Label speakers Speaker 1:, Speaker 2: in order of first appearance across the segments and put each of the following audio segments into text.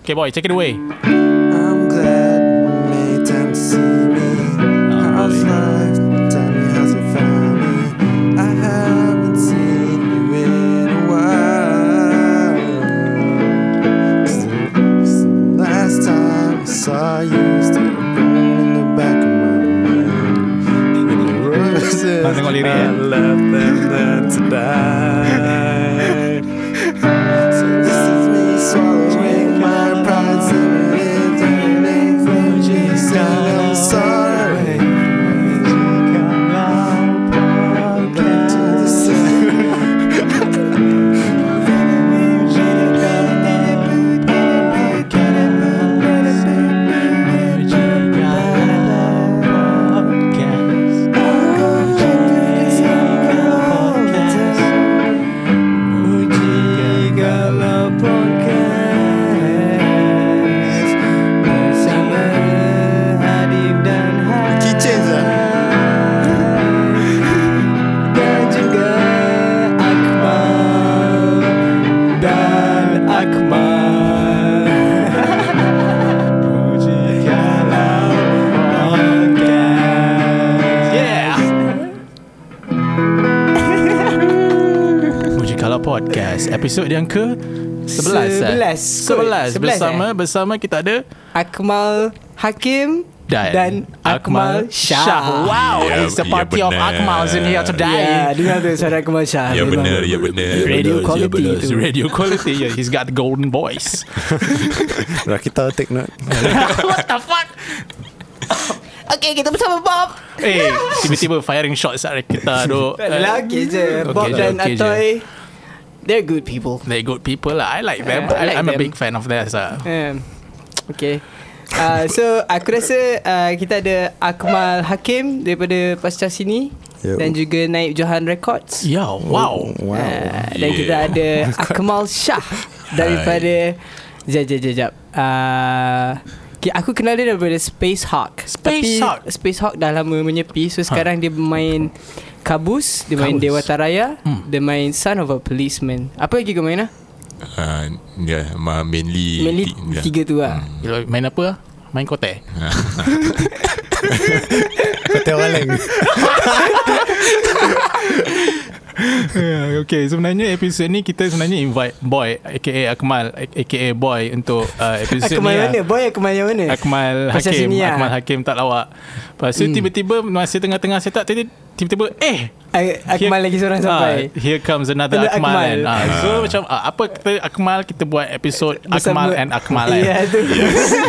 Speaker 1: Okay, boy, take it away.
Speaker 2: I'm glad you made time to see me. How's life? Tell me how's your family? I haven't seen you in a while. Since- since Last time I saw you, still burning in the back of my mind. And the roses
Speaker 1: Nah, tengok lirik,
Speaker 2: I
Speaker 1: eh.
Speaker 2: left them there to die. So this is me swallowing my pride, singing your name for Jesus. I'm sorry. Back to the sun. Keychain lah.
Speaker 3: Dan juga Akmal Dan Akmal Jikalau podcast
Speaker 1: Yeah. Mujikala Podcast Episod yang ke 11
Speaker 3: Sebelas, kot.
Speaker 1: 11
Speaker 3: Sebelas, eh?
Speaker 1: Bersama Bersama kita ada
Speaker 3: Akmal Hakim
Speaker 1: Dan,
Speaker 3: Dan Akmal Shah.
Speaker 1: Wow
Speaker 4: Ya,
Speaker 1: It's the
Speaker 4: ya
Speaker 1: party of
Speaker 4: benar.
Speaker 1: Akmals in here
Speaker 3: Ya,
Speaker 1: today
Speaker 3: dengar tu suara Akmal Shah
Speaker 4: Ya
Speaker 3: Memang
Speaker 4: benar, ya benar.
Speaker 3: Radio quality
Speaker 1: It's
Speaker 3: tu
Speaker 1: radio quality yeah, He's got the golden voice
Speaker 2: Rakita take note.
Speaker 1: What the fuck
Speaker 3: Okay, kita bersama Bob
Speaker 1: Eh Tiba-tiba firing shots at kita tu
Speaker 3: Lagi je
Speaker 1: okay
Speaker 3: Bob
Speaker 1: je,
Speaker 3: dan
Speaker 1: okay je.
Speaker 3: Atoy They're good people
Speaker 1: They good people lah I like them
Speaker 3: Yeah, I like
Speaker 1: I'm a
Speaker 3: them.
Speaker 1: big fan of theirs ah. lah
Speaker 3: Um, okay. Uh, so aku rasa uh, kita ada Akmal Hakim daripada Pasca Sini
Speaker 2: Yo.
Speaker 4: Ya.
Speaker 3: dan juga Naib Johan Records.
Speaker 1: Yo, wow
Speaker 2: Wow.
Speaker 3: Uh, dan
Speaker 4: Yeah.
Speaker 3: kita ada Akmal Shah daripada Jap jap jap jap. Uh, ki- aku kenal dia daripada Space Hawk.
Speaker 1: Space
Speaker 3: Tapi
Speaker 1: Hawk?
Speaker 3: Space Hawk dah lama menyepi so sekarang dia main Kabus, dia
Speaker 1: Kabus.
Speaker 3: main
Speaker 1: Hmm.
Speaker 3: Dewataraya, dia main Son of a Policeman. Apa lagi kau main lah?
Speaker 4: Ah, Ya, ma- mainly
Speaker 3: Mainly
Speaker 1: ya.
Speaker 4: ti-
Speaker 3: tiga tu lah.
Speaker 1: Kalau Main apa Main kotek
Speaker 2: Kata orang lain.
Speaker 1: Yeah, okay sebenarnya episod ni kita sebenarnya invite Boy aka Akmal aka Boy untuk uh, episod
Speaker 3: Akmal
Speaker 1: ni
Speaker 3: mana?
Speaker 1: lah.
Speaker 3: Boy Akmal yang mana?
Speaker 1: Akmal
Speaker 3: Pasal
Speaker 1: Hakim
Speaker 3: sini lah. Hmm.
Speaker 1: Akmal Hakim tak lawak Lepas tu tiba-tiba Masa tengah-tengah set up tadi, Tiba-tiba eh
Speaker 3: Ak- Akmal lagi seorang sampai.
Speaker 1: ah, Here comes another
Speaker 3: Another
Speaker 1: Akmal,
Speaker 3: Akmal.
Speaker 1: Akmal. Ah, So macam ah, Apa kita Akmal Kita buat episod Akmal
Speaker 3: Bersama-
Speaker 1: and Akmal eh. kan.
Speaker 3: Ya yeah, tu.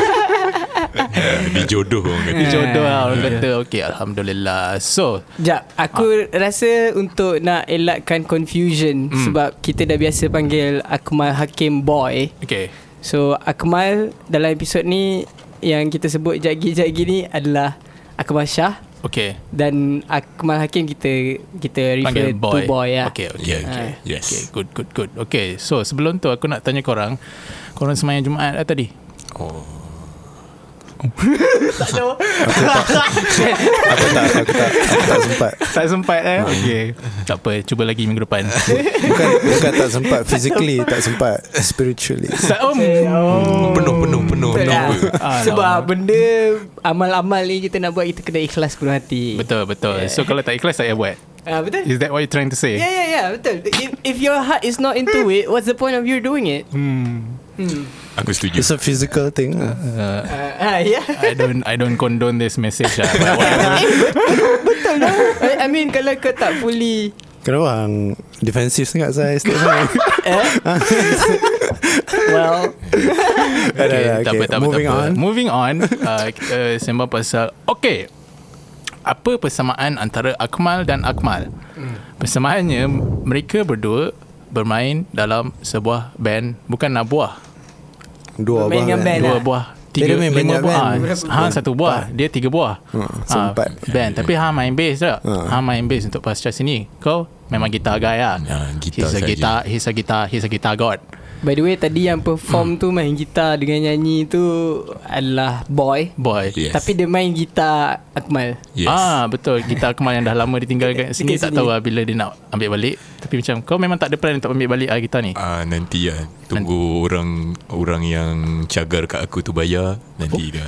Speaker 4: Ah, dijodoh orang kata. Ya,
Speaker 1: Itu jodoh lah Orang kata Okay Alhamdulillah So
Speaker 3: Jap, aku
Speaker 1: Ah.
Speaker 3: rasa untuk nak elakkan confusion
Speaker 1: Hmm.
Speaker 3: sebab kita dah biasa panggil Akmal Hakim Boy.
Speaker 1: Okay
Speaker 3: So Akmal dalam episod ni yang kita sebut jagi-jagi ni adalah Akmal Shah
Speaker 1: Okay
Speaker 3: dan Akmal Hakim kita kita refer
Speaker 1: Panggil boy.
Speaker 3: to boy lah.
Speaker 1: Okay Ah, okay
Speaker 4: Yeah, okay. Yes.
Speaker 1: Okay, good, good, good. Okay, so sebelum tu aku nak tanya korang, korang semayang Jumaat lah tadi?
Speaker 4: Oh.
Speaker 2: Aku tak, aku tak, aku tak sempat.
Speaker 1: Tak sempat eh? Okay. tak apa, cuba lagi minggu depan.
Speaker 2: Bukan, bukan tak sempat physically, tak sempat spiritually.
Speaker 1: tak, um, oh.
Speaker 4: Penuh, penuh, penuh.
Speaker 3: Betul lah.
Speaker 4: penuh.
Speaker 1: Ah,
Speaker 3: Sebab benda amal-amal ni kita nak buat kita kena ikhlas penuh hati.
Speaker 1: Betul, betul. So kalau tak ikhlas, tak payah buat.
Speaker 3: Ah betul.
Speaker 1: Is that what you're trying to say?
Speaker 3: Yeah, yeah, yeah, betul. If, if your heart is not
Speaker 1: Hmm.
Speaker 3: into it, what's the point of you doing it?
Speaker 4: Aku setuju.
Speaker 2: It's a physical thing. lah.
Speaker 3: Uh, yeah.
Speaker 1: I don't I don't condone this message lah. But whatever.
Speaker 3: betul lah. I, I mean, kalau kau tak fully...
Speaker 2: Kenapa hang defensif sangat saya setiap hari?
Speaker 3: Eh? well,
Speaker 1: Okay,
Speaker 2: Dah, dah,
Speaker 1: tak
Speaker 2: okay.
Speaker 1: apa, tak apa,
Speaker 2: Moving
Speaker 1: tak apa.
Speaker 2: on.
Speaker 1: Moving on. Uh, kita sembang pasal okay. Apa persamaan antara Akmal dan Akmal?
Speaker 2: Hmm.
Speaker 1: Persamaannya mereka berdua bermain dalam sebuah band bukan nak buah.
Speaker 2: Dua
Speaker 3: Main
Speaker 2: abang
Speaker 3: dengan
Speaker 2: kan?
Speaker 3: band.
Speaker 1: Dua
Speaker 3: lah.
Speaker 1: buah. Tiga,
Speaker 2: Dia ada main
Speaker 1: lima
Speaker 2: banyak
Speaker 1: buah.
Speaker 2: band.
Speaker 1: Ah,
Speaker 2: Berapa
Speaker 1: Ha, satu buah. Dia tiga buah.
Speaker 2: Hmm, so
Speaker 1: Ah,
Speaker 2: empat.
Speaker 1: Band. Tapi Ha main bass tak? Ha main bass untuk pasca sini. Kau memang gitar guy lah.
Speaker 2: Ya,
Speaker 4: Ah, gitar
Speaker 1: he's a
Speaker 4: saja.
Speaker 1: guitar, he's a guitar, he's a guitar god.
Speaker 3: By the way, tadi yang
Speaker 4: Hmm.
Speaker 3: perform tu main gitar dengan nyanyi tu adalah boy.
Speaker 1: Boy.
Speaker 2: Ya.
Speaker 4: Yes.
Speaker 3: Tapi dia main gitar Akmal.
Speaker 4: Yes.
Speaker 1: Ah betul gitar Kemal yang dah lama ditinggal kat sini tak
Speaker 3: Dekat sini.
Speaker 1: tahu lah bila dia nak ambil balik tapi macam kau memang tak ada plan untuk ambil balik ah gitar ni.
Speaker 4: Ah, nanti lah. Tunggu orang Orang yang Cagar kat aku tu bayar Nanti dah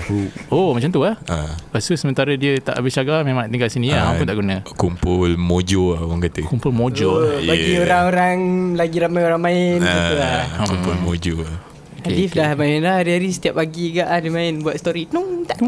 Speaker 1: Oh macam tu lah
Speaker 4: Ah,
Speaker 1: Lepas tu sementara dia tak habis syaga Memang tinggal sini lah
Speaker 4: ah,
Speaker 1: Apa tak guna
Speaker 4: Kumpul mojo lah orang kata
Speaker 1: Kumpul mojo
Speaker 3: Oh, Bagi
Speaker 4: yeah.
Speaker 3: orang-orang Lagi ramai orang main gitu lah.
Speaker 4: ah, Kumpul mojo lah
Speaker 1: Okay,
Speaker 3: Alif
Speaker 1: okay.
Speaker 3: dah main lah Hari-hari setiap pagi ke ah, Dia main buat story Nung tak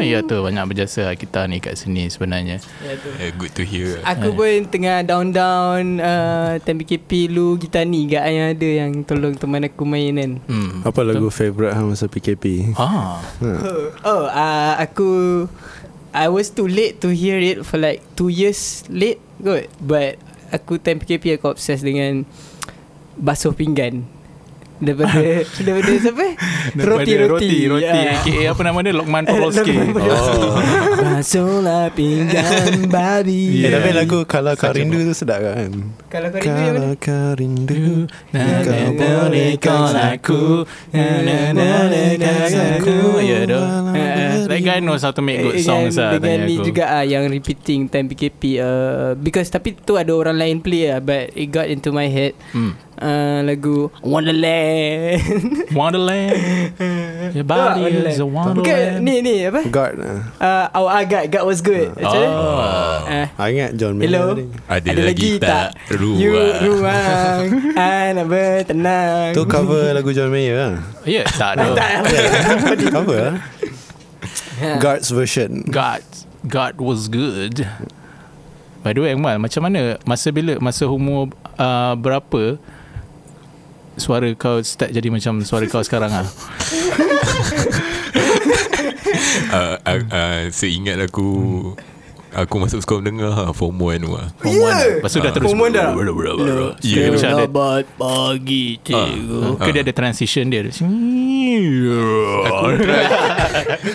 Speaker 1: Ya tu banyak berjasa lah kita ni kat sini sebenarnya
Speaker 3: Ya,
Speaker 4: Eh, Good to hear
Speaker 3: Aku pun tengah down-down uh, Time PKP Lu gitar ni Gak yang ada Yang tolong teman aku main kan
Speaker 1: hmm.
Speaker 2: Apa lagu favourite hang masa PKP?
Speaker 1: Ah,
Speaker 3: Oh uh, Aku I was too late to hear it For like 2 years late kot But Aku time PKP aku obsessed dengan Basuh pinggan Daripada Daripada siapa?
Speaker 1: Roti
Speaker 3: Roti-roti
Speaker 1: Roti
Speaker 3: Ah.
Speaker 1: AKA apa nama dia Lokman Oh. Podolski
Speaker 3: Roti, roti. Basuhlah pinggan babi
Speaker 2: Yeah. Eh,
Speaker 1: Yeah.
Speaker 2: tapi lagu Kalau Kau Rindu tu sedap kan?
Speaker 3: Kalau kau rindu yang mana?
Speaker 2: Kalau Kau Rindu
Speaker 1: Nak
Speaker 2: Kau
Speaker 1: boleh kau laku Na na na na na aku Ya tu That guy knows how to make good
Speaker 3: Dengan-
Speaker 1: songs lah
Speaker 3: Dengan
Speaker 1: tanya
Speaker 3: ni
Speaker 1: aku.
Speaker 3: juga ah Yang repeating time PKP uh, Because tapi tu ada orang lain play lah But it got into my head
Speaker 1: Hmm.
Speaker 3: uh, Lagu Wonderland
Speaker 1: Wonderland Your body is a
Speaker 3: Bukan,
Speaker 1: wonderland
Speaker 3: Ni ni apa
Speaker 2: God ah.
Speaker 3: uh, Our agak God was good
Speaker 1: Ah.
Speaker 3: Macam mana
Speaker 1: Oh.
Speaker 3: Ah.
Speaker 2: Ah, ingat John
Speaker 3: Hello
Speaker 2: Mayer tadi.
Speaker 4: Ada, lagi, tak, ah. Ruang
Speaker 3: You ruang Anak bertenang
Speaker 2: Tu cover lagu John Mayer lah
Speaker 1: Ya tak ada
Speaker 3: Tak apa
Speaker 2: Cover lah God's version
Speaker 1: God God was good By the way Akmal Macam mana Masa bila Masa umur uh, Berapa Suara kau start jadi macam Suara kau sekarang lah
Speaker 4: Ah, ah, ah, Seingat aku Aku masuk sekolah mendengar ah, Form 1 tu lah
Speaker 1: Oh, Hormon Lepas tu ya? dah
Speaker 4: Ah.
Speaker 1: terus
Speaker 3: Hormon dah.
Speaker 4: Ya
Speaker 1: Dia Ah, macam ada
Speaker 3: pagi
Speaker 4: cikgu.
Speaker 1: Ke dia ada transition dia Aku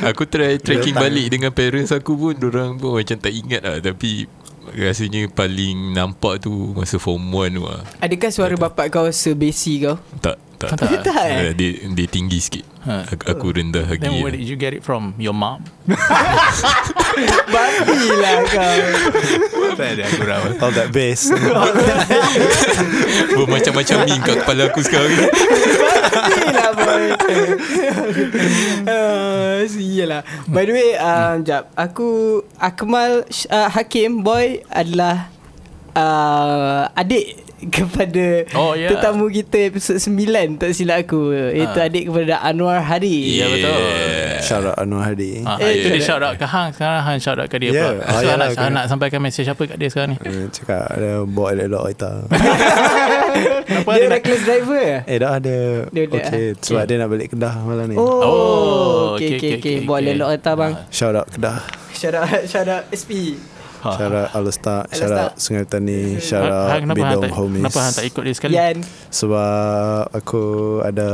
Speaker 4: Aku try tracking balik dengan parents aku pun Diorang pun macam tak ingat lah Tapi Rasanya paling nampak tu Masa form 1 tu lah
Speaker 3: Adakah suara bapak kau sebesi kau?
Speaker 4: Tak Tak,
Speaker 1: Tak,
Speaker 4: tak.
Speaker 3: tak, eh?
Speaker 4: Eh, Dia, dia tinggi sikit
Speaker 1: Ha.
Speaker 4: aku, aku rendah lagi
Speaker 1: Then where
Speaker 4: lah.
Speaker 1: did you get it from? Your mom?
Speaker 3: Babi lah kau
Speaker 1: tak ada aku rawat
Speaker 2: All that bass
Speaker 4: Bermacam-macam meme kat kepala aku sekarang
Speaker 1: Ya,
Speaker 3: Babi lah boy uh, Sialah By the way um, Jap Aku Akmal Sh- uh, Hakim Boy Adalah uh, Adik kepada
Speaker 1: Oh, ya.
Speaker 3: tetamu kita episod 9 tak silap aku iaitu
Speaker 1: Ah.
Speaker 3: adik kepada Anwar Hari
Speaker 1: Ya, betul.
Speaker 2: Shout out Anwar Hadi
Speaker 1: Ah,
Speaker 3: Eh,
Speaker 1: itu dia
Speaker 3: tak ada.
Speaker 1: shout out ke Hang Sekarang Hang shout out ke dia
Speaker 2: Ya.
Speaker 1: pula
Speaker 2: Ah,
Speaker 1: So Hang
Speaker 2: ya lah,
Speaker 1: nak, Hang
Speaker 2: kena.
Speaker 1: nak sampaikan message apa kat dia sekarang ni
Speaker 2: Eh, Cakap dia buat dia dok oita
Speaker 1: Kenapa
Speaker 3: dia
Speaker 1: dia nak
Speaker 3: reckless driver
Speaker 2: Eh dah ada
Speaker 3: Dia ada,
Speaker 2: Okay Sebab
Speaker 1: Okay.
Speaker 2: dia nak balik Kedah malam ni
Speaker 3: oh,
Speaker 1: Oh,
Speaker 3: okay, okay, okay, okay. Buat
Speaker 1: okay. Ah.
Speaker 3: lelok atas bang
Speaker 2: Shout out Kedah
Speaker 3: Shout out Shout out SP
Speaker 1: Ha.
Speaker 2: Shout out Alustar Shout
Speaker 3: Alustar.
Speaker 2: out Sungai Tani Shout
Speaker 1: Hang- Hang
Speaker 2: out
Speaker 1: Ha, kenapa Hang
Speaker 2: Bidong
Speaker 1: tak
Speaker 2: Homies
Speaker 1: Kenapa Hang tak ikut dia sekali
Speaker 3: Yan
Speaker 2: Sebab aku ada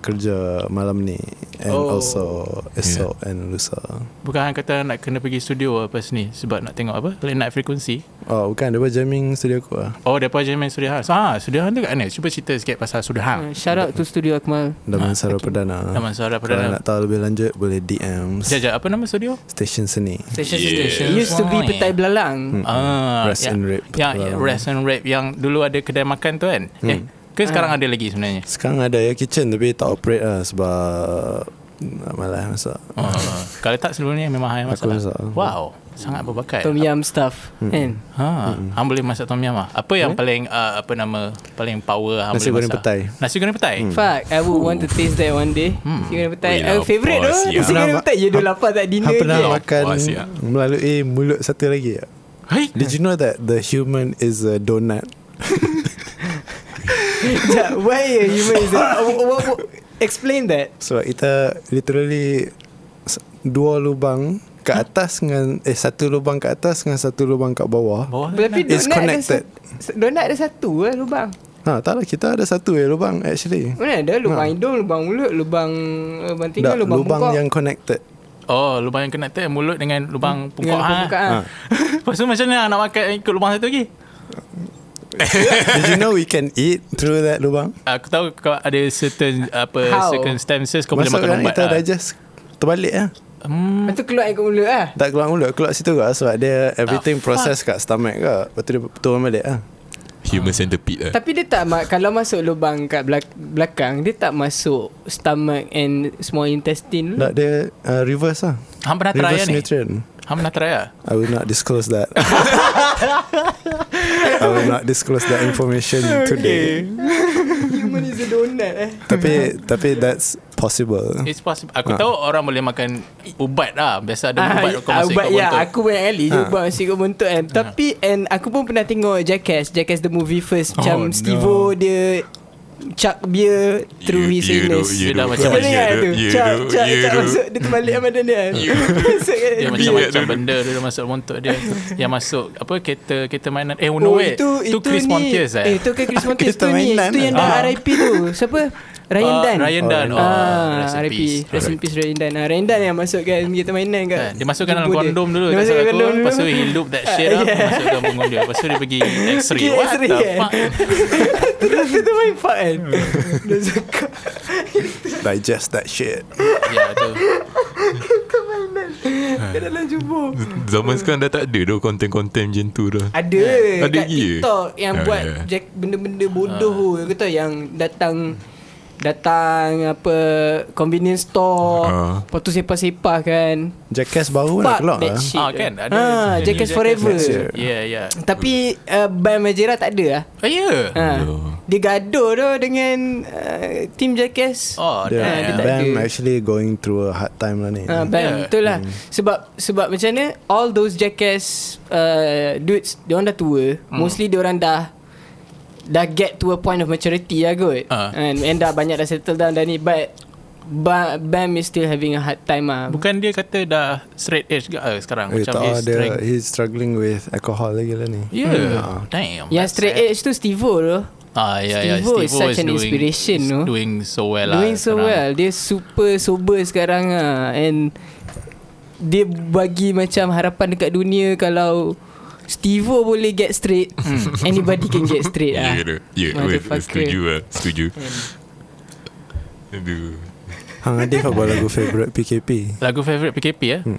Speaker 2: kerja malam ni And
Speaker 3: Oh.
Speaker 2: also esok and lusa
Speaker 1: Bukan Hang kata Hang nak kena pergi studio lepas ni Sebab nak tengok apa Late night frequency
Speaker 2: Oh bukan dia buat jamming studio aku lah
Speaker 1: Oh dia aja main studio Hang ha, Studio Hang tu kat mana Cuba cerita sikit pasal studio Hang
Speaker 3: Uh, Shout out to Studio Akmal
Speaker 1: Ah,
Speaker 2: Daman Sara Perdana
Speaker 1: Nama suara
Speaker 2: Kalau
Speaker 1: perdana
Speaker 2: nak tahu lebih lanjut boleh DM
Speaker 1: Sekejap apa nama studio
Speaker 2: Station Seni
Speaker 3: Station
Speaker 4: Yeah.
Speaker 3: Station Used to be
Speaker 1: Why?
Speaker 3: Petai Belalang
Speaker 2: Hmm.
Speaker 1: Ah,
Speaker 2: Rest and lah. Rape
Speaker 1: yang,
Speaker 2: Pelalang.
Speaker 1: Rest and Rape Yang dulu ada kedai makan tu kan hmm. Eh Ke sekarang
Speaker 3: Ah.
Speaker 1: ada lagi sebenarnya
Speaker 2: Sekarang ada ya kitchen tapi tak operate lah sebab nak malas masak
Speaker 1: oh. Kalau tak sebelum ni Memang hang yang masak
Speaker 2: Ah. Aku
Speaker 1: lah.
Speaker 2: masak.
Speaker 1: Wow Sangat berbakat
Speaker 3: Tom Yum stuff Kan
Speaker 1: Ha,
Speaker 2: Hmm.
Speaker 1: hang boleh masak tom yum ah. Apa yang paling uh, apa nama paling power hang
Speaker 2: Nasi
Speaker 1: Ah, boleh
Speaker 2: goreng
Speaker 1: masak?
Speaker 2: petai. Hmm.
Speaker 1: Nasi goreng petai.
Speaker 3: Fuck I would want to taste that one day
Speaker 1: Hmm.
Speaker 3: Nasi goreng petai
Speaker 4: Weh,
Speaker 3: uh, Favorite tu
Speaker 4: lapar siap.
Speaker 3: Nasi goreng
Speaker 2: Hang
Speaker 3: petai Ya dah
Speaker 2: pernah-
Speaker 3: lapar tak dinner
Speaker 2: Hang pernah
Speaker 3: ke
Speaker 1: Oh,
Speaker 2: makan
Speaker 4: Puas,
Speaker 1: ah.
Speaker 4: ya.
Speaker 2: melalui mulut satu lagi tak?
Speaker 1: Hai.
Speaker 2: Did you know that the human is a donut?
Speaker 3: Sekejap, Why are you made that? Uh, what- what- Explain that
Speaker 2: So kita literally s- dua lubang ke
Speaker 1: Hmm?
Speaker 2: atas dengan eh satu lubang ke atas dengan satu lubang kat bawah.
Speaker 1: Bawah tu
Speaker 3: Tapi
Speaker 2: It's
Speaker 3: donat ada
Speaker 2: connected.
Speaker 3: sa- Donat ada satu lah lubang
Speaker 2: Ha tak lah kita ada satu eh lubang actually.
Speaker 3: Mana ada lubang
Speaker 2: Ha.
Speaker 3: hidung Lubang mulut Lubang Lubang
Speaker 2: Tak,
Speaker 3: tinggal Lubang,
Speaker 2: lubang
Speaker 3: bengkok.
Speaker 2: yang connected.
Speaker 1: Oh, lubang yang kena tak mulut dengan lubang pungkak
Speaker 3: Dengan lubang
Speaker 1: hang.
Speaker 3: bengkok, ha.
Speaker 2: Ha.
Speaker 1: Lepas tu macam mana hang nak makan ikut lubang satu lagi?
Speaker 2: Did you know we can eat through that lubang?
Speaker 1: Aku tahu kau ada certain apa
Speaker 3: How?
Speaker 1: circumstances kau boleh
Speaker 2: Masuk
Speaker 1: makan
Speaker 2: kan
Speaker 1: ubat.
Speaker 2: kita
Speaker 1: ah.
Speaker 2: digest terbalik lah.
Speaker 1: Hmm.
Speaker 3: Lepas tu keluar ikut mulut lah
Speaker 2: Tak keluar mulut Keluar situ ke Sebab dia
Speaker 1: Ah,
Speaker 2: Everything
Speaker 1: fuck.
Speaker 2: process kat stomach ke Lepas tu dia turun balik lah
Speaker 4: Human centipede lah
Speaker 3: Tapi dia tak ma- Kalau masuk lubang kat belak- belakang Dia tak masuk Stomach and Small intestine
Speaker 2: Nak dia uh, reverse lah
Speaker 1: Hang pernah try
Speaker 2: Reverse
Speaker 1: Hmm. ni?
Speaker 2: nutrient
Speaker 1: Hang pernah try lah
Speaker 2: I will not disclose that I will not disclose that information today
Speaker 3: Human is a donut eh
Speaker 2: Tapi Tapi that's possible
Speaker 1: It's possible Aku
Speaker 2: Ah.
Speaker 1: tahu orang boleh makan Ubat lah Biasa ada ubat
Speaker 3: Ah,
Speaker 1: Kau masuk
Speaker 3: ubat
Speaker 1: kat
Speaker 3: ya,
Speaker 1: bontot.
Speaker 3: aku banyak kali
Speaker 1: Ha.
Speaker 3: je ubat masih kat bontot kan. Tapi and aku pun pernah tengok Jackass, Jackass the movie first
Speaker 1: Oh, no.
Speaker 3: macam Stevo dia chuck beer through
Speaker 4: You-
Speaker 3: his
Speaker 4: you do-
Speaker 3: anus.
Speaker 4: you
Speaker 1: Dia dah
Speaker 4: do-
Speaker 1: macam
Speaker 4: you
Speaker 1: mana
Speaker 4: do-
Speaker 3: Dengar tu
Speaker 4: you
Speaker 3: Chuck
Speaker 4: do-
Speaker 3: Chuck
Speaker 4: you
Speaker 3: Chuck
Speaker 4: do.
Speaker 3: masuk Dia terbalik badan dia kan? Masuk kan?
Speaker 1: Dia
Speaker 3: kat beer.
Speaker 1: macam-macam
Speaker 4: Biar
Speaker 1: benda Dia masuk bontot dia Yang masuk Apa kereta Kereta mainan
Speaker 3: Oh,
Speaker 1: Eh no way Tu Chris Pontius eh
Speaker 3: eh. tu kan Chris Pontius
Speaker 2: Kita
Speaker 3: tu ni
Speaker 2: mainan.
Speaker 3: Tu yang dah
Speaker 1: Ah.
Speaker 3: RIP tu Siapa? Ryan
Speaker 1: Ah,
Speaker 3: Dan
Speaker 1: Ryan Dan oh,
Speaker 3: Ah,
Speaker 1: rest in
Speaker 3: RIP
Speaker 1: peace.
Speaker 3: Rest in peace Ryan Dan ah, Ryan Dan yang masukkan Kita mainan
Speaker 1: Kan?
Speaker 3: kat
Speaker 1: Dia masukkan dalam
Speaker 3: tubuh dia.
Speaker 1: kondom dulu
Speaker 3: Dia
Speaker 1: tak
Speaker 3: masukkan
Speaker 1: salah
Speaker 3: kondom
Speaker 1: aku.
Speaker 3: dulu
Speaker 1: Lepas tu he loop that shit
Speaker 3: Ah,
Speaker 1: up
Speaker 3: yeah.
Speaker 1: Masukkan punggung dia Lepas tu dia pergi X-ray
Speaker 3: Pergi
Speaker 1: What
Speaker 3: X-ray,
Speaker 1: the
Speaker 3: kan?
Speaker 1: fuck
Speaker 3: Terus tu main fart kan
Speaker 1: Hmm.
Speaker 3: Dia cakap
Speaker 2: Digest that shit
Speaker 1: Ya tu
Speaker 3: Kat dalam jubur
Speaker 4: Hmm. Zaman sekarang dah tak ada dah Konten-konten macam tu dah
Speaker 3: Ada
Speaker 4: Ada
Speaker 3: Kat
Speaker 4: lagi ke?
Speaker 3: TikTok Yang
Speaker 4: Ah,
Speaker 3: buat
Speaker 4: ya.
Speaker 3: jack- Benda-benda bodoh
Speaker 1: Ah.
Speaker 3: Aku tahu yang Datang Datang Apa Convenience store
Speaker 4: Ah.
Speaker 3: Lepas tu sepah-sepah kan
Speaker 2: Jackass baru nak
Speaker 3: Fuck
Speaker 2: keluar
Speaker 3: that
Speaker 2: lah
Speaker 3: shit
Speaker 1: Oh, Ah kan ada
Speaker 3: Ah, Jackass Forever
Speaker 2: Next year.
Speaker 1: Ya ya
Speaker 3: Tapi uh, Ban Majera tak ada lah
Speaker 1: Oh ya
Speaker 3: ha.
Speaker 4: Oh.
Speaker 3: Dia gaduh tu dengan uh, Team Jackass
Speaker 1: Oh
Speaker 2: The
Speaker 3: Ah, dia tak
Speaker 1: damn
Speaker 3: ada.
Speaker 2: band actually going through a hard time lah ni
Speaker 1: Yeah.
Speaker 3: Ha, bam, betul lah. Sebab sebab macam mana all those jackass uh, dudes, dia orang dah tua.
Speaker 1: Hmm.
Speaker 3: Mostly dia orang dah dah get to a point of maturity lah kot.
Speaker 1: Ah.
Speaker 3: And, and dah banyak dah settle down dah ni but ba- Bam is still having a hard time ah.
Speaker 1: Bukan dia kata dah straight edge ke eh, sekarang
Speaker 2: Eh,
Speaker 1: Macam
Speaker 2: tak
Speaker 1: his
Speaker 2: ah, dia
Speaker 1: strength
Speaker 2: he's struggling with alcohol lagi lah ni
Speaker 1: Ya
Speaker 2: Ah.
Speaker 1: Damn that's
Speaker 3: Yang Ya, straight
Speaker 1: sad.
Speaker 3: edge tu Stevo tu.
Speaker 1: Ah ya ya
Speaker 3: Steve-O is such
Speaker 1: doing-
Speaker 3: an inspiration,
Speaker 1: is
Speaker 3: no?
Speaker 1: Doing so well lah
Speaker 3: Doing so
Speaker 1: sekarang.
Speaker 3: well. Dia super sober sekarang ah and dia bagi macam harapan dekat dunia kalau Stevo boleh get straight,
Speaker 1: Hmm.
Speaker 3: anybody can get straight ah.
Speaker 4: Ya yeah, yeah,
Speaker 3: Motherfucker.
Speaker 4: yeah, Setuju lah Setuju Aduh
Speaker 2: Hang Adif apa lagu favourite PKP
Speaker 1: Lagu favourite PKP ya hmm.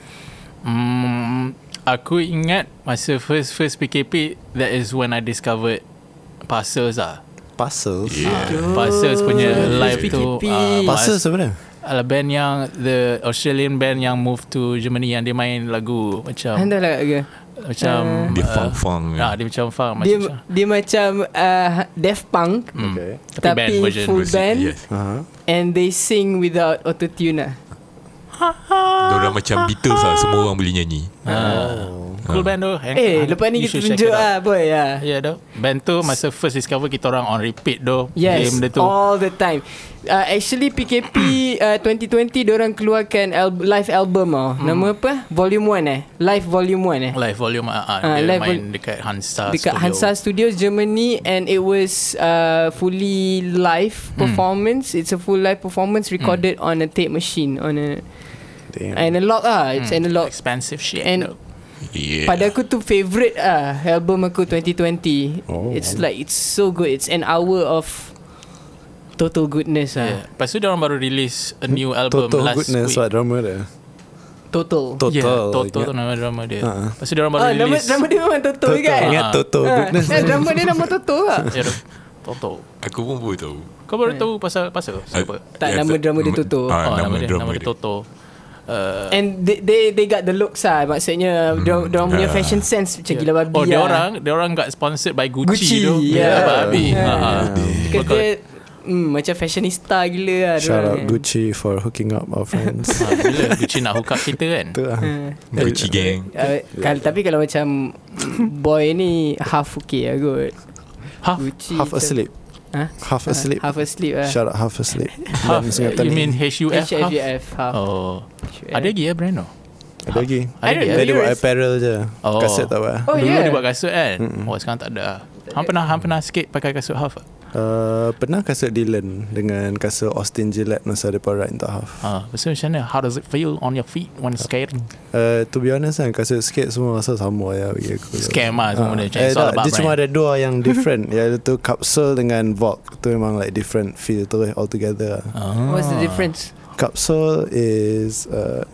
Speaker 1: hmm Aku ingat Masa first first PKP That is when I discovered Passes lah
Speaker 2: Puzzles
Speaker 4: Yeah
Speaker 1: Passes
Speaker 3: Oh,
Speaker 1: punya live tu
Speaker 3: PKP.
Speaker 1: ah,
Speaker 2: Puzzles sebenarnya
Speaker 1: Ala band yang The Australian band yang move to Germany Yang dia main lagu Macam
Speaker 3: Handal lah ke?
Speaker 1: Macam
Speaker 4: Dia
Speaker 1: ah,
Speaker 4: fang-fang lah.
Speaker 1: ah, Dia macam funk
Speaker 3: uh, Dia
Speaker 1: macam macam.
Speaker 3: dia macam uh, Daft Punk
Speaker 1: Hmm.
Speaker 2: Okay
Speaker 1: Tapi, band version
Speaker 3: full band
Speaker 4: Yes
Speaker 2: uh-huh.
Speaker 3: and they sing without autotune lah.
Speaker 4: Diorang macam Beatles lah Semua orang boleh nyanyi
Speaker 2: Oh,
Speaker 1: Ah. Cool band tu hang-
Speaker 3: Eh,
Speaker 1: hang-
Speaker 3: lepas ni
Speaker 1: you
Speaker 3: kita
Speaker 1: should check it
Speaker 3: tunjuk
Speaker 1: out.
Speaker 3: lah boy lah.
Speaker 1: Ya yeah, doh. Band tu masa first discover kita orang on repeat doh.
Speaker 3: Yes, Oh.
Speaker 1: Game dia tu.
Speaker 3: all the time. Uh, actually PKP uh, 2020 orang keluarkan al- live album oh.
Speaker 1: Hmm.
Speaker 3: Nama apa? Volume 1 eh. Live Volume 1 eh.
Speaker 1: Live volume ah, ah,
Speaker 3: Ah,
Speaker 1: dia
Speaker 3: live
Speaker 1: main
Speaker 3: vol-
Speaker 1: dekat Hansa
Speaker 3: Dekat
Speaker 1: Ah, Studio.
Speaker 3: Hansa Studios Germany and it was uh, fully live
Speaker 1: Hmm.
Speaker 3: performance. It's a full live performance recorded on a tape machine on a
Speaker 2: Damn.
Speaker 3: analog ah. It's
Speaker 1: Hmm.
Speaker 3: analog
Speaker 1: Expensive shit.
Speaker 3: And-
Speaker 1: doh.
Speaker 4: Yeah
Speaker 3: Pada aku tu favorite ah album aku 2020.
Speaker 2: Oh.
Speaker 3: It's like it's so good. It's an hour of total goodness
Speaker 1: Yeah.
Speaker 3: ah.
Speaker 1: Lepas tu dia orang baru release a new album
Speaker 2: Total
Speaker 1: last
Speaker 2: goodness
Speaker 1: week.
Speaker 2: What drama dia
Speaker 3: Total.
Speaker 2: Total
Speaker 1: Yeah, Toto
Speaker 2: ingat.
Speaker 1: tu nama drama dia.
Speaker 2: Ah.
Speaker 1: Lepas tu dia orang baru
Speaker 3: Ah, nama
Speaker 1: release.
Speaker 3: nama dia memang Total
Speaker 2: Total
Speaker 3: kan.
Speaker 2: Ingat
Speaker 1: Ah.
Speaker 2: Total goodness
Speaker 3: Eh, drama dia nama Toto lah.
Speaker 1: Ya, doh. Toto.
Speaker 4: Aku pun baru tahu
Speaker 1: Kau baru tahu pasal pasal siapa?
Speaker 3: Tak, nama drama dia Toto.
Speaker 4: ah,
Speaker 1: oh,
Speaker 4: nama,
Speaker 1: nama, dia,
Speaker 4: drama
Speaker 1: nama dia
Speaker 4: dia
Speaker 1: Toto. Uh,
Speaker 3: And they they, they got the looks ah. Maksudnya
Speaker 2: Hmm.
Speaker 3: mm, dia dia orang punya
Speaker 4: Ah.
Speaker 3: fashion sense macam gila babi.
Speaker 1: oh, dia
Speaker 3: ah.
Speaker 1: orang dia orang got sponsored by Gucci,
Speaker 3: Gucci,
Speaker 1: tu.
Speaker 3: yeah.
Speaker 1: Babi.
Speaker 3: Yeah.
Speaker 1: Ah, ah.
Speaker 3: Because dia mm, macam fashionista gila ah.
Speaker 2: Shout
Speaker 3: diorang,
Speaker 2: out
Speaker 3: eh.
Speaker 2: Gucci For hooking up our friends
Speaker 1: Ah, Bila Gucci nak hook up kita kan?
Speaker 2: Itu lah
Speaker 4: Gucci gang
Speaker 3: Uh, Ah. kal- tapi kalau macam boy ni half okay lah kot.
Speaker 1: Half-
Speaker 3: Gucci
Speaker 2: Half
Speaker 3: macam-
Speaker 2: asleep
Speaker 3: Huh?
Speaker 2: Half asleep
Speaker 3: Half asleep lah.
Speaker 2: Shout out half asleep
Speaker 1: Half,
Speaker 2: Dalam Singapura
Speaker 1: you
Speaker 2: ni.
Speaker 1: mean HUF? half?
Speaker 3: HFUF half.
Speaker 1: Oh.
Speaker 3: HUF.
Speaker 1: Ada lagi ya brand tu?
Speaker 2: Ada lagi
Speaker 1: Ada
Speaker 3: don't
Speaker 1: lagi
Speaker 2: Dia
Speaker 1: ya?
Speaker 3: know.
Speaker 2: dia buat apparel je
Speaker 1: Oh.
Speaker 2: Kaset tak buat
Speaker 3: Oh
Speaker 1: Dulu
Speaker 3: yeah.
Speaker 1: dia buat kasut kan? Oh sekarang tak ada. Hang pernah hang pernah sikit pakai kasut half?
Speaker 2: Uh, Pernah kasut Dylan Dengan kasut Austin Gillette Masa dia parat untuk half
Speaker 1: Ha, pasal macam mana? How does it feel on your feet when skating?
Speaker 2: Uh, to be honest kan Kasut skate semua rasa sama ya bagi aku
Speaker 1: Scam lah semua benda macam
Speaker 2: eh,
Speaker 1: it's all
Speaker 2: tak,
Speaker 1: about
Speaker 2: Dia cuma
Speaker 1: brand.
Speaker 2: ada dua yang different Iaitu tu capsule dengan Vogue Tu memang like different feel tu altogether lah.
Speaker 3: What's
Speaker 1: Ah.
Speaker 3: the difference?
Speaker 2: Capsule is uh,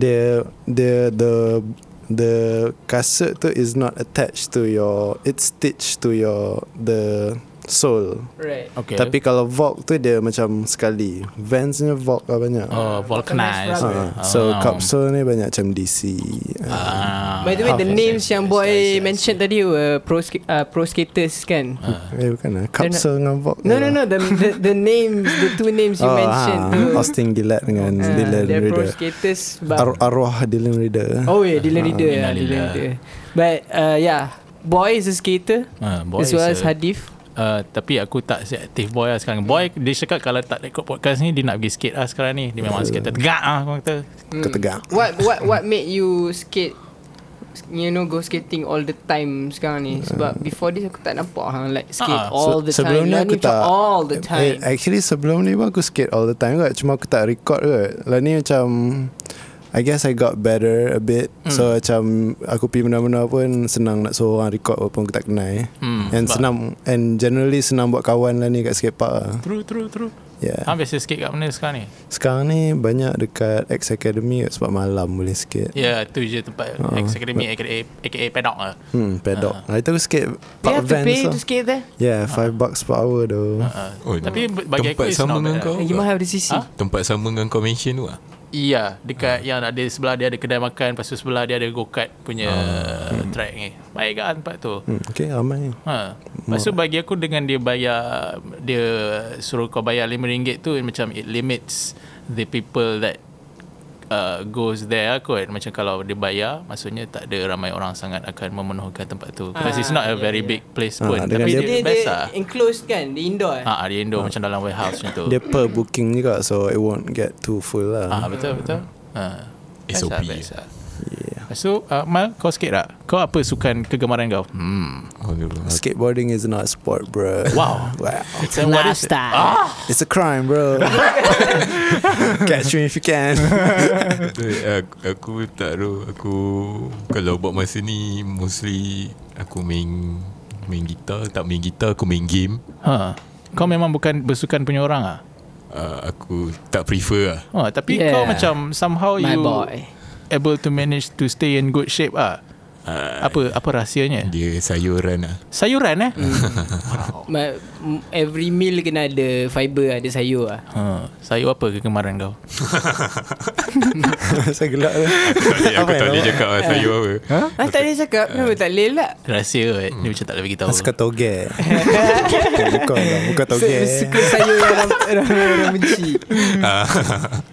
Speaker 2: Dia Dia The the kasut tu is not attached to your it's stitched to your the sole.
Speaker 3: Right.
Speaker 1: Okay.
Speaker 2: Tapi kalau Vogue tu dia macam sekali. Vans ni Vogue lah banyak.
Speaker 1: oh,
Speaker 3: Ah.
Speaker 1: vulcanized. Oh,
Speaker 2: Ha, so capsule ni banyak macam DC. Ah.
Speaker 1: Ah.
Speaker 3: By the way, the
Speaker 1: Yes,
Speaker 3: names
Speaker 1: yes,
Speaker 3: yang
Speaker 1: yes,
Speaker 3: boy
Speaker 1: yes, yes.
Speaker 3: mentioned tadi were pro, sk- uh, pro skaters kan?
Speaker 1: ah.
Speaker 2: Eh bukan lah. Capsule dengan Vogue.
Speaker 3: No,
Speaker 2: je
Speaker 3: no,
Speaker 2: lah.
Speaker 3: no. The, the, the names, the two names you
Speaker 2: oh,
Speaker 3: mentioned tu.
Speaker 2: ah, Austin Gillette dengan
Speaker 3: Ah,
Speaker 2: Dylan
Speaker 3: they're pro
Speaker 2: Reader.
Speaker 3: skaters. But
Speaker 2: Ar- arwah Dylan Reader.
Speaker 3: Oh yeah, Dylan Reader
Speaker 1: Ah, Dylan
Speaker 3: yeah, Dylan
Speaker 1: Reader.
Speaker 3: Reader. But uh, yeah, boy is a skater
Speaker 1: Ah, boy
Speaker 3: boy as well
Speaker 1: is
Speaker 3: as
Speaker 1: a-
Speaker 3: Hadif.
Speaker 1: Uh, tapi aku tak si aktif boy lah sekarang Boy dia cakap kalau tak record podcast ni Dia nak pergi skate lah sekarang ni Dia
Speaker 2: Ah.
Speaker 1: memang skate tertegak lah Aku kata
Speaker 2: Kau tegak.
Speaker 3: What what what made you skate? You know go skating all the time sekarang ni Sebab before this aku tak nampak ha, Like skate
Speaker 1: Ah,
Speaker 3: all the time Lah ni macam all the time
Speaker 2: eh, Actually sebelum ni pun aku skate all the time kot Cuma aku tak record kot Lah ni macam I guess I got better a bit hmm. So macam Aku pergi mana-mana pun Senang nak suruh orang record Walaupun aku tak kenal
Speaker 1: Hmm,
Speaker 2: hmm, And
Speaker 1: sebab-
Speaker 2: senang And generally senang buat kawan lah ni Kat skate park lah
Speaker 1: True true true
Speaker 2: Yeah
Speaker 1: Hang
Speaker 3: Ah.
Speaker 1: biasa skate kat mana sekarang ni
Speaker 2: Sekarang ni banyak dekat X Academy kot, Sebab malam boleh skate
Speaker 1: Ya yeah, tu je tempat
Speaker 2: Ah.
Speaker 1: X Academy AKA, AKA pedok lah
Speaker 2: Hmm pedok Hari tu aku skate
Speaker 3: Ah. You
Speaker 2: Park
Speaker 3: have to
Speaker 2: Vans
Speaker 3: pay
Speaker 2: lah
Speaker 3: to Ah. skate there
Speaker 2: Yeah 5 bucks per hour tu
Speaker 1: uh,
Speaker 4: Oh,
Speaker 1: Tapi bagi
Speaker 4: tempat
Speaker 1: aku it's
Speaker 4: sama
Speaker 1: not bad
Speaker 4: dengan kau
Speaker 1: lah.
Speaker 3: You must have the CC
Speaker 1: Ah?
Speaker 4: Tempat sama dengan kau mention tu lah
Speaker 1: Iya Dekat yang ada sebelah dia ada kedai makan Lepas tu sebelah dia ada go-kart punya Hmm. track ni Baik kan tempat tu
Speaker 2: Ah. hmm, Okay ramai
Speaker 1: Ha. Lepas tu bagi aku dengan dia bayar dia suruh kau bayar RM5 tu it macam it limits the people that uh, goes there kot. Macam kalau dia bayar maksudnya tak ada ramai orang sangat akan memenuhkan tempat tu. Because
Speaker 3: Ah,
Speaker 1: it's not a
Speaker 3: ya,
Speaker 1: very
Speaker 3: ya.
Speaker 1: big place
Speaker 2: Ah,
Speaker 1: pun.
Speaker 2: dengan
Speaker 1: Tapi dia,
Speaker 2: dia- Ah.
Speaker 1: dia best lah.
Speaker 3: enclosed kan Dia indoor eh?
Speaker 1: Ha, dia Indo macam dalam warehouse macam tu.
Speaker 2: Dia per booking juga So it won't get too full lah
Speaker 1: Ah betul betul. Ha. Best
Speaker 4: SOP.
Speaker 1: lah, best lah. Lepas tu uh, Mal kau sikit tak? Kau apa sukan kegemaran kau? Hmm.
Speaker 4: Oh, dulu.
Speaker 2: Skateboarding is not a sport, bro.
Speaker 1: Wow.
Speaker 2: Wow.
Speaker 1: It's a lifestyle.
Speaker 2: It's a crime, bro. Catch me if you can.
Speaker 4: aku, aku tak tahu Aku Kalau buat masa ni Mostly Aku main Main gitar Tak main gitar Aku main game
Speaker 1: Ha. Kau memang bukan bersukan punya orang ah.
Speaker 4: uh, Aku tak prefer lah
Speaker 1: Oh, tapi yeah.
Speaker 3: Yeah.
Speaker 1: kau macam somehow
Speaker 3: Oh, My
Speaker 1: you
Speaker 3: boy
Speaker 1: able to manage to stay in good shape ah.
Speaker 4: uh,
Speaker 1: Apa apa rahsianya?
Speaker 4: Dia sayuran lah
Speaker 1: Sayuran eh?
Speaker 3: My, m- Every meal kena ada fiber Ada sayur lah
Speaker 1: Ha, sayur apa kegemaran kau?
Speaker 2: Saya gelak tu.
Speaker 4: Eh,
Speaker 2: Apa Ha? yang
Speaker 4: Aku tak boleh
Speaker 2: awak-
Speaker 4: cakap lah sayur apa
Speaker 3: Ah, tak boleh cakap Kenapa tak boleh lah
Speaker 1: Rahsia eh. Dia macam tak boleh beritahu.
Speaker 2: Suka toge. Bukan lah. Bukan toge.
Speaker 4: eh.
Speaker 3: Suka saya yang orang, orang, orang benci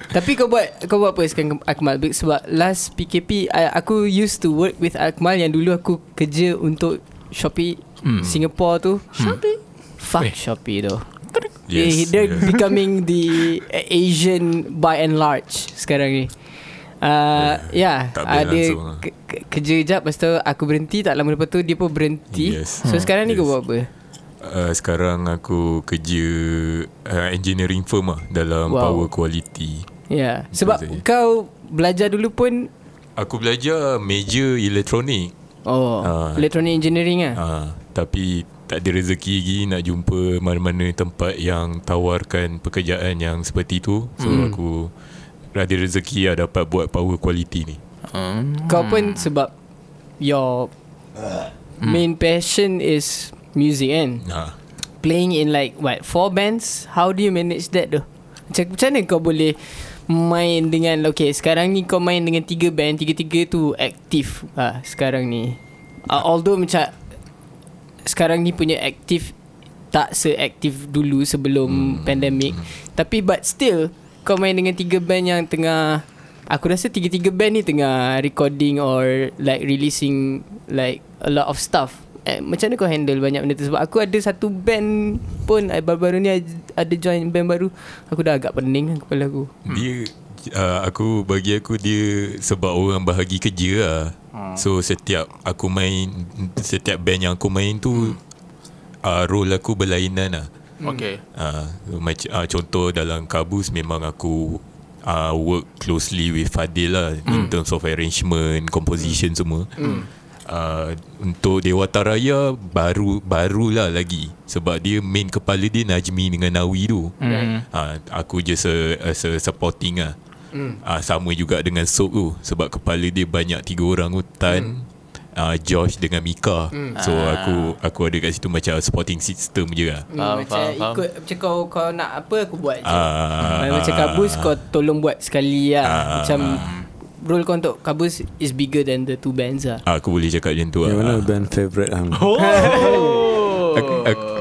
Speaker 3: Tapi kau buat Kau buat apa sekarang Akmal Be- Sebab last PKP I- Aku used to work with Akmal Yang dulu aku kerja untuk Shopee
Speaker 4: Hmm.
Speaker 3: Singapore tu Shopee Fuck
Speaker 1: Weh.
Speaker 3: Shopee tu
Speaker 4: Eh. Yes,
Speaker 3: they, They're
Speaker 4: yeah.
Speaker 3: becoming the Asian by and large Sekarang ni Uh, ya yeah,
Speaker 4: Eh, tak boleh
Speaker 3: ada
Speaker 4: langsung lah.
Speaker 3: ke- ke- kerja jap Lepas tu aku berhenti Tak lama lepas tu Dia pun berhenti
Speaker 4: Yes. Hmm.
Speaker 3: So sekarang ni kau
Speaker 4: Yes.
Speaker 3: buat apa?
Speaker 4: Uh, sekarang aku kerja uh, engineering firm lah
Speaker 3: Wow.
Speaker 4: dalam wow. power quality.
Speaker 3: Ya, sebab
Speaker 4: Betul.
Speaker 3: kau belajar dulu pun
Speaker 4: Aku belajar major elektronik.
Speaker 3: oh
Speaker 4: Ah.
Speaker 3: electronic engineering ah.
Speaker 4: Uh, tapi tak ada rezeki lagi nak jumpa mana-mana tempat yang tawarkan pekerjaan yang seperti tu. So hmm. aku ada rezeki lah dapat buat power quality ni.
Speaker 1: Hmm.
Speaker 3: Kau pun sebab your main passion is music kan.
Speaker 4: Ha.
Speaker 3: Playing in like what four bands. How do you manage that tu? Macam macam mana kau boleh main dengan okay sekarang ni kau main dengan tiga band tiga-tiga tu aktif ah sekarang ni. Uh, although macam sekarang ni punya aktif tak seaktif dulu sebelum hmm. pandemik tapi but still kau main dengan tiga band yang tengah aku rasa tiga-tiga band ni tengah recording or like releasing like a lot of stuff eh, macam mana kau handle banyak benda tu sebab aku ada satu band pun I baru-baru ni I- ada join band baru aku dah agak pening kan kepala aku
Speaker 4: Dia uh, aku bagi aku dia sebab orang bahagi kerja lah. Hmm. So setiap aku main setiap band yang aku main tu hmm. uh, role aku berlainan lah.
Speaker 1: Okay.
Speaker 4: Uh, macam uh, contoh dalam Kabus memang aku uh, work closely with Fadil lah in terms of arrangement, composition semua. Uh, untuk Dewata Raya baru barulah lagi sebab dia main kepala dia Najmi dengan Nawi tu. Uh,
Speaker 1: Hmm.
Speaker 4: Ah, aku je se, as a supporting ah. mm. uh, Sama juga dengan Soap tu Sebab kepala dia banyak tiga orang tu Tan mm. uh, Josh dengan Mika mm. So aku aku ada kat situ macam supporting system je lah
Speaker 3: Hmm,
Speaker 1: Faham,
Speaker 3: macam
Speaker 1: faham, faham.
Speaker 3: ikut Macam kau, kau nak apa Aku buat je
Speaker 4: Ah,
Speaker 3: uh, Macam
Speaker 4: ah,
Speaker 3: kabus Kau tolong buat sekali lah
Speaker 4: Ah.
Speaker 3: Macam Role kau untuk kabus Is bigger than the two bands lah
Speaker 4: Ah, Aku boleh cakap macam tu
Speaker 1: Ya,
Speaker 2: Yang
Speaker 4: lah.
Speaker 2: mana band favourite hang?
Speaker 1: Oh.
Speaker 4: aku, aku, aku,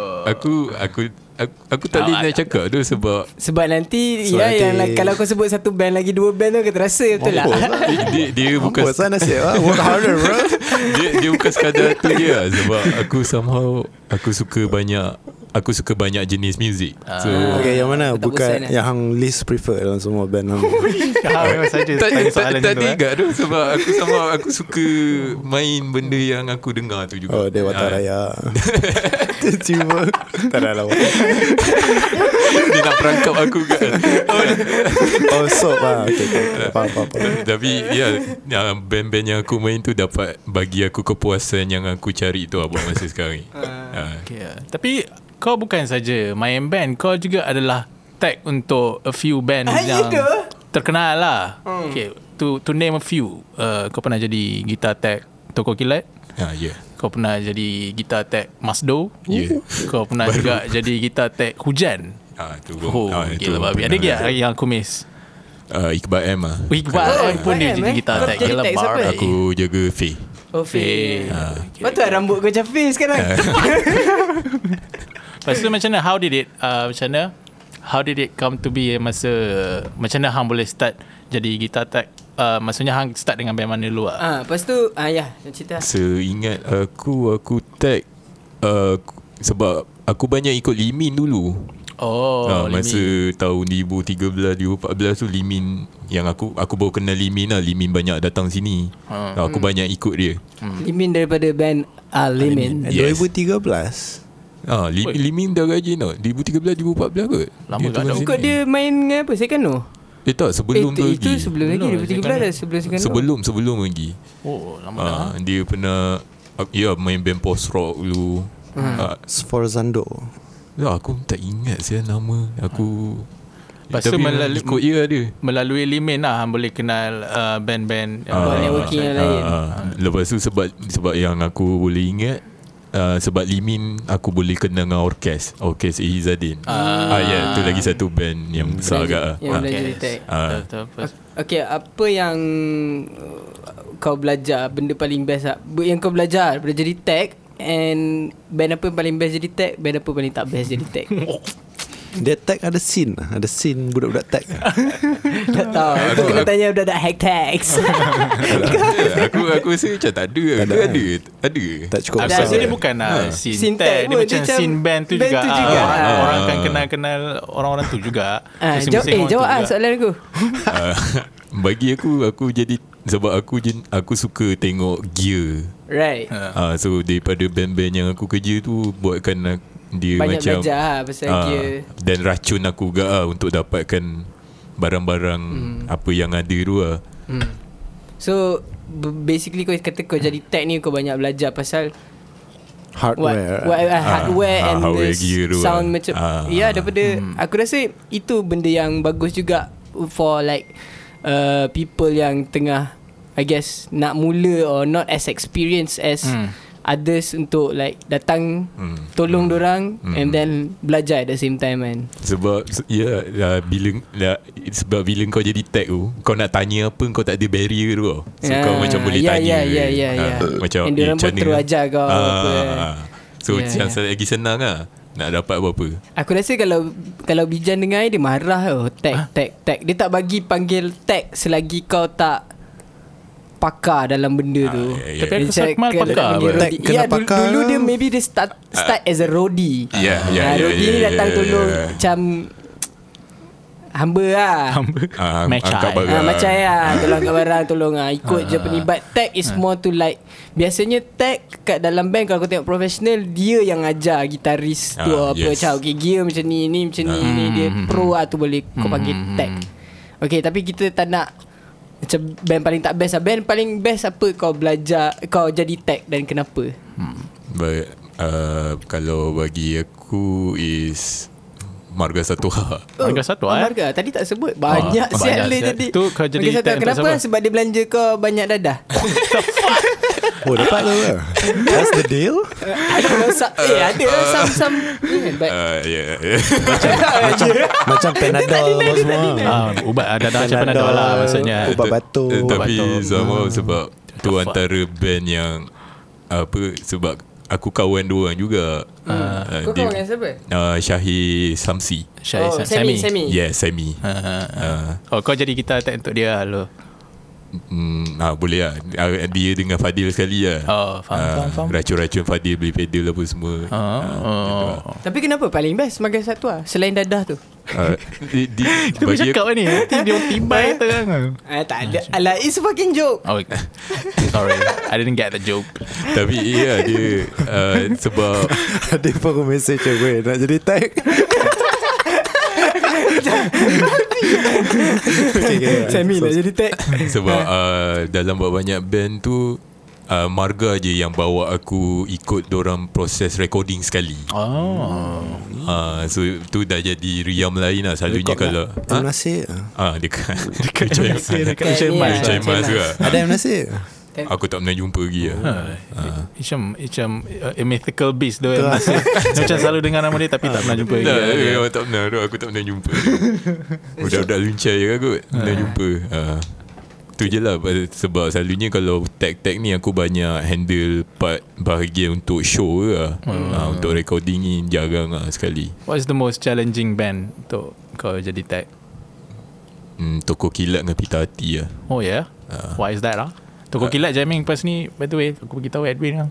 Speaker 4: aku, aku, aku tak boleh nak cakap tu sebab
Speaker 3: Sebab nanti
Speaker 2: So, nanti-
Speaker 3: so, Ya nanti... yang la- Kalau kau sebut satu band Lagi dua band tu Kau terasa betul lah
Speaker 4: dia, dia, dia bukan
Speaker 2: Mampus lah nasib lah Work harder bro
Speaker 4: dia, dia bukan sekadar tu je lah Sebab aku somehow Aku suka banyak Aku suka banyak jenis muzik So
Speaker 2: Okay yang mana
Speaker 3: Tak bosan
Speaker 2: Bukan
Speaker 3: lah.
Speaker 2: yang hang least prefer Dalam semua band hang
Speaker 1: Ah, memang saja tanya
Speaker 4: Tadi
Speaker 1: soalan macam tu.
Speaker 4: tadi
Speaker 1: eh.
Speaker 4: juga tu sebab aku sama aku suka main benda yang aku dengar tu juga.
Speaker 2: Oh Dewata
Speaker 4: Ah,
Speaker 2: Raya Tiba Tak ada lawa
Speaker 4: Dia nak perangkap aku kan.
Speaker 2: Oh soap lah Okay okay Faham faham faham.
Speaker 4: Tapi ya yeah, band-band yang aku main tu dapat bagi aku kepuasan yang aku cari tu lah buat masa sekarang ni. Ah.
Speaker 1: Okay, ah. Tapi kau bukan saja main band, kau juga adalah tag untuk a few band
Speaker 3: Ah, ya
Speaker 1: yang
Speaker 3: ke? Hmm.
Speaker 1: terkenal lah. Okay, to to name a few, uh, kau pernah jadi gitar tag Toko Kilat,
Speaker 4: Ah ya.
Speaker 1: kau pernah jadi gitar tag Masdo,
Speaker 4: Ya.
Speaker 1: kau pernah juga jadi gitar tag Hujan.
Speaker 4: Ah tu.
Speaker 1: Oh,
Speaker 4: ah, tu
Speaker 1: gila babi. Ada
Speaker 4: pernah.
Speaker 1: tak yang aku miss?
Speaker 4: Ah, Iqbal M lah.
Speaker 1: Iqbal
Speaker 3: Iqbal
Speaker 1: pun dia
Speaker 3: M,
Speaker 1: jadi
Speaker 3: eh?
Speaker 1: gitar
Speaker 3: Kau
Speaker 1: tag.
Speaker 3: jadi
Speaker 1: Gila
Speaker 3: tag siapa?
Speaker 1: babi.
Speaker 4: Aku Ah. jaga Faye.
Speaker 3: Oh
Speaker 1: Faye.
Speaker 3: Faye Lepas tu lah rambut kau macam Faye sekarang
Speaker 1: Lepas tu macam mana How did it uh, Macam mana How did it come to be eh, Masa Macam mana Hang boleh start Jadi gitar tech uh, Maksudnya Hang start dengan band mana dulu lah
Speaker 3: Ah, Lepas tu ah, Ya yang cerita
Speaker 4: Seingat aku Aku tag uh, aku- Sebab Aku banyak ikut Limin dulu
Speaker 1: Oh
Speaker 4: oh, ha,
Speaker 1: Limi.
Speaker 4: Masa tahun 2013 2014 tu Limin Yang aku Aku baru kenal Limin lah Limin banyak datang sini
Speaker 1: Ha.
Speaker 4: ha. Aku banyak ikut dia
Speaker 3: Limin daripada band Ah, Alimin
Speaker 2: Eh,
Speaker 4: Yes.
Speaker 2: 2013
Speaker 4: ha, Limin,
Speaker 1: Oi.
Speaker 4: Limin dah rajin tau 2013 2014 kot
Speaker 1: Lama kat
Speaker 4: datang
Speaker 1: dah.
Speaker 3: Ikut
Speaker 4: sini.
Speaker 3: dia main dengan apa Second no
Speaker 4: Eh tak
Speaker 3: eh,
Speaker 4: sebelum
Speaker 3: tu-
Speaker 4: tu
Speaker 3: Itu
Speaker 4: lagi
Speaker 3: sebelum lagi
Speaker 1: Belum,
Speaker 3: Daripada 13 dah sebelum second no
Speaker 4: Sebelum Sebelum lagi
Speaker 1: Oh lama dah
Speaker 4: ha, Dia pernah ah, Ya main band post rock dulu ha,
Speaker 2: Sforzando
Speaker 4: Ya, aku pun tak ingat saya nama. Aku
Speaker 1: Lepas tu melalui-
Speaker 4: ikut dia dia.
Speaker 1: Melalui Limin lah Hang boleh kenal uh, Band-band uh,
Speaker 3: Buat networking yang lain
Speaker 4: Ah, ah. lepas tu sebab sebab yang aku boleh ingat Uh, sebab Limin aku boleh kenal dengan orkes Orkes Izadin ah, ah ya yeah, tu lagi satu band yang besar agak ah.
Speaker 3: Yang belajar
Speaker 1: Yes.
Speaker 3: tech
Speaker 1: Ah.
Speaker 4: Ah.
Speaker 1: Betul, betul.
Speaker 3: Okay apa yang uh, Kau belajar Benda paling best lah Be- Yang kau belajar Daripada jadi tech And Band apa yang paling best jadi tech Band apa paling tak best jadi tech
Speaker 2: Dia tag ada scene lah. Ada scene budak-budak tag lah.
Speaker 3: Tak tahu Itu kena tanya budak-budak hack techs
Speaker 4: aku aku rasa macam tak ada
Speaker 2: ada,
Speaker 4: ada
Speaker 2: eh?
Speaker 4: ada, ada.
Speaker 2: Tak cukup
Speaker 1: Aku
Speaker 3: Dah,
Speaker 1: rasa
Speaker 3: dah.
Speaker 1: Ah, dia bukan lah
Speaker 3: Scene
Speaker 1: Scene
Speaker 3: tech
Speaker 1: tech Dia
Speaker 3: pun,
Speaker 1: macam
Speaker 3: dia macam
Speaker 1: scene band tu
Speaker 3: band
Speaker 1: juga,
Speaker 3: tu
Speaker 1: Ah,
Speaker 3: juga.
Speaker 1: orang-
Speaker 4: Ah.
Speaker 1: Orang kan kenal-kenal Orang-orang tu juga
Speaker 3: ah,
Speaker 1: Masing-masing
Speaker 3: jawab, Eh
Speaker 1: orang tu
Speaker 3: jawab ah
Speaker 1: juga.
Speaker 3: soalan aku
Speaker 4: Ah, bagi aku aku jadi sebab aku jen, aku suka tengok gear
Speaker 3: Right
Speaker 4: Ah, so daripada band-band yang aku kerja tu buatkan ak- dia
Speaker 3: Banyak
Speaker 4: macam
Speaker 3: belajar lah pasal
Speaker 4: ah,
Speaker 3: gear.
Speaker 4: dan racun aku juga lah untuk dapatkan barang-barang
Speaker 3: Hmm.
Speaker 4: apa yang ada tu lah.
Speaker 3: So b- Basically kau kata kau jadi tech ni Kau banyak belajar pasal what,
Speaker 2: Hardware.
Speaker 3: what, uh, Hardware
Speaker 4: ah,
Speaker 3: and
Speaker 4: hardware
Speaker 3: the
Speaker 4: gear tu
Speaker 3: sound
Speaker 4: lah.
Speaker 3: macam
Speaker 4: Ah.
Speaker 3: Ya daripada Aku rasa itu benda yang bagus juga For like uh, People yang tengah I guess Nak mula or not as experienced as
Speaker 4: Hmm.
Speaker 3: Others untuk like Datang Tolong dorang
Speaker 4: Hmm.
Speaker 3: And then Belajar at the same time kan
Speaker 4: Sebab se- ya yeah, bila la, sebab bila kau jadi tech tu kau nak tanya apa kau tak ada barrier tu. tau. So
Speaker 3: Ah,
Speaker 4: kau macam boleh
Speaker 3: ya,
Speaker 4: tanya.
Speaker 3: ya, ya, ya,
Speaker 4: Ah,
Speaker 3: ya.
Speaker 4: macam
Speaker 3: And
Speaker 4: eh,
Speaker 3: diorang
Speaker 4: macam
Speaker 3: pun
Speaker 4: mana?
Speaker 3: terus ajar kau
Speaker 4: Ah,
Speaker 3: apa.
Speaker 4: ah. So
Speaker 3: Ya,
Speaker 4: yang
Speaker 3: ya.
Speaker 4: lagi senang lah nak dapat apa-apa.
Speaker 3: Aku rasa kalau kalau Bijan dengar ni, dia marah tau. Tag, tag, tag. Dia tak bagi panggil tag selagi kau tak pakar dalam benda tu.
Speaker 4: ya, ya.
Speaker 1: Tapi
Speaker 3: Dia
Speaker 1: aku rasa
Speaker 3: cakap
Speaker 1: Akmal
Speaker 3: kalau
Speaker 1: pakar
Speaker 3: dia
Speaker 1: apa?
Speaker 2: Tag
Speaker 3: rodi-
Speaker 2: kena
Speaker 3: Ya, dulu,
Speaker 2: pakar.
Speaker 3: dulu dia maybe dia start start as a roadie.
Speaker 4: Ah. Ya, ya,
Speaker 3: Ah,
Speaker 4: ya,
Speaker 3: roadie
Speaker 4: ya,
Speaker 3: ni
Speaker 4: ya,
Speaker 3: datang
Speaker 4: ya,
Speaker 3: tolong
Speaker 4: ya.
Speaker 3: macam hamba lah.
Speaker 1: Hamba
Speaker 4: Ah,
Speaker 1: Match
Speaker 4: angkat
Speaker 1: eye.
Speaker 4: barang.
Speaker 3: Ha, macam ya Tolong kat barang Tolong ha. Ikut
Speaker 4: Ah.
Speaker 3: je penibat Tag is more to like Biasanya tag Kat dalam band Kalau kau tengok professional Dia yang ajar Gitaris tu
Speaker 4: Ah,
Speaker 3: Apa
Speaker 4: yes. Ah.
Speaker 3: macam Okay gear macam ni Ni macam ni Ni dia pro lah tu boleh
Speaker 4: Hmm,
Speaker 3: Kau panggil tag Okay tapi kita tak nak Macam band paling tak best lah Band paling best apa Kau belajar Kau jadi tag Dan kenapa
Speaker 4: But uh, kalau bagi aku is Marga Satu Ha.
Speaker 1: Harga satu
Speaker 3: Oh,
Speaker 1: eh.
Speaker 3: Marga Tadi tak sebut Banyak
Speaker 1: Ah,
Speaker 3: oh,
Speaker 1: banyak
Speaker 3: siap dia
Speaker 1: sial.
Speaker 3: jadi
Speaker 1: Tu kau jadi
Speaker 3: Marga Satu,
Speaker 1: temp
Speaker 3: Kenapa
Speaker 1: pasal apa?
Speaker 3: Sebab dia belanja kau Banyak dadah
Speaker 2: Oh dapat tu ke? That's the deal
Speaker 3: Ada lah some- Eh ada
Speaker 4: Ah.
Speaker 3: lah Some Some yeah, But
Speaker 4: Uh, yeah, yeah.
Speaker 3: Macam
Speaker 2: Macam Panadol apa semua
Speaker 1: Ah, ubat ada dah macam panadol lah maksudnya.
Speaker 2: Ubat batuk
Speaker 4: Eh, Tapi
Speaker 1: batuk.
Speaker 4: sama
Speaker 3: Hmm.
Speaker 4: sebab tu
Speaker 1: Fuck.
Speaker 4: antara band yang apa sebab aku kawan dua orang juga. Uh,
Speaker 3: Kau kawan dengan siapa
Speaker 4: Uh, Syahir Samsi.
Speaker 1: Syahid
Speaker 3: Oh,
Speaker 1: Sam-
Speaker 3: Sammy, Sammy.
Speaker 4: Yeah, Sammy.
Speaker 1: Ah, ah, ah.
Speaker 4: Uh,
Speaker 1: Oh kau jadi kita tak untuk dia lah, lo.
Speaker 4: mm, ah, boleh lah. Ah, Dia dengan Fadil sekali lah.
Speaker 1: Oh faham
Speaker 4: Ah,
Speaker 1: faham faham.
Speaker 4: Racun-racun Fadil beli pedal apa semua. lah.
Speaker 1: Ah, oh.
Speaker 3: Tapi kenapa paling best Marga Satu lah Selain dadah tu
Speaker 4: Uh, di, di,
Speaker 1: Kita boleh cakap kan ni Nanti dia tibai terang
Speaker 3: Ah, tak ada Alah it's a fucking joke
Speaker 1: Oh Sorry I didn't get the joke
Speaker 4: Tapi iya dia uh, sebab
Speaker 2: Ada pun aku message aku "Eh, Nak jadi tag
Speaker 3: Sammy nak jadi tag
Speaker 4: Kan sebab uh, dalam banyak band tu uh, marga je yang bawa aku ikut orang proses recording sekali.
Speaker 1: Oh
Speaker 4: Ah so tu dah jadi riam lain lah selalunya kalau
Speaker 2: Terima kasih
Speaker 4: ah dekat dekat Chaimas.
Speaker 1: Dekat Hisham
Speaker 3: Mas.
Speaker 1: Mas
Speaker 4: Chaimas juga.
Speaker 2: Ada yang nasi
Speaker 3: Kan?
Speaker 4: Aku tak pernah jumpa lagi
Speaker 1: Oh.
Speaker 4: lah.
Speaker 1: Ah. Hisham Hisham uh, A mythical beast tu yang masih- Macam selalu dengar nama dia Tapi tak pernah jumpa
Speaker 4: Tak, eh,
Speaker 1: lagi
Speaker 4: awak tak pernah tu, Aku tak pernah jumpa Budak-budak lincah je kan kot Pernah
Speaker 1: Ha.
Speaker 4: jumpa Ah. Tu je lah pasal- Sebab selalunya Kalau tag-tag ni Aku banyak handle Part bahagian untuk show je lah
Speaker 1: Hmm.
Speaker 4: Ah, Untuk recording ni Jarang lah sekali
Speaker 1: What's the most challenging band Untuk kau jadi tag
Speaker 4: hmm, Toko kilat dengan pita hati lah
Speaker 1: Oh yeah Why is that lah Toko kilat jamming pas ni By the way Aku beritahu Edwin lah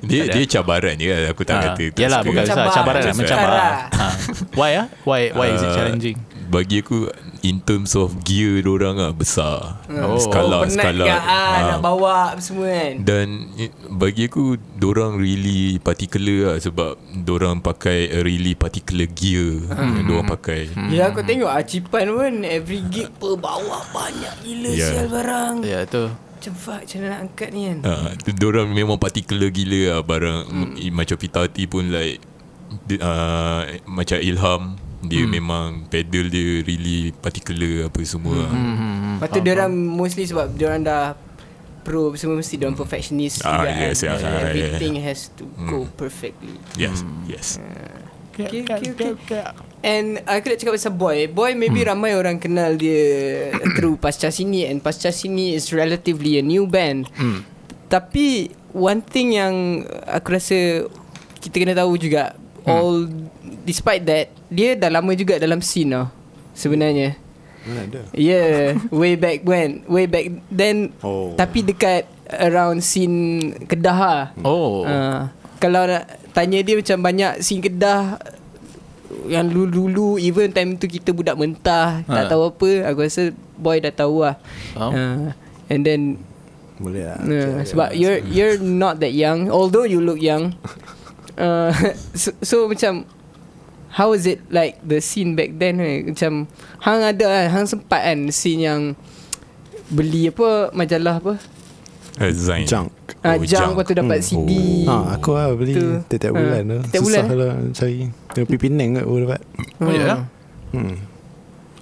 Speaker 4: Dia, dia cabaran je lah Aku tak
Speaker 1: Ah,
Speaker 4: kata tak
Speaker 1: Yalah
Speaker 4: suka.
Speaker 1: bukan
Speaker 3: Mencabar,
Speaker 1: salah Cabaran lah Mencabar
Speaker 3: mencabar.
Speaker 1: Ah. Why ah Why why is it
Speaker 4: Ah,
Speaker 1: challenging
Speaker 4: Bagi aku In terms of gear Diorang lah besar
Speaker 1: Oh.
Speaker 3: Oh,
Speaker 4: Skala
Speaker 3: penat
Speaker 4: skala
Speaker 3: ke ah,
Speaker 4: Ah,
Speaker 3: Nak bawa semua kan
Speaker 4: Dan i- bagi aku Diorang really particular lah Sebab Diorang pakai a really particular gear hmm. Diorang pakai hmm. Ah.
Speaker 3: Ya aku tengok Acipan pun Every gig per bawa Banyak gila
Speaker 4: Ya.
Speaker 3: yeah. sial barang
Speaker 1: Ya tu
Speaker 3: Macam fuck Macam mana nak angkat ni kan
Speaker 4: uh, Diorang memang particular gila lah Barang hmm. Macam Pitati pun like di- uh, Macam Ilham Dia hmm. memang pedal dia really particular Apa semua hmm.
Speaker 3: Lepas tu diorang Mostly sebab diorang dah Pro semua mesti Diorang perfectionist juga
Speaker 4: Ah,
Speaker 3: kan.
Speaker 4: yes, yes,
Speaker 3: And
Speaker 4: ah, yeah. Hmm.
Speaker 3: Everything has to go perfectly
Speaker 4: Yes
Speaker 1: Hmm.
Speaker 4: Yes
Speaker 3: Okay, okay, okay. And aku nak cakap pasal Boy Boy maybe ramai orang kenal dia Through Pasca Sini And Pasca Sini is relatively a new band Tapi One thing yang Aku rasa Kita kena tahu juga All Despite that Dia dah lama juga dalam scene tau Sebenarnya
Speaker 2: Ada
Speaker 3: Yeah Way back when Way back then
Speaker 2: Oh.
Speaker 3: Tapi dekat Around scene Kedah lah
Speaker 1: Oh
Speaker 3: Ah, kalau nak tanya dia macam banyak scene Kedah yang dulu-dulu even time tu kita budak mentah ha. tak
Speaker 1: Ah.
Speaker 3: tahu apa aku rasa boy dah tahu lah
Speaker 1: Oh.
Speaker 3: Ah, and then
Speaker 2: Boleh lah
Speaker 3: uh, sebab you're you're not that young although you look young uh, so, so macam how is it like the scene back then eh? macam hang ada kan hang sempat kan scene yang beli apa majalah apa
Speaker 4: uh, Zain
Speaker 2: Junk
Speaker 3: ah jang lepas tu dapat CD
Speaker 2: Ha, aku lah beli
Speaker 3: Tu.
Speaker 2: tiap-tiap
Speaker 3: Ha,
Speaker 2: bulan tu
Speaker 3: tiap
Speaker 2: Susah
Speaker 3: bulan.
Speaker 2: lah cari Tengok pergi Penang kat baru dapat
Speaker 3: Ha.
Speaker 1: Oh ya lah
Speaker 2: hmm.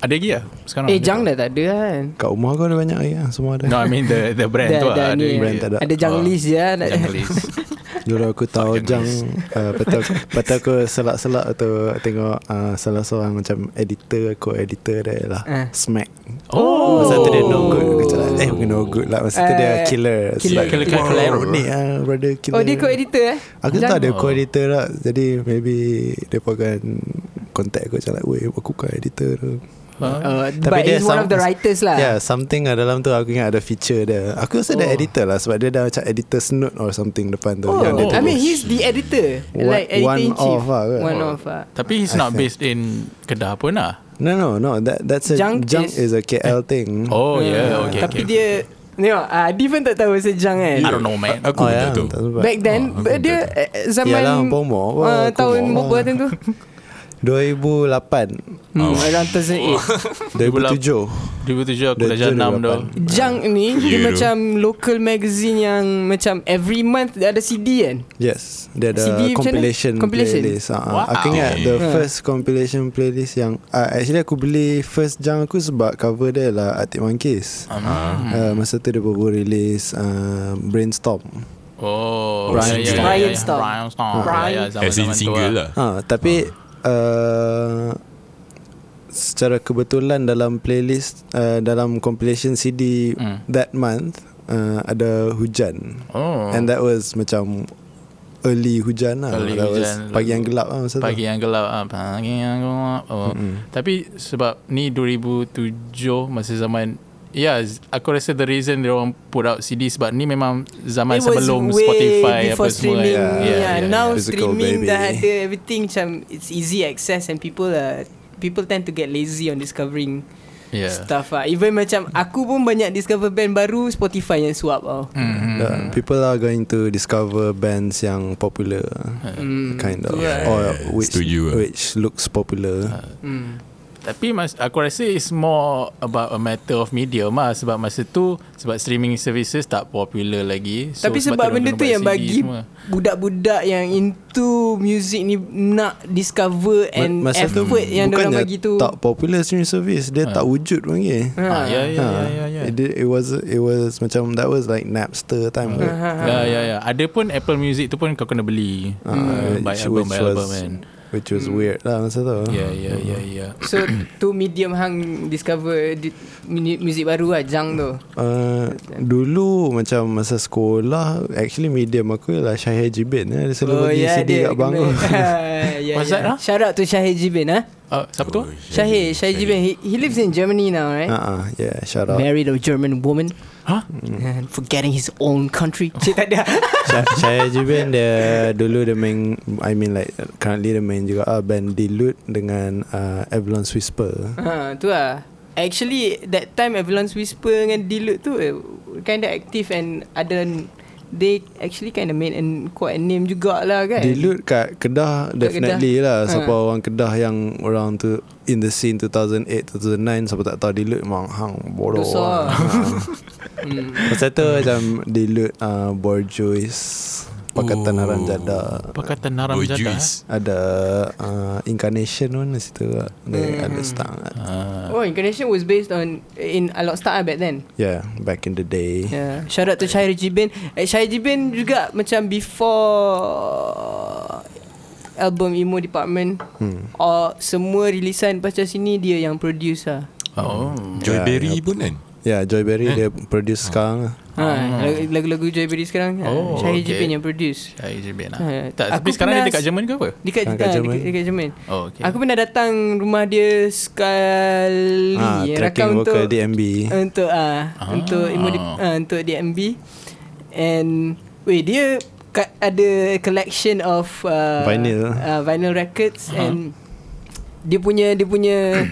Speaker 1: Ada lagi lah Sekarang
Speaker 3: Eh
Speaker 1: Ada
Speaker 3: Jang
Speaker 1: tak?
Speaker 3: dah tak ada kan
Speaker 2: Kat rumah kau ada banyak lagi lah Semua ada
Speaker 1: No I mean the the brand
Speaker 3: Dah-
Speaker 1: tu
Speaker 3: dah
Speaker 1: lah
Speaker 3: ni.
Speaker 2: Brand tak ada. Ah,
Speaker 3: Ada Jang
Speaker 1: Oh.
Speaker 3: List je lah nak-
Speaker 1: Junglis
Speaker 2: Dulu aku tahu
Speaker 4: Fucking
Speaker 2: Jang uh, Patut patut aku selak-selak tu Tengok uh, salah seorang macam editor Aku editor dia lah
Speaker 3: Ah.
Speaker 2: Smack
Speaker 1: Oh
Speaker 2: Masa tu dia no good Aku cakap Eh bukan no good lah Masa tu dia
Speaker 3: Eh,
Speaker 2: killer
Speaker 3: killer.
Speaker 2: Sebab
Speaker 1: Killer,
Speaker 2: wow,
Speaker 1: killer.
Speaker 2: Ni ah brother killer
Speaker 3: Oh dia co-editor eh
Speaker 2: Aku
Speaker 3: Jang-
Speaker 2: tak ada co-editor lah Jadi maybe Dia pun akan Contact aku macam like Weh aku bukan editor tu
Speaker 1: Oh,
Speaker 3: Uh, but he's one
Speaker 2: some-
Speaker 3: of the writers lah
Speaker 2: Yeah something lah dalam tu Aku ingat ada feature dia Aku rasa dia
Speaker 1: Oh.
Speaker 2: editor lah Sebab dia dah macam Editor's note or something Depan tu
Speaker 3: Oh,
Speaker 2: yang dia
Speaker 3: I
Speaker 2: tulis.
Speaker 3: mean he's the editor
Speaker 2: One-
Speaker 3: Like editor in
Speaker 2: one
Speaker 3: chief
Speaker 2: of lah ke?
Speaker 3: One
Speaker 2: Oh.
Speaker 3: of lah
Speaker 1: Tapi he's
Speaker 2: I
Speaker 1: not
Speaker 2: think.
Speaker 1: based in Kedah pun lah
Speaker 2: No no no that, That's a
Speaker 3: Junk
Speaker 2: Junk,
Speaker 3: is-
Speaker 2: is, a KL thing
Speaker 1: Oh yeah okay, okay.
Speaker 3: Tapi dia Tengok ah, Adi pun tak tahu sejang kan
Speaker 1: I don't know man
Speaker 4: Aku
Speaker 2: Oh
Speaker 4: pun
Speaker 2: ya
Speaker 4: tak tahu
Speaker 2: tak sebab.
Speaker 1: Ah,
Speaker 3: Back then
Speaker 4: Oh, aku
Speaker 3: Dia
Speaker 4: tak
Speaker 3: eh, zaman
Speaker 2: Yalah, umur- umur,
Speaker 3: ah,
Speaker 2: umur.
Speaker 3: Tahun berapa tu
Speaker 2: 2008
Speaker 1: Oh.
Speaker 3: hmm, Around 2008
Speaker 1: 2007
Speaker 2: 2007
Speaker 1: aku
Speaker 2: Dah
Speaker 1: dah jalan 6 dah
Speaker 2: 2008.
Speaker 3: Junk ni Dia
Speaker 4: Yeah,
Speaker 3: macam Local magazine yang Macam every month Dia ada CD kan
Speaker 2: Yes Dia ada
Speaker 3: CD macam mana?
Speaker 2: compilation,
Speaker 3: Compilation?
Speaker 2: playlist uh,
Speaker 1: Wow.
Speaker 2: Aku ingat The
Speaker 3: Ha.
Speaker 2: first compilation playlist yang uh, Actually aku beli First junk aku sebab Cover dia lah Arctic Monkeys
Speaker 1: Ah.
Speaker 2: uh, Masa tu dia baru release uh, Brainstorm
Speaker 1: Oh
Speaker 4: Brian
Speaker 1: ya, ya, ya,
Speaker 4: Storm.
Speaker 1: ya.
Speaker 3: Brian Storm.
Speaker 1: Brian Storm
Speaker 3: Brian.
Speaker 1: Ya, ya,
Speaker 4: As in
Speaker 1: zaman-zaman tu
Speaker 4: single lah
Speaker 2: uh, Tapi uh, Secara kebetulan dalam playlist uh, Dalam compilation CD
Speaker 1: Hmm.
Speaker 2: That month uh, Ada Hujan
Speaker 1: Oh
Speaker 2: And that was macam Early hujan lah
Speaker 1: Early
Speaker 2: that was
Speaker 1: hujan.
Speaker 2: Pagi yang gelap lah masa
Speaker 1: Pagi
Speaker 2: tu
Speaker 1: yang gelap ah, Pagi yang gelap oh.
Speaker 2: Hmm.
Speaker 1: mm-hmm. Tapi sebab ni 2007 Masa zaman Ya yeah, aku rasa the reason Dia orang put out CD Sebab ni memang Zaman
Speaker 3: It was
Speaker 1: sebelum
Speaker 3: way
Speaker 1: Spotify
Speaker 3: before
Speaker 1: Apa semua
Speaker 3: streaming.
Speaker 1: kan.
Speaker 2: Yeah,
Speaker 3: Yeah,
Speaker 1: yeah,
Speaker 3: now
Speaker 2: yeah. Physical,
Speaker 3: streaming
Speaker 2: baby.
Speaker 3: dah ada everything macam it's easy access and people are people tend to get lazy on discovering
Speaker 1: yeah.
Speaker 3: yeah. stuff lah. Even macam aku pun banyak discover band baru Spotify yang suap oh. tau.
Speaker 1: Mm-hmm.
Speaker 2: Uh, People are going to discover bands yang popular
Speaker 1: Hmm.
Speaker 3: Mm.
Speaker 2: Kind of
Speaker 3: Yeah.
Speaker 2: Or which,
Speaker 4: Setuju lah.
Speaker 2: which looks popular
Speaker 3: Mm.
Speaker 1: Tapi mas, aku rasa it's more about a matter of medium lah sebab masa tu sebab streaming services tak popular lagi.
Speaker 3: So, Tapi sebab
Speaker 1: tu
Speaker 3: benda
Speaker 1: orang
Speaker 3: tu
Speaker 1: kena
Speaker 3: yang
Speaker 1: buat CD
Speaker 3: bagi
Speaker 1: semua.
Speaker 3: budak-budak yang into music ni nak discover
Speaker 2: Ma-
Speaker 3: and effort yang dia
Speaker 2: bukannya
Speaker 3: bagi tu.
Speaker 2: Tak popular streaming service Dia tak wujud lagi
Speaker 3: Ha.
Speaker 1: Ah, ya ya
Speaker 2: Ha.
Speaker 1: ya ya ya.
Speaker 2: It, did- it was It was macam That was like Napster time kot.
Speaker 3: Ha,
Speaker 1: Ya ya ya. Ada pun Apple Music tu pun kau kena beli.
Speaker 2: Ah,
Speaker 1: Uh, buy
Speaker 2: which-
Speaker 1: album
Speaker 2: which
Speaker 1: by
Speaker 2: was-
Speaker 1: album kan.
Speaker 2: Which was weird lah masa tu
Speaker 1: Ya ya ya ya.
Speaker 3: So tu medium hang discover di, mu- music baru lah Jang tu.
Speaker 2: Uh, dulu macam masa sekolah actually medium aku ialah Syahir Jibin eh. dia selalu oh, bagi
Speaker 3: ya,
Speaker 2: yeah, CD kat bangku
Speaker 3: Ha, yeah,
Speaker 1: What's that, ah?
Speaker 3: yeah.
Speaker 1: huh?
Speaker 3: Shout out ya, to Syahir Jibin ah.
Speaker 1: Uh, siapa
Speaker 4: Oh,
Speaker 1: tu?
Speaker 3: Syahir, Syahir Jibin. He, he lives in Germany now, right?
Speaker 2: ah ah, yeah shout out
Speaker 3: Married a German woman
Speaker 1: Huh?
Speaker 2: Hmm.
Speaker 3: and forgetting his own country. Cik tak ada.
Speaker 2: Syah- Syahir Jibin dia dulu dia main I mean like currently dia main juga ah, band Dilute dengan uh, Avalon's Whisper
Speaker 3: ha, tu lah. Actually, that time Avalon's Whisper dengan Dilute tu eh, kind of active and ada they actually kind of made and quite a name jugalah kan.
Speaker 2: Dilute kat Kedah
Speaker 3: Kat
Speaker 2: definitely lah
Speaker 3: Ha.
Speaker 2: siapa orang Kedah yang orang tu in the scene 2008 2009 siapa tak tahu Dilute memang hang bodoh
Speaker 3: Dosa.
Speaker 2: lah. Ah.
Speaker 3: Hmm.
Speaker 2: Masa tu macam Dilute uh, Borjuis Pakatan
Speaker 4: Ooh.
Speaker 2: Haramjada
Speaker 1: Pakatan Haram
Speaker 4: Oh
Speaker 1: Jadah. eh?
Speaker 4: juice
Speaker 2: Ada uh, Incarnation pun di situ lah. Dia
Speaker 3: Hmm.
Speaker 2: ada stang lah.
Speaker 1: Ah.
Speaker 3: Oh, Incarnation was based on in Alokstar ah, back then.
Speaker 2: Yeah Back in the day yeah.
Speaker 3: Yeah. Ya. Shout out to Syahir Jibin. Eh, Syahir Jibin juga macam before album Emo Department hmm. or semua rilisan pasca sini dia yang produce lah.
Speaker 1: Oh.
Speaker 4: Joy
Speaker 2: Yeah,
Speaker 4: Berry pun kan
Speaker 2: Joy Berry dia produce lah. sekarang
Speaker 3: Ha, lagu- lagu-lagu Joy Berry sekarang
Speaker 1: Oh,
Speaker 3: oh,
Speaker 1: okay.
Speaker 3: Syahir okay. Jibin yang produce.
Speaker 1: Saya je lah.
Speaker 3: Eh,
Speaker 1: Tak, tapi
Speaker 3: aku
Speaker 1: sekarang dia
Speaker 3: pernah-
Speaker 1: dekat Jerman ke apa?
Speaker 3: Dekat
Speaker 2: Sekarang
Speaker 3: ha,
Speaker 2: kat
Speaker 3: dekat,
Speaker 2: Jerman.
Speaker 3: dekat Jerman.
Speaker 1: Oh, okay.
Speaker 3: Aku pernah datang rumah dia sekali eh,
Speaker 2: Ah,
Speaker 3: yang
Speaker 2: Tracking
Speaker 3: rakam
Speaker 2: vocal DMB
Speaker 3: untuk ah,
Speaker 1: Ah.
Speaker 3: untuk emo di, ah, untuk DMB and weh dia ka- ada collection of uh,
Speaker 2: Vinyl.
Speaker 3: uh, vinyl records and dia punya dia punya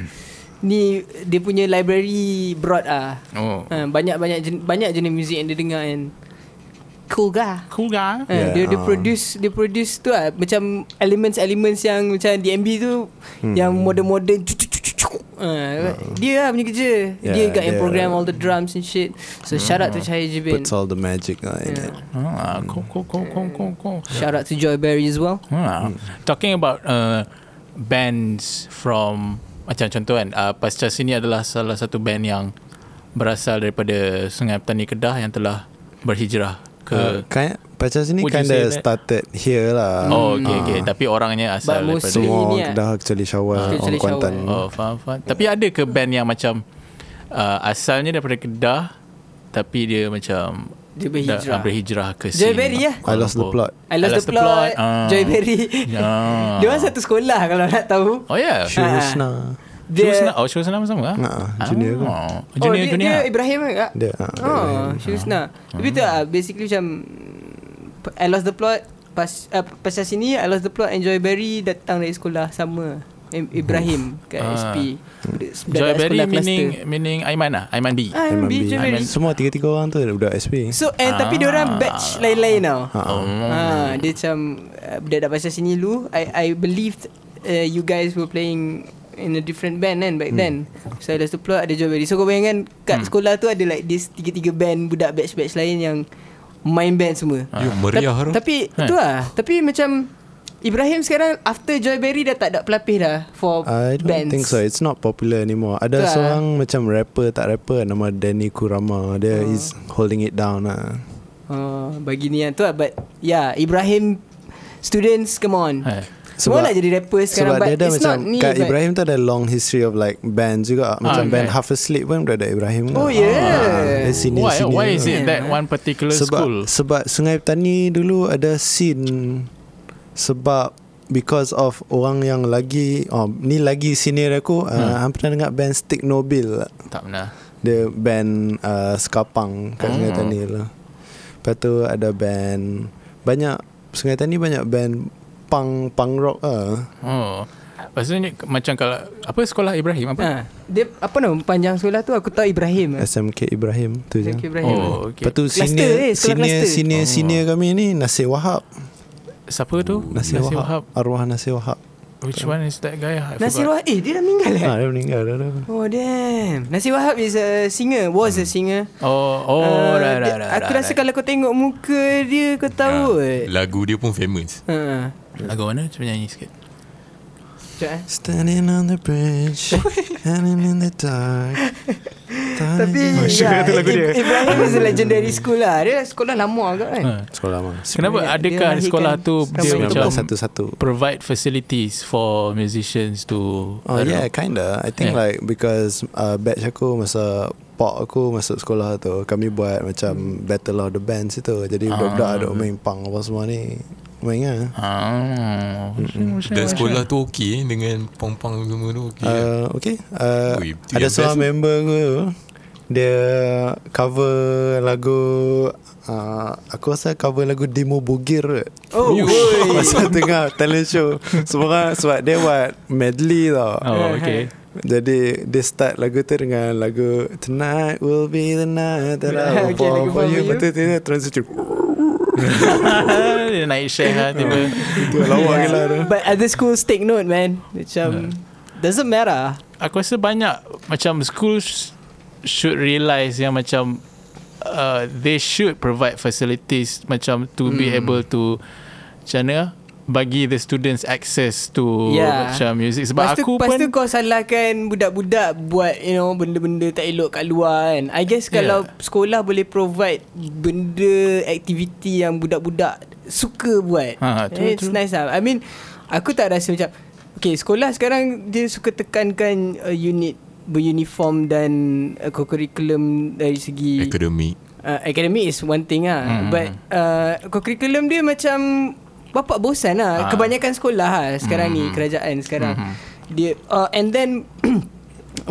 Speaker 3: ni dia punya library broad ah
Speaker 1: Oh.
Speaker 3: uh, banyak-banyak jen- banyak jenis music yang dia dengar and cool gah
Speaker 1: Cool guy.
Speaker 3: Uh,
Speaker 2: Yeah,
Speaker 3: dia dia
Speaker 2: ah.
Speaker 3: produce dia produce tu lah macam elements-elements yang macam DMB tu
Speaker 2: Hmm.
Speaker 3: yang modern-modern cu- cu- cu- cu- cu. Ah, dia lah punya kerja
Speaker 2: Yeah, Hmm.
Speaker 3: dia got yang
Speaker 2: dia-
Speaker 3: program all the drums and shit so shout out to Chaya Jibin
Speaker 2: Puts all the magic lah in it
Speaker 1: Ah, cool, cool, cool, cool, cool, cool.
Speaker 3: shout out to Joy Berry as well
Speaker 1: Wow. Talking about uh, bands from macam contoh kan uh, Pasca Sini adalah salah satu band yang berasal daripada Sungai Petani Kedah yang telah berhijrah
Speaker 2: uh,
Speaker 1: ke
Speaker 2: kind, Pasal sini
Speaker 1: Would you
Speaker 2: kinda
Speaker 1: say that-
Speaker 2: started here lah
Speaker 1: Oh okay okay tapi orangnya asal
Speaker 3: But
Speaker 1: daripada
Speaker 3: mostly-
Speaker 2: Semua
Speaker 3: Ini
Speaker 2: orang
Speaker 3: ni
Speaker 2: Kedah kecuali Syawal
Speaker 3: Kecuali
Speaker 2: Orang
Speaker 3: Syawal.
Speaker 2: Kuantan
Speaker 1: Oh faham faham Tapi ada ke band yang macam uh, asalnya daripada Kedah tapi dia macam
Speaker 3: Dia berhijrah.
Speaker 1: dah, ah, berhijrah ke sini
Speaker 3: Joy Berry lah.
Speaker 2: I lost the plot
Speaker 3: I lost, the plot,
Speaker 1: Ah.
Speaker 3: Joy Berry
Speaker 1: Ah.
Speaker 3: dia orang satu sekolah kalau nak tahu
Speaker 1: Oh yeah
Speaker 3: Sure.
Speaker 2: Syurusna
Speaker 1: Syurus
Speaker 3: dia
Speaker 1: Nam- Oh Syurus Nam sama lah
Speaker 2: Ha, junior ke?
Speaker 1: Ah.
Speaker 3: oh,
Speaker 1: Junior
Speaker 3: dia,
Speaker 1: junior
Speaker 3: dia Ibrahim kan
Speaker 2: Dia ah, dia
Speaker 3: Oh, she was not. Tapi tu lah, basically macam I lost the plot pas uh, pasal sini I lost the plot and Joy Berry datang dari sekolah sama I- Ibrahim kat
Speaker 1: Ah.
Speaker 3: SP.
Speaker 1: Joy
Speaker 3: Budak
Speaker 1: Berry
Speaker 3: sekolah cluster.
Speaker 1: meaning meaning Aiman lah Aiman B.
Speaker 3: Ah,
Speaker 2: MMB.
Speaker 3: MB Joy Berry.
Speaker 2: Semua tiga-tiga orang tu Budak SP
Speaker 3: So eh, tapi dia
Speaker 1: Ah.
Speaker 3: orang batch
Speaker 2: Ah.
Speaker 1: Oh.
Speaker 3: Ah. lain-lain tau. Ha, dia macam uh, budak dah pasal sini dulu I I believed uh, you guys were playing in a different band kan back then. So ada Sepuluh ada Joe Berry. So kau bayangkan
Speaker 1: Hmm.
Speaker 3: kat sekolah tu ada like this tiga-tiga band budak batch-batch lain yang main band semua.
Speaker 4: Ya, meriah
Speaker 3: Ta-
Speaker 4: tu.
Speaker 3: Tapi tu lah. Tapi macam Ibrahim sekarang after Joy Berry dah tak ada pelapis dah for
Speaker 2: I don't
Speaker 3: bands.
Speaker 2: think so. It's not popular anymore. Ada
Speaker 3: Betul lah.
Speaker 2: seorang macam rapper tak rapper nama Danny Kurama. Dia is holding it down lah.
Speaker 3: Oh, bagi ni yang tu lah But yeah Ibrahim Students come on
Speaker 1: Hai.
Speaker 3: Semua
Speaker 2: Sebab-
Speaker 3: nak jadi rapper sekarang
Speaker 2: Sebab
Speaker 3: But
Speaker 2: dia ada
Speaker 3: it's
Speaker 2: macam
Speaker 3: not ni
Speaker 2: Kak
Speaker 3: but-
Speaker 2: Ibrahim tu ada long history of like band juga. Macam
Speaker 1: Ah, okay.
Speaker 2: band Half Asleep pun berada Ibrahim. lah.
Speaker 3: Oh, yeah.
Speaker 2: Dia senior,
Speaker 1: Why
Speaker 2: senior
Speaker 1: why is
Speaker 2: lah.
Speaker 1: it that one particular
Speaker 2: sebab,
Speaker 1: school?
Speaker 2: Sebab Sungai Petani dulu ada scene sebab because of orang yang lagi oh ni lagi senior aku hmm. uh, hang pernah dengar band Stick Nobil tak?
Speaker 1: Tak pernah.
Speaker 2: dia band uh, skapang kat Sungai
Speaker 1: Oh.
Speaker 2: Tani lah. Lepas tu ada band banyak Sungai Tani banyak band punk punk rock ah.
Speaker 1: Oh. Maksudnya macam kalau apa sekolah Ibrahim apa?
Speaker 3: ha, Dia apa nama panjang sekolah tu Aku tahu Ibrahim
Speaker 2: SMK Ibrahim tu je.
Speaker 3: Thank you, Ibrahim oh.
Speaker 1: Oh, okay.
Speaker 2: Lepas tu
Speaker 3: Cluster,
Speaker 2: senior
Speaker 3: eh, sekolah
Speaker 2: senior
Speaker 3: cluster.
Speaker 2: senior, senior kami ni Nasir Wahab.
Speaker 1: Siapa tu?
Speaker 2: Nasir, Wahab. Arwah Nasir Wahab.
Speaker 1: Which one is that guy? I
Speaker 3: Nasir
Speaker 1: forgot.
Speaker 3: Wahab Eh dia dah meninggal eh
Speaker 2: Ha, dia meninggal dah. dah.
Speaker 3: Oh damn Nasir Wahab is a singer Was
Speaker 2: Hmm.
Speaker 3: a singer
Speaker 1: Oh, oh,
Speaker 3: Uh,
Speaker 1: right, right,
Speaker 3: dia-
Speaker 1: right.
Speaker 3: Aku
Speaker 1: right,
Speaker 3: rasa
Speaker 1: right.
Speaker 3: kalau kau tengok muka dia Kau tahu
Speaker 4: Ya,
Speaker 3: yeah.
Speaker 4: Lagu dia pun famous.
Speaker 3: Ha.
Speaker 1: lagu mana? Cuba nyanyi sikit.
Speaker 3: Sekejap eh
Speaker 2: Standing on the bridge, standing in the dark. Ah,
Speaker 3: Tapi
Speaker 2: Standing in the-
Speaker 3: ya, Ib- Ibrahim is a legendary school lah Dia sekolah lama agak kan
Speaker 1: Ha.
Speaker 2: sekolah mana?
Speaker 1: Kenapa
Speaker 3: Dia- dia
Speaker 1: adakah
Speaker 3: lahirkan
Speaker 1: sekolah tu dia
Speaker 3: ramai
Speaker 1: macam
Speaker 2: satu satu.
Speaker 1: provide facilities for musicians to
Speaker 2: Oh
Speaker 1: I don't
Speaker 2: yeah,
Speaker 1: know.
Speaker 2: kinda. I think
Speaker 1: Yeah.
Speaker 2: like because uh, batch aku masa pak aku masuk sekolah tu, kami buat macam battle of the bands itu. Jadi budak-budak ada main punk apa semua ni. Main lah.
Speaker 1: Ah.
Speaker 4: Dan sekolah tu okey eh, dengan pang-pang semua tu okey.
Speaker 3: Ah.
Speaker 4: Uh,
Speaker 2: Uh, okay. Uh,
Speaker 4: Ui, itu
Speaker 2: ada
Speaker 4: yang
Speaker 2: seorang
Speaker 4: best.
Speaker 2: member aku tu, dia cover lagu uh, aku rasa cover lagu Demo Bugir.
Speaker 3: Oh, boy.
Speaker 2: Masa tengah talent show Semua orang sebab dia buat medley tau
Speaker 1: Oh, okay.
Speaker 2: Jadi dia start lagu tu dengan lagu Tonight will be the night that I will
Speaker 3: Okay,
Speaker 2: fall
Speaker 3: lagu
Speaker 2: for you
Speaker 3: for
Speaker 2: Lepas
Speaker 3: you.
Speaker 2: tu dia transition
Speaker 1: dia naik share lah tiba.
Speaker 2: Itu lawak
Speaker 3: Yeah.
Speaker 2: gila tu Ah.
Speaker 3: But other schools take note man Macam Doesn't matter
Speaker 1: Aku rasa banyak macam schools should realise yang macam uh, they should provide facilities macam to be
Speaker 3: Hmm.
Speaker 1: able to macam mana bagi the students access to
Speaker 3: Yeah.
Speaker 1: macam music sebab
Speaker 3: Lepas tu,
Speaker 1: aku
Speaker 3: lepas
Speaker 1: pun
Speaker 3: tu kau salahkan Budak-budak Buat you know Benda-benda tak elok kat luar kan I guess
Speaker 1: Yeah.
Speaker 3: kalau Sekolah boleh provide Benda Aktiviti yang budak-budak Suka buat Eh,
Speaker 1: Ha, tu-
Speaker 3: It's
Speaker 1: tu.
Speaker 3: nice lah I mean Aku tak rasa macam Okay sekolah sekarang Dia suka tekankan uh, Unit Beruniform dan uh, Curriculum Dari segi
Speaker 4: Academic.
Speaker 3: uh, academic is one thing lah
Speaker 1: Hmm,
Speaker 3: mm. but uh, curriculum dia macam bapak bosan lah
Speaker 1: Ah. Hmm,
Speaker 3: kebanyakan sekolah lah sekarang mm. ni kerajaan sekarang
Speaker 1: Mm-hmm.
Speaker 3: mm. dia uh, and then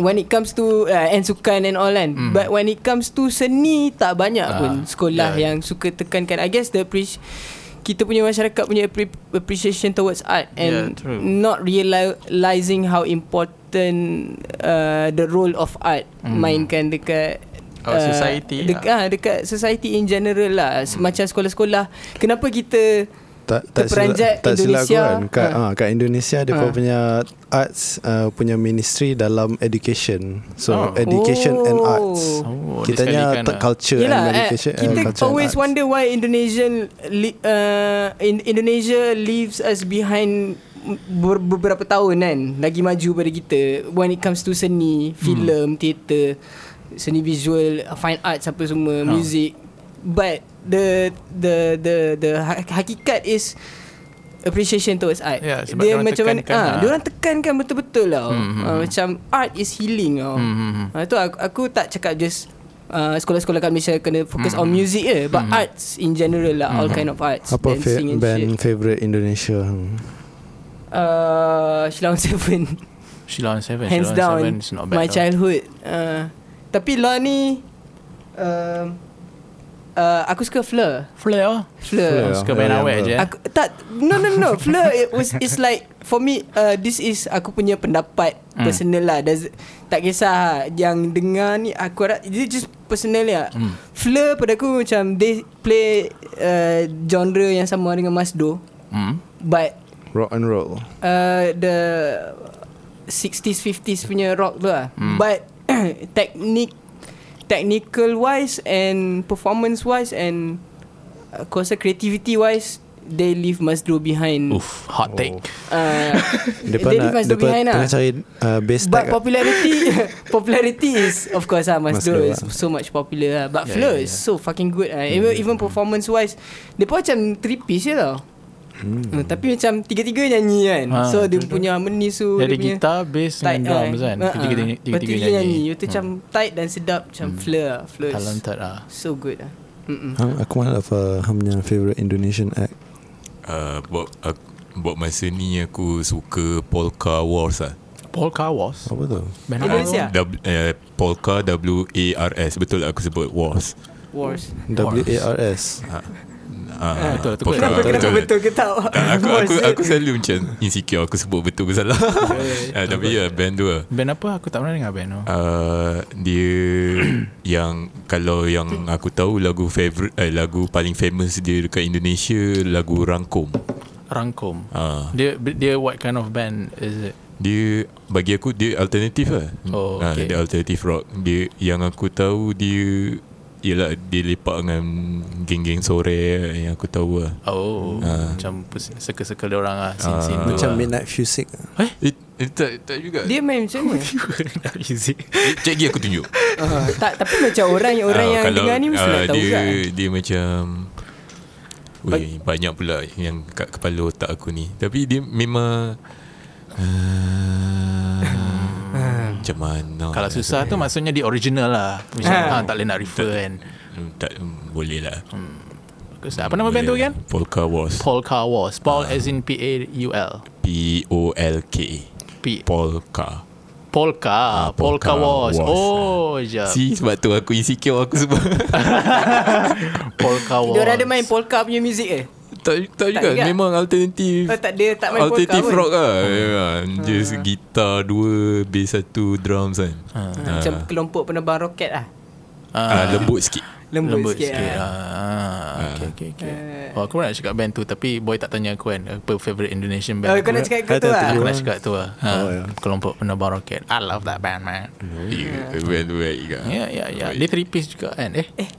Speaker 3: when it comes to uh, and sukan and all kan mm. but when it comes to seni tak banyak
Speaker 1: Hmm. Ah.
Speaker 3: pun
Speaker 1: Yeah.
Speaker 3: sekolah yeah. yang suka tekankan I guess the appreci- kita punya masyarakat punya appre- appreciation towards art and
Speaker 1: Yeah, true.
Speaker 3: not realizing how important uh, the role of art mm. mainkan dekat
Speaker 1: Our Hmm. Oh, society
Speaker 3: dek- ah, dekat society in general lah hmm. macam sekolah-sekolah kenapa kita
Speaker 2: tak tak
Speaker 3: Terperanjat
Speaker 2: silap, tak silap aku
Speaker 3: Indonesia.
Speaker 2: kan kat,
Speaker 3: Ha.
Speaker 2: ha. kat Indonesia dia
Speaker 3: Ha.
Speaker 2: ha. punya arts uh, punya ministry dalam education so
Speaker 1: Oh.
Speaker 2: oh. education and arts
Speaker 1: Oh,
Speaker 2: kitanya
Speaker 1: disekalikan
Speaker 2: tak
Speaker 1: lah.
Speaker 2: culture
Speaker 3: Yelah,
Speaker 2: and
Speaker 3: eh,
Speaker 2: education and
Speaker 3: kita
Speaker 2: culture and
Speaker 3: always
Speaker 2: arts.
Speaker 3: wonder why Indonesian li, uh, in, Indonesia leaves us behind ber, beberapa tahun kan lagi maju pada kita when it comes to seni, filem, teater, seni visual, fine arts apa semua,
Speaker 1: Ha.
Speaker 3: music. But the the the the ha- hakikat is appreciation towards art.
Speaker 1: Ya, sebab
Speaker 3: dia
Speaker 1: diorang
Speaker 3: macam mana
Speaker 1: tekankan,
Speaker 3: ah,
Speaker 1: ah.
Speaker 3: dia orang tekankan betul-betul lah. Hmm, uh, macam art is healing tau.
Speaker 1: Hmm, hmm, hmm.
Speaker 3: Ha, tu aku, aku tak cakap just uh, sekolah-sekolah kat Malaysia kena fokus
Speaker 1: Mm-hmm.
Speaker 3: on music je but arts in general lah all kind of arts
Speaker 2: apa fa-
Speaker 3: dancing and
Speaker 2: band
Speaker 3: shit.
Speaker 2: favorite Indonesia hmm.
Speaker 3: Uh, Shilong Seven
Speaker 1: Sheila on Seven
Speaker 3: hands
Speaker 1: Sheila on
Speaker 3: down
Speaker 1: Seven is not bad
Speaker 3: my
Speaker 1: tau.
Speaker 3: childhood. Uh, tapi lah ni um, uh, aku suka Fleur.
Speaker 1: Flair lah
Speaker 3: Fleur.
Speaker 2: Fleur.
Speaker 1: Suka main
Speaker 2: Yeah,
Speaker 1: awet
Speaker 2: yeah.
Speaker 1: je eh.
Speaker 3: Aku, tak No no no Fleur it was, It's like For me uh, This is Aku punya pendapat
Speaker 1: Hmm.
Speaker 3: mm. Personal lah Does, Tak kisah Yang dengar ni Aku harap This just personal lah mm. Fleur pada aku macam They play uh, Genre yang sama dengan Masdo
Speaker 1: Hmm.
Speaker 3: But
Speaker 2: Rock and roll.
Speaker 3: uh, the 60s 50s punya rock tu lah hmm. but technique technical wise and performance wise and uh, aku rasa creativity wise they leave Masdro behind
Speaker 1: Oof, hot take.
Speaker 3: Uh,
Speaker 2: Depan
Speaker 3: they
Speaker 2: nak
Speaker 3: leave Masdro
Speaker 2: depan
Speaker 3: behind lah
Speaker 2: tengah cari uh, bass tag.
Speaker 3: But
Speaker 2: Pop-
Speaker 3: popularity Popularity is Of course lah
Speaker 2: Mas
Speaker 3: Mas Dro
Speaker 2: Dro
Speaker 3: is
Speaker 2: lah.
Speaker 3: so much popular lah But yeah, Fleur yeah, yeah. is so fucking good lah Even,
Speaker 1: Mm-hmm.
Speaker 3: even performance wise Dia pun macam Three piece je
Speaker 2: eh.
Speaker 3: tau hmm. Tapi macam Tiga-tiga nyanyi kan
Speaker 1: Mm-hmm. Ah,
Speaker 3: So dia
Speaker 1: betul-betul.
Speaker 3: punya harmony so
Speaker 1: Dia ada
Speaker 3: punya
Speaker 1: gitar, bass dengan
Speaker 3: ah,
Speaker 1: drums kan.
Speaker 3: ah,
Speaker 1: Tiga-tiga
Speaker 3: ah.
Speaker 1: tiga-tiga
Speaker 3: Tiga-tiga
Speaker 1: nyanyi. Hmm.
Speaker 3: Itu macam tight dan sedap Macam Fleur lah Fleur is
Speaker 1: Talented lah.
Speaker 3: so good lah Mm-mm.
Speaker 2: Ha, aku mana of uh, hamnya favorite Indonesian act.
Speaker 4: uh, buat, uh, buat masa ni aku suka Polka Wars lah
Speaker 1: Polka was.
Speaker 2: Apa tu?
Speaker 1: Band
Speaker 3: Indonesia?
Speaker 1: Arab.
Speaker 4: w, uh, Polka W-A-R-S Betul lah aku sebut Wars
Speaker 3: Wars
Speaker 2: W A R S.
Speaker 4: Ah,
Speaker 1: Betul, betul.
Speaker 4: Polka,
Speaker 1: Ah,
Speaker 3: Kenapa kenapa betul ke tak
Speaker 4: aku, aku,
Speaker 3: Wars. eh.
Speaker 4: aku selalu macam insecure Aku sebut betul ke salah Ah, Tapi ya band tu lah
Speaker 1: Band apa? Aku tak pernah dengar band tu.
Speaker 4: Uh, dia yang kalau yang aku tahu lagu favorite eh, lagu paling famous dia dekat Indonesia lagu Rangkum.
Speaker 1: Rangkum.
Speaker 4: Ah,
Speaker 1: Dia dia what kind of band is it?
Speaker 4: dia bagi aku dia alternatif lah.
Speaker 1: Oh,
Speaker 4: Ah,
Speaker 1: okay.
Speaker 4: dia alternative rock. Dia yang aku tahu dia ialah dia lepak dengan geng-geng sore yang aku tahu lah.
Speaker 1: Oh,
Speaker 4: Ah.
Speaker 1: macam pus- circle-circle dia orang ah, scene-scene
Speaker 4: Ah.
Speaker 1: tu.
Speaker 2: Macam
Speaker 1: lah.
Speaker 2: Midnight Music.
Speaker 4: Eh, eh tak, tak juga.
Speaker 3: Dia main macam mana
Speaker 1: Music.
Speaker 4: Cek lagi aku tunjuk.
Speaker 3: Ah, tak tapi macam orang yang orang
Speaker 4: Ah,
Speaker 3: yang dengar ni mesti
Speaker 4: ah,
Speaker 3: nak tahu
Speaker 4: dia,
Speaker 3: kan.
Speaker 4: Dia macam Weh, banyak pula yang kat kepala otak aku ni. Tapi dia memang ah, macam mana?
Speaker 1: Kalau
Speaker 4: nak
Speaker 1: susah tu maksudnya dia original lah. Macam
Speaker 3: Ah.
Speaker 1: ah, tak boleh nak refer kan.
Speaker 4: sebut? Hmm, tak hmm, boleh lah.
Speaker 1: Bagus lah. Apa nama band tu
Speaker 4: Boleh
Speaker 1: kan?
Speaker 4: lah. Polka Wars.
Speaker 1: Polka Wars. Paul
Speaker 4: Ah.
Speaker 1: as in P-A-U-L.
Speaker 4: P O L K.
Speaker 1: P.
Speaker 4: Polka.
Speaker 1: Polka.
Speaker 4: Ah,
Speaker 1: Polka
Speaker 4: Polka
Speaker 1: Wars.
Speaker 4: Wars.
Speaker 1: Oh, je.
Speaker 4: See sebab tu aku insecure aku sebab
Speaker 1: Polka Wars.
Speaker 3: Dia orang ada main polka punya music eh.
Speaker 4: tak, tak juga
Speaker 3: juga.
Speaker 4: memang alternatif
Speaker 3: Oh, tak dia tak main polka
Speaker 4: alternative
Speaker 3: pun. Hmm.
Speaker 4: rock lah
Speaker 1: Hmm.
Speaker 4: yeah. just gitar dua bass satu drums kan
Speaker 1: Ah.
Speaker 3: Ha, Macam kelompok penerbang roket lah.
Speaker 4: Ah,
Speaker 1: Ah,
Speaker 4: lembut sikit
Speaker 3: Lembut,
Speaker 1: lembut
Speaker 3: sikit, Ah.
Speaker 1: sikit.
Speaker 3: lah.
Speaker 1: Ah, okay, okay, okay. Oh, aku nak cakap band tu tapi boy tak tanya aku kan apa favorite Indonesian
Speaker 3: Oh,
Speaker 1: band.
Speaker 3: kau nak
Speaker 1: Aku-
Speaker 3: cakap kat tu
Speaker 2: Kata
Speaker 3: lah.
Speaker 2: tu
Speaker 1: Aku
Speaker 2: dulu.
Speaker 1: nak cakap tu lah. Ha,
Speaker 2: Ah. Oh, yeah.
Speaker 1: Kelompok penerbang roket. I love that band, man.
Speaker 4: yeah. well, well, juga.
Speaker 1: Ya, ya, ya. Dia three piece juga kan? Eh, eh,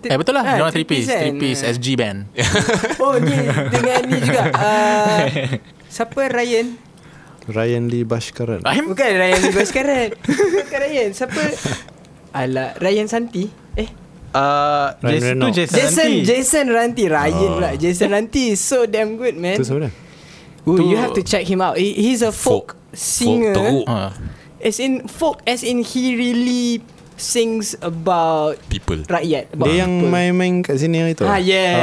Speaker 3: Ti-
Speaker 1: betul lah.
Speaker 3: ah,
Speaker 1: Dia orang three piece.
Speaker 3: kan?
Speaker 1: Three piece,
Speaker 3: Ah.
Speaker 1: SG band.
Speaker 3: Oh ni dengan ni juga. Uh, siapa Ryan?
Speaker 2: Ryan Lee Bashkaran.
Speaker 1: Rahim?
Speaker 3: Eh, Bukan Ryan Libas sekarang. Bukan Ryan. Siapa? Alah, Ryan Santi. Eh,
Speaker 1: Uh, Jason
Speaker 2: Ryan
Speaker 1: tu
Speaker 2: Reynolds.
Speaker 1: Jason.
Speaker 3: Jason
Speaker 1: Nanti.
Speaker 3: Jason Ranti Ryan pula Jason Ranti is so damn good man
Speaker 2: Tu siapa dia?
Speaker 3: Ooh,
Speaker 1: Tu-
Speaker 3: you have to check him out He, he's a folk, singer eh?
Speaker 4: teruk.
Speaker 1: Ha.
Speaker 3: As in folk As in he really Sings about
Speaker 4: people
Speaker 3: Rakyat about
Speaker 2: Dia yang
Speaker 3: people.
Speaker 2: main-main kat sini yang itu?
Speaker 3: Ah, yes.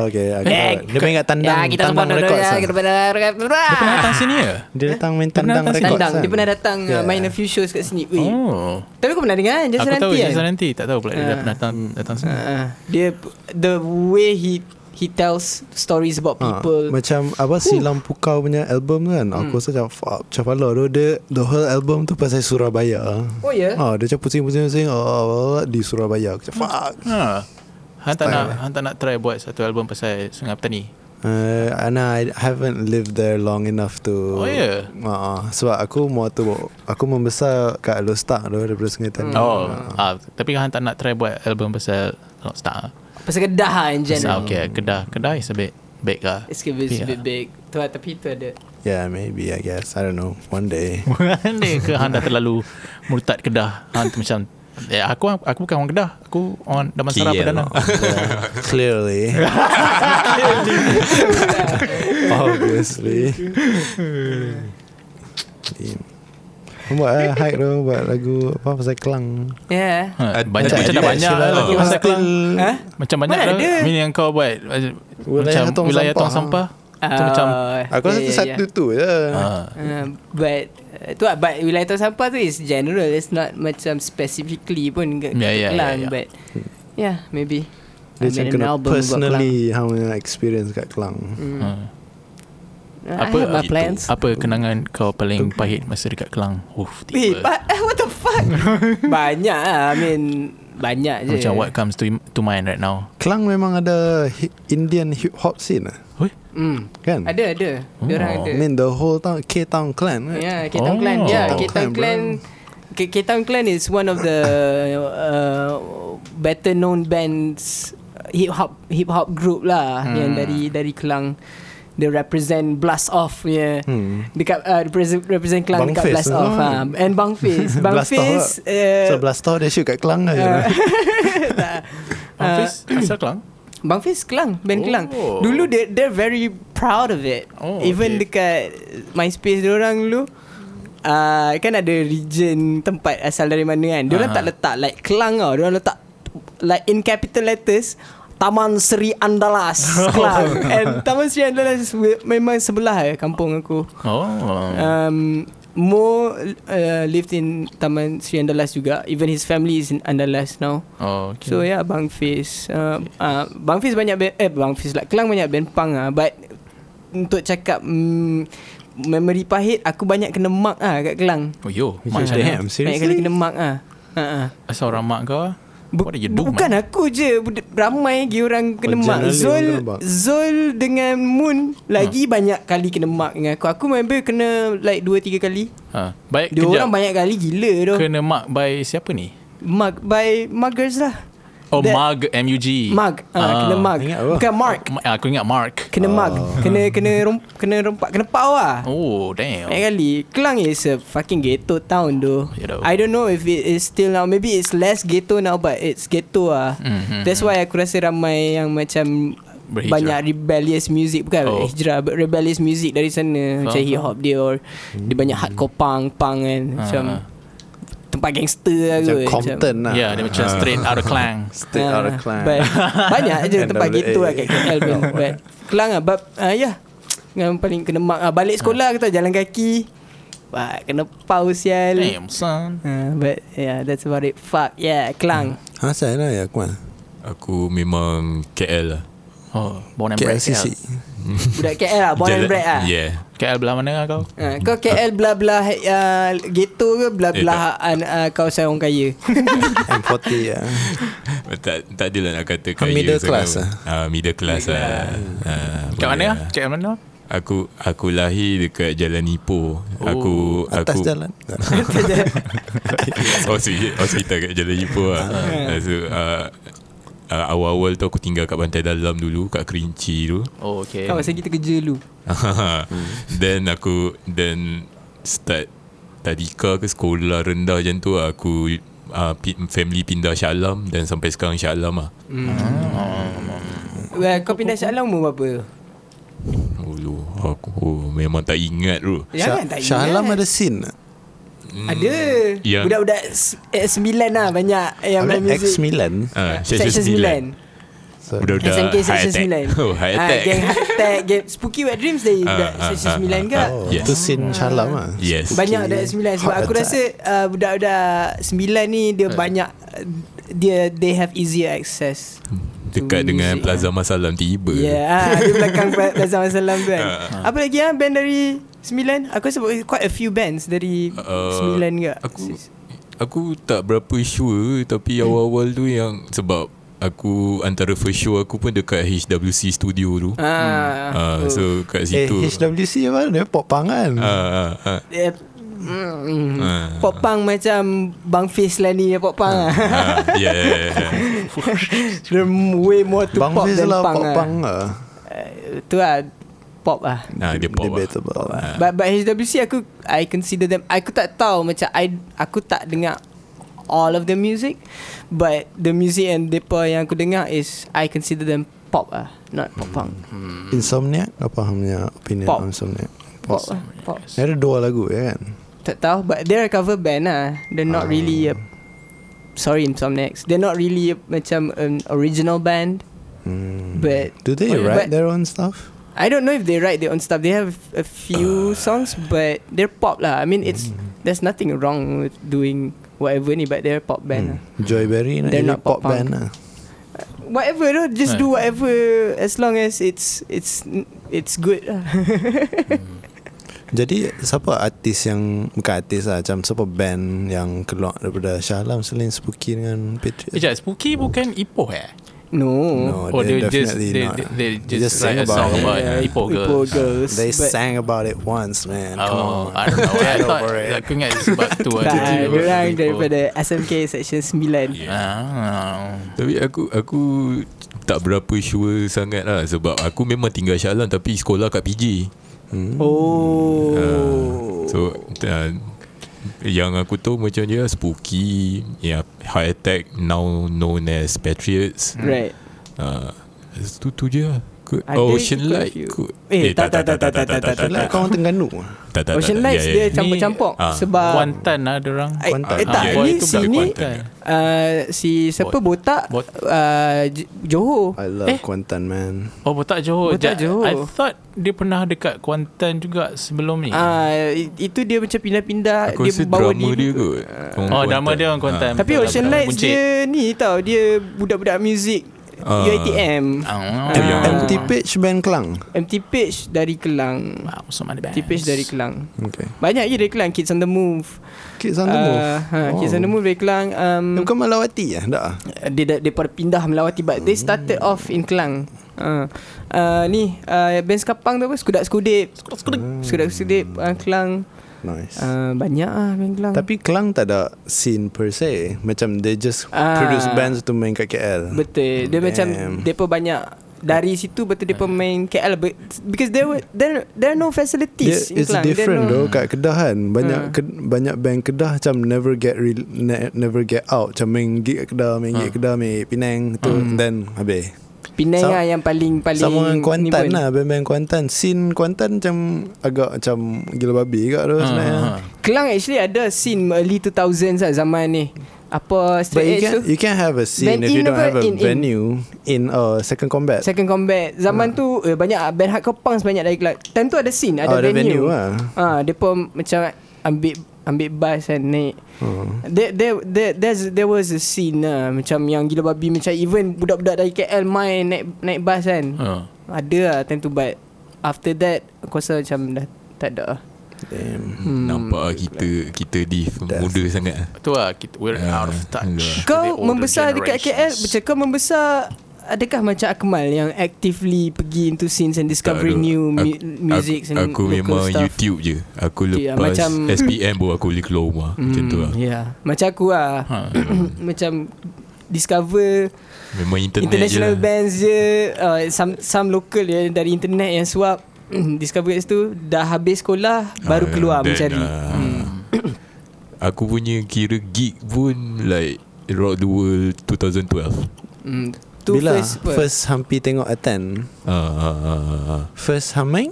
Speaker 2: Oh, okay. Aku
Speaker 3: Eh,
Speaker 2: tahu. Dia main kat tandang,
Speaker 3: Ya, kita
Speaker 2: tandang lah.
Speaker 3: support
Speaker 2: rekod.
Speaker 3: dia, kita pernah
Speaker 1: Dia pernah datang sini ya?
Speaker 2: Dia datang
Speaker 1: pernah
Speaker 2: main tandang lah.
Speaker 1: datang
Speaker 2: rekod.
Speaker 1: sini?
Speaker 3: Tandang Dia pernah datang uh, Main a few shows kat sini Weh.
Speaker 1: Oh.
Speaker 3: Tapi kau pernah dengar kan
Speaker 1: Aku
Speaker 3: Jason
Speaker 1: tahu
Speaker 3: Ranti
Speaker 1: Jason
Speaker 3: kan
Speaker 1: nanti. Tak tahu pula dia dah
Speaker 3: Ah.
Speaker 1: pernah datang, datang sini.
Speaker 3: Ah, Dia The way he He tells stories about
Speaker 2: Ah,
Speaker 3: people Hmm.
Speaker 2: Macam apa Silam Pukau punya album tu kan Aku rasa macam Fuck macam pala tu Dia the whole album tu Pasal Surabaya
Speaker 3: Oh, ya?
Speaker 2: Ah, Dia macam pusing-pusing oh, oh, oh, Di Surabaya
Speaker 3: Hmm.
Speaker 2: Aku macam fuck
Speaker 1: Ha. Han tak nak, Han tak nak try buat satu album pasal Sungai Petani.
Speaker 2: Uh, and I haven't lived there long enough
Speaker 1: Oh,
Speaker 2: to
Speaker 1: ya?
Speaker 2: uh, Sebab aku mau tu Aku membesar kat Lostak tu Daripada Sungai
Speaker 3: Hmm.
Speaker 2: Tanah
Speaker 1: Oh. Ah, tapi Han tak nak try buat album pasal Rockstar.
Speaker 3: Pasal Kedah lah in
Speaker 1: Pasal,
Speaker 3: general
Speaker 1: okay, Kedah. Kedah is a bit big lah.
Speaker 3: It's a bit, it's a
Speaker 1: Yeah.
Speaker 3: bit big tu, lah, Tapi tu ada
Speaker 2: Yeah maybe I guess I don't know One day
Speaker 1: Boleh ke Han dah terlalu murtad Kedah Han tu macam eh, aku aku bukan orang Kedah aku orang Damansara
Speaker 4: KL.
Speaker 1: Perdana
Speaker 2: lah. Yeah, Clearly Obviously Buat lah hype tu Buat lagu Apa pasal Kelang
Speaker 3: Yeah
Speaker 1: ha,
Speaker 4: Ad-
Speaker 1: banyak
Speaker 4: macam
Speaker 1: macam dah
Speaker 4: Adidas
Speaker 1: banyak
Speaker 4: je
Speaker 1: lah
Speaker 4: lah.
Speaker 1: lagi pasal Kelang
Speaker 3: Ha?
Speaker 1: macam banyak
Speaker 3: Mana
Speaker 1: lah
Speaker 3: ada?
Speaker 1: Min yang kau buat
Speaker 2: Wilayah
Speaker 1: macam
Speaker 2: Tong
Speaker 1: wilayah
Speaker 2: Sampah.
Speaker 1: tong sampah tu macam
Speaker 2: Aku
Speaker 3: Ya,
Speaker 2: rasa tu satu tu je
Speaker 1: ah,
Speaker 3: Uh, but uh, tu lah, but wilayah tu sampah tu is general it's not macam specifically pun kat
Speaker 1: Yeah,
Speaker 3: yeah,
Speaker 1: yeah,
Speaker 3: yeah, Kelang
Speaker 1: yeah, yeah.
Speaker 3: yeah, but yeah maybe
Speaker 2: Dia macam
Speaker 3: I made an
Speaker 2: kena
Speaker 3: album buat
Speaker 2: personally How punya experience kat Kelang
Speaker 1: ha.
Speaker 3: Kelang.
Speaker 1: Apa-
Speaker 3: Mm. I have my
Speaker 4: Gitu.
Speaker 3: plans
Speaker 1: apa kenangan kau paling pahit masa dekat Kelang Uf,
Speaker 3: Wait,
Speaker 1: tiba
Speaker 3: but, what the fuck? Banyak lah, I mean Banyak je
Speaker 1: Macam what comes to to mind right now
Speaker 2: Kelang memang ada hi- Indian hip hop scene lah,
Speaker 1: Oi.
Speaker 3: mm.
Speaker 2: kan?
Speaker 3: Ada ada
Speaker 1: Oh.
Speaker 3: Diorang
Speaker 2: I
Speaker 3: ada
Speaker 2: mean the whole town K-Town clan eh? right?
Speaker 3: Ya, Ketang
Speaker 1: Oh.
Speaker 3: Clan. Ya,
Speaker 2: Ketang
Speaker 3: Ketang
Speaker 2: Clan,
Speaker 3: Clan. K- Ketang Clan is one of the uh, better known bands uh, hip hop hip hop group lah hmm. yang dari dari Kelang. They represent Blast Off ya. Yeah.
Speaker 2: Hmm.
Speaker 3: Dekat uh, represent, represent Kelang
Speaker 2: Bang
Speaker 3: dekat
Speaker 2: Fizz,
Speaker 3: Blast
Speaker 2: eh?
Speaker 3: Off.
Speaker 2: Oh.
Speaker 3: ah. And uh, Bang Fizz. Bang
Speaker 2: Blast Off
Speaker 3: Fizz.
Speaker 2: lah. So Blastor dia shoot kat Kelang lah
Speaker 3: Uh, Ah.
Speaker 1: Hafiz Asal Kelang
Speaker 3: Bang Fiz Kelang Band
Speaker 1: Oh.
Speaker 3: Kelang Dulu they, they're very proud of it
Speaker 1: Oh,
Speaker 3: Even
Speaker 1: okay.
Speaker 3: dekat MySpace diorang dulu uh, Kan ada region tempat asal dari mana kan Diorang
Speaker 1: Aha.
Speaker 3: tak letak like Kelang tau Diorang letak like in capital letters Taman Seri Andalas
Speaker 1: Oh.
Speaker 3: Kelang And Taman Seri Andalas we- memang sebelah eh, kampung aku
Speaker 1: Oh
Speaker 3: um, Mo uh, lived in Taman Seri Andalas juga Even his family is in Andalas now
Speaker 1: Oh okay.
Speaker 2: Hmm.
Speaker 3: So ya. yeah Bang Fiz uh, uh, Bang Fiz banyak band Eh Bang Fiz lah Kelang banyak band punk lah But Untuk cakap mm, Memory pahit Aku banyak kena mak lah Kat Kelang
Speaker 1: Oh yo
Speaker 2: Macam
Speaker 1: Macam mana
Speaker 2: damn
Speaker 3: Banyak kali
Speaker 2: seriously
Speaker 3: kena mak lah Ha, ha.
Speaker 1: Asal orang mak kau ah?
Speaker 3: Bu-
Speaker 1: What did you do
Speaker 3: Bukan
Speaker 1: man?
Speaker 3: lah. aku je Bud- Ramai lagi orang kena
Speaker 2: Oh,
Speaker 3: mak
Speaker 2: generally orang
Speaker 3: Zul
Speaker 2: kena Ha. mak.
Speaker 3: Zul dengan Moon Lagi banyak kali kena mak dengan aku Aku member kena Like 2-3 kali
Speaker 1: ha.
Speaker 2: Eh,
Speaker 1: Baik
Speaker 3: Dia
Speaker 1: kejap.
Speaker 3: orang banyak kali gila tu
Speaker 1: Kena mak by siapa ni
Speaker 3: Mug by Muggers lah
Speaker 1: Oh
Speaker 3: That-
Speaker 1: mug M-U-G
Speaker 3: Mug ha, Kena mug
Speaker 2: Ah, Ingat apa?
Speaker 3: Bukan Mark
Speaker 1: Ah. Ma- ah, Aku ingat Mark
Speaker 3: Kena mug Kena kena rom, kena rompak Kena pau
Speaker 1: Ah.
Speaker 3: lah
Speaker 1: Oh damn
Speaker 3: Banyak kali Kelang is a fucking ghetto town though
Speaker 1: You know.
Speaker 3: I don't know if it is still now Maybe it's less ghetto now But it's ghetto lah
Speaker 1: Mhm.
Speaker 3: That's why aku rasa ramai yang macam
Speaker 1: Berhijrah.
Speaker 3: Banyak rebellious music Bukan
Speaker 1: Oh.
Speaker 3: oh. hijrah but Rebellious music dari sana
Speaker 1: Faham,
Speaker 3: Macam
Speaker 1: faham.
Speaker 3: hip hop dia or Dia banyak hardcore punk Punk kan
Speaker 1: Ha,
Speaker 3: Macam
Speaker 1: ha.
Speaker 3: Tempat gangster lah
Speaker 2: Macam
Speaker 3: kot,
Speaker 2: Compton lah
Speaker 1: Yeah dia macam straight out of Klang
Speaker 2: Straight
Speaker 3: Ah,
Speaker 2: out of Klang
Speaker 3: But, banyak je tempat
Speaker 2: NWA.
Speaker 3: gitu lah kat KL pun. But Kelang lah. But, uh, ya. Yang paling kena mak lah. Balik sekolah kita jalan kaki. Wah, kena paus sial.
Speaker 1: Damn son
Speaker 3: Uh, but yeah, that's about it. Fuck yeah, Kelang.
Speaker 2: Ha saya lah ya Akmal
Speaker 4: Aku memang KL lah
Speaker 1: Oh Born and bred
Speaker 2: KLCC
Speaker 3: Budak KL lah, born and
Speaker 4: Jalan-
Speaker 3: bred lah.
Speaker 4: Yeah
Speaker 1: KL belah mana lah kau
Speaker 3: Uh, kau KL belah-belah uh, ghetto ke
Speaker 4: Eh,
Speaker 3: belah-belah uh, kawasan orang kaya?
Speaker 2: M40 ya
Speaker 4: tak, tak adalah nak kata kaya
Speaker 2: Middle
Speaker 4: sangat.
Speaker 2: class lah.
Speaker 4: ah, Middle class lah Ah,
Speaker 1: Kat
Speaker 2: Oh,
Speaker 4: boleh
Speaker 1: mana lah
Speaker 4: lah.
Speaker 1: Cik mana
Speaker 4: Aku aku lahir dekat Jalan Ipoh. Oh, aku
Speaker 2: Atas
Speaker 4: aku Oh,
Speaker 2: jalan
Speaker 4: hospital, hospital kat Jalan Ipoh lah.
Speaker 3: Ah.
Speaker 4: so, uh, uh, awal-awal tu aku tinggal kat Pantai Dalam dulu kat Kerinci tu.
Speaker 1: Oh okay
Speaker 3: Kau masa kita kerja dulu.
Speaker 4: then aku then start tadika ke sekolah rendah macam tu lah. aku uh, pi- family pindah Shah Alam dan sampai sekarang Shah Alam lah.
Speaker 3: Well, kau pindah Shah Alam umur berapa?
Speaker 4: Dulu aku oh, memang tak ingat tu.
Speaker 3: Jangan tak
Speaker 2: Shah Alam
Speaker 3: ingat.
Speaker 2: ada scene tak?
Speaker 3: Ada.
Speaker 4: Ya.
Speaker 3: Budak-budak s- eh, sembilan lah banyak yang main
Speaker 2: Ada
Speaker 3: muzik.
Speaker 2: X9
Speaker 4: Ah,
Speaker 3: Section 9
Speaker 2: So,
Speaker 4: Budak-budak
Speaker 3: SMK
Speaker 4: high
Speaker 3: Section
Speaker 4: attack.
Speaker 3: 9
Speaker 4: Oh, high
Speaker 3: Ah,
Speaker 4: attack.
Speaker 3: Geng high attack geng Spooky Wet Dreams Dari
Speaker 4: Ah,
Speaker 3: budak
Speaker 4: ah,
Speaker 3: Section
Speaker 4: ah,
Speaker 3: 9 ke
Speaker 2: Oh,
Speaker 4: Yes.
Speaker 2: Itu scene Shah Alam lah
Speaker 4: Yes.
Speaker 3: Banyak budak
Speaker 2: Spooky, Ha,
Speaker 3: 9 Sebab
Speaker 2: hot
Speaker 3: aku
Speaker 2: attack.
Speaker 3: rasa uh, Budak-budak 9 ni Dia
Speaker 4: Hmm.
Speaker 3: banyak uh, Dia They have easier access
Speaker 4: Dekat
Speaker 3: to
Speaker 4: dengan
Speaker 3: music,
Speaker 4: Plaza Masalam tiba.
Speaker 3: Yeah ah, Dia belakang Pla- Plaza Masalam tu kan Apa lagi ah Band dari 9 Aku sebut quite a few bands Dari
Speaker 4: Uh,
Speaker 3: 9 ke
Speaker 4: Aku aku tak berapa sure tapi awal-awal tu yang sebab aku antara first show aku pun dekat HWC studio tu. Ah
Speaker 3: Ah,
Speaker 4: uh, so kat
Speaker 2: Eh
Speaker 4: situ.
Speaker 2: HWC apa Dia pop punk kan
Speaker 4: Ah, ah, ah.
Speaker 3: Eh, mm, Pop punk macam Bang Fiz lah ni Pop punk ah.
Speaker 4: Ah, yeah, yeah, yeah.
Speaker 3: They're way more to
Speaker 2: Bang
Speaker 3: pop
Speaker 2: Fiz
Speaker 3: than
Speaker 2: lah
Speaker 3: punk,
Speaker 2: pop
Speaker 3: lah.
Speaker 2: punk lah
Speaker 3: Uh, tu lah pop lah. Ah.
Speaker 4: Nah, dia pop. Lah.
Speaker 2: Debatable lah
Speaker 3: But, but HWC aku I consider them aku tak tahu macam I aku tak dengar all of the music but the music and depa yang aku dengar is I consider them pop lah
Speaker 2: Hmm,
Speaker 3: not pop punk
Speaker 2: Insomniac Apa hamnya opinion
Speaker 3: Pop.
Speaker 2: on Insomniac
Speaker 3: pop lah pop
Speaker 2: Ada dua lagu ya kan
Speaker 3: tak tahu but they're a cover band lah they're not
Speaker 2: Hmm.
Speaker 3: really a sorry Insomniacs they're not really a, macam an original band
Speaker 2: Hmm.
Speaker 3: but
Speaker 2: Do they
Speaker 3: Oh, yeah.
Speaker 2: write
Speaker 3: But-
Speaker 2: their own stuff?
Speaker 3: I don't know if they write their own stuff. They have a few songs, but they're pop lah. I mean, it's
Speaker 2: Mm.
Speaker 3: there's nothing wrong with doing whatever ni, but they're pop band. lah.
Speaker 2: Hmm. Joy Berry nak
Speaker 3: They're
Speaker 2: jadi
Speaker 3: not
Speaker 2: pop,
Speaker 3: pop punk.
Speaker 2: band lah
Speaker 3: Whatever, though, just
Speaker 1: Right.
Speaker 3: do whatever as long as it's it's it's good. lah.
Speaker 2: Jadi siapa artis yang Bukan artis lah Macam siapa band Yang keluar daripada Shah Alam Selain Spooky dengan Patriot
Speaker 1: Sekejap, Spooky bukan Ipoh eh?
Speaker 3: No.
Speaker 2: No
Speaker 1: Or
Speaker 2: they
Speaker 1: Oh, they just
Speaker 2: definitely
Speaker 1: they,
Speaker 2: not
Speaker 1: they, they
Speaker 2: They
Speaker 1: just,
Speaker 2: just
Speaker 1: write a
Speaker 2: sing
Speaker 1: song
Speaker 2: about
Speaker 1: about
Speaker 2: it.
Speaker 1: yeah. Ipoh girls.
Speaker 3: Ipoh girls.
Speaker 2: They
Speaker 3: but-
Speaker 2: sang about it once man Come
Speaker 1: Oh,
Speaker 2: on
Speaker 1: I don't know. I
Speaker 2: Get
Speaker 1: thought
Speaker 2: over it.
Speaker 1: aku ingat sebab tu
Speaker 3: Tak,
Speaker 1: ada
Speaker 3: orang daripada SMK Section 9
Speaker 4: Yeah.
Speaker 1: Ah.
Speaker 4: Tapi aku aku tak berapa sure sangat lah sebab aku memang tinggal Shah Alam tapi sekolah kat PJ.
Speaker 3: Oh
Speaker 4: So uh, yang aku tahu macam dia spooky, yeah, high attack now known as Patriots.
Speaker 3: Right
Speaker 4: Uh, tu tu je. lah. Ke-
Speaker 3: Ada
Speaker 4: oh, Ocean
Speaker 3: ikut
Speaker 4: Light.
Speaker 3: view.
Speaker 4: Ku-
Speaker 3: Eh, tak, tak, tak, tak, tak, tak,
Speaker 2: Lah
Speaker 4: tak,
Speaker 2: kau orang Tengganu
Speaker 4: tak, tak,
Speaker 3: Ocean
Speaker 4: tak.
Speaker 3: Lights
Speaker 4: Yeah, yeah,
Speaker 3: dia
Speaker 4: yeah.
Speaker 3: campur-campur
Speaker 4: Ah.
Speaker 3: Sebab
Speaker 1: Kuantan lah orang.
Speaker 3: Eh,
Speaker 2: Kuantan.
Speaker 3: ya, eh, tak,
Speaker 4: Ah,
Speaker 1: boy
Speaker 3: ni
Speaker 1: tu
Speaker 4: budak
Speaker 3: sini
Speaker 4: Kuantan.
Speaker 3: uh, Si siapa botak
Speaker 1: Bot-
Speaker 3: uh, J- Johor
Speaker 2: I love
Speaker 1: Eh.
Speaker 2: Kuantan man
Speaker 1: Oh, Botak Johor.
Speaker 3: Botak
Speaker 1: Ja-
Speaker 3: Johor.
Speaker 1: I thought dia pernah dekat Kuantan juga sebelum ni.
Speaker 3: Ah, i- itu dia macam pindah-pindah
Speaker 4: Aku rasa drama dia kot Ah. Orang
Speaker 1: oh,
Speaker 4: Kuantan.
Speaker 1: nama dia orang Kuantan.
Speaker 3: Tapi
Speaker 1: Betul lah,
Speaker 3: Ocean
Speaker 1: betul.
Speaker 3: Lights
Speaker 1: Buncit.
Speaker 3: dia ni tau Dia budak-budak muzik
Speaker 4: Ah.
Speaker 3: UiTM
Speaker 1: Ah.
Speaker 4: Tu yang
Speaker 1: Ah.
Speaker 4: aku-
Speaker 2: MT Page band Kelang
Speaker 3: MT Page dari Kelang
Speaker 1: Wow, so many bands.
Speaker 3: MT Page dari Kelang
Speaker 2: Okay
Speaker 3: Banyak je dari Kelang Kids on the Move
Speaker 2: Kids on the
Speaker 3: Ah,
Speaker 2: Move Oh.
Speaker 3: ha, Kids on the Move dari Kelang um,
Speaker 2: Dia bukan Malawati ya? Tak ah?
Speaker 3: dia dah dia pindah Melawati but they started off in Kelang. Uh, uh, ni uh, band Skapang tu apa? Skudak
Speaker 1: Ah,
Speaker 3: Skudip. Skudak Skudip.
Speaker 2: Hmm.
Speaker 3: Skudak Skudip uh, Kelang.
Speaker 2: Nice
Speaker 3: Uh, banyak ah band Kelang.
Speaker 2: Tapi Kelang tak ada scene per se Macam they just
Speaker 3: Ah.
Speaker 2: produce bands to main kat KL
Speaker 3: betul.
Speaker 2: Damn.
Speaker 3: Dia
Speaker 2: Ah.
Speaker 3: macam depa banyak dari situ betul depa main KL but, because there were there there are no
Speaker 2: Dia,
Speaker 3: facilities in
Speaker 2: it's
Speaker 3: Kelang.
Speaker 2: different
Speaker 3: there
Speaker 2: though
Speaker 3: are no,
Speaker 2: kat Kedah kan banyak
Speaker 3: Ah.
Speaker 2: ke, banyak band Kedah macam never get re, ne, never get out macam main gig kat Kedah main gig
Speaker 3: Ah.
Speaker 2: kat Kedah main Penang tu then habis
Speaker 3: Penang
Speaker 2: Sa-
Speaker 3: lah yang Mm. paling paling
Speaker 2: sama dengan
Speaker 3: ni
Speaker 2: Kuantan
Speaker 3: pun.
Speaker 2: lah band-band Kuantan scene Kuantan macam agak macam gila babi juga tu
Speaker 1: Ah,
Speaker 2: sebenarnya
Speaker 1: ah, ah.
Speaker 3: Kelang actually ada scene early 2000s lah zaman ni.
Speaker 2: But
Speaker 3: Apa
Speaker 2: you
Speaker 3: straight edge
Speaker 2: can
Speaker 3: tu?
Speaker 2: you can have a scene
Speaker 3: Band
Speaker 2: if you
Speaker 3: in
Speaker 2: don't
Speaker 3: apa?
Speaker 2: have a
Speaker 3: In- in.
Speaker 2: venue in uh, second combat.
Speaker 3: Second Combat
Speaker 2: Ah.
Speaker 3: Zaman tu eh, Banyak band hardcore punk Banyak dari Kelang Time tu ada scene Ada
Speaker 2: Oh, ada venue
Speaker 3: venue,
Speaker 2: lah.
Speaker 3: Ah, Dia pun macam Ambil Ambil bus kan naik
Speaker 2: Oh,
Speaker 3: there, there, there, there's, there was a scene lah Macam yang gila babi Macam even Budak-budak dari KL main Naik naik bus kan
Speaker 1: Ah.
Speaker 3: Ada lah time tu But After that Aku rasa macam dah Tak ada lah Hmm.
Speaker 2: Damn.
Speaker 4: Nampak lah kita Kita di Muda sangat lah.
Speaker 1: Tu lah kita, We're
Speaker 4: Ah,
Speaker 1: out of touch
Speaker 4: yeah.
Speaker 3: Kau membesar dekat KL Macam kau membesar Adakah macam Akmal Yang actively Pergi into scenes And discovering
Speaker 4: Tak ada.
Speaker 3: new mu-
Speaker 4: Aku-
Speaker 3: Music
Speaker 4: aku,
Speaker 3: and
Speaker 4: aku
Speaker 3: local
Speaker 4: memang
Speaker 3: stuff.
Speaker 4: YouTube je Aku
Speaker 3: Ya,
Speaker 4: lepas
Speaker 3: macam-
Speaker 4: SPM baru aku boleh keluar rumah Macam tu lah
Speaker 3: Yeah. Hmm, ya. Macam aku lah.
Speaker 1: Ha.
Speaker 3: macam discover
Speaker 4: Memang internet
Speaker 3: international
Speaker 4: je lah.
Speaker 3: bands je, uh, some some local je dari internet yang suap. mm, discover kat situ dah habis sekolah baru
Speaker 4: Ah,
Speaker 3: keluar Hmm.
Speaker 4: then,
Speaker 3: mencari.
Speaker 4: ah, Aku punya kira gig pun Like Rock the World 2012
Speaker 3: Hmm. Tu
Speaker 2: Bila
Speaker 3: first,
Speaker 2: first, first Hampi tengok Atan,
Speaker 4: Ah, ah, ah, ah, ah.
Speaker 2: first Hameng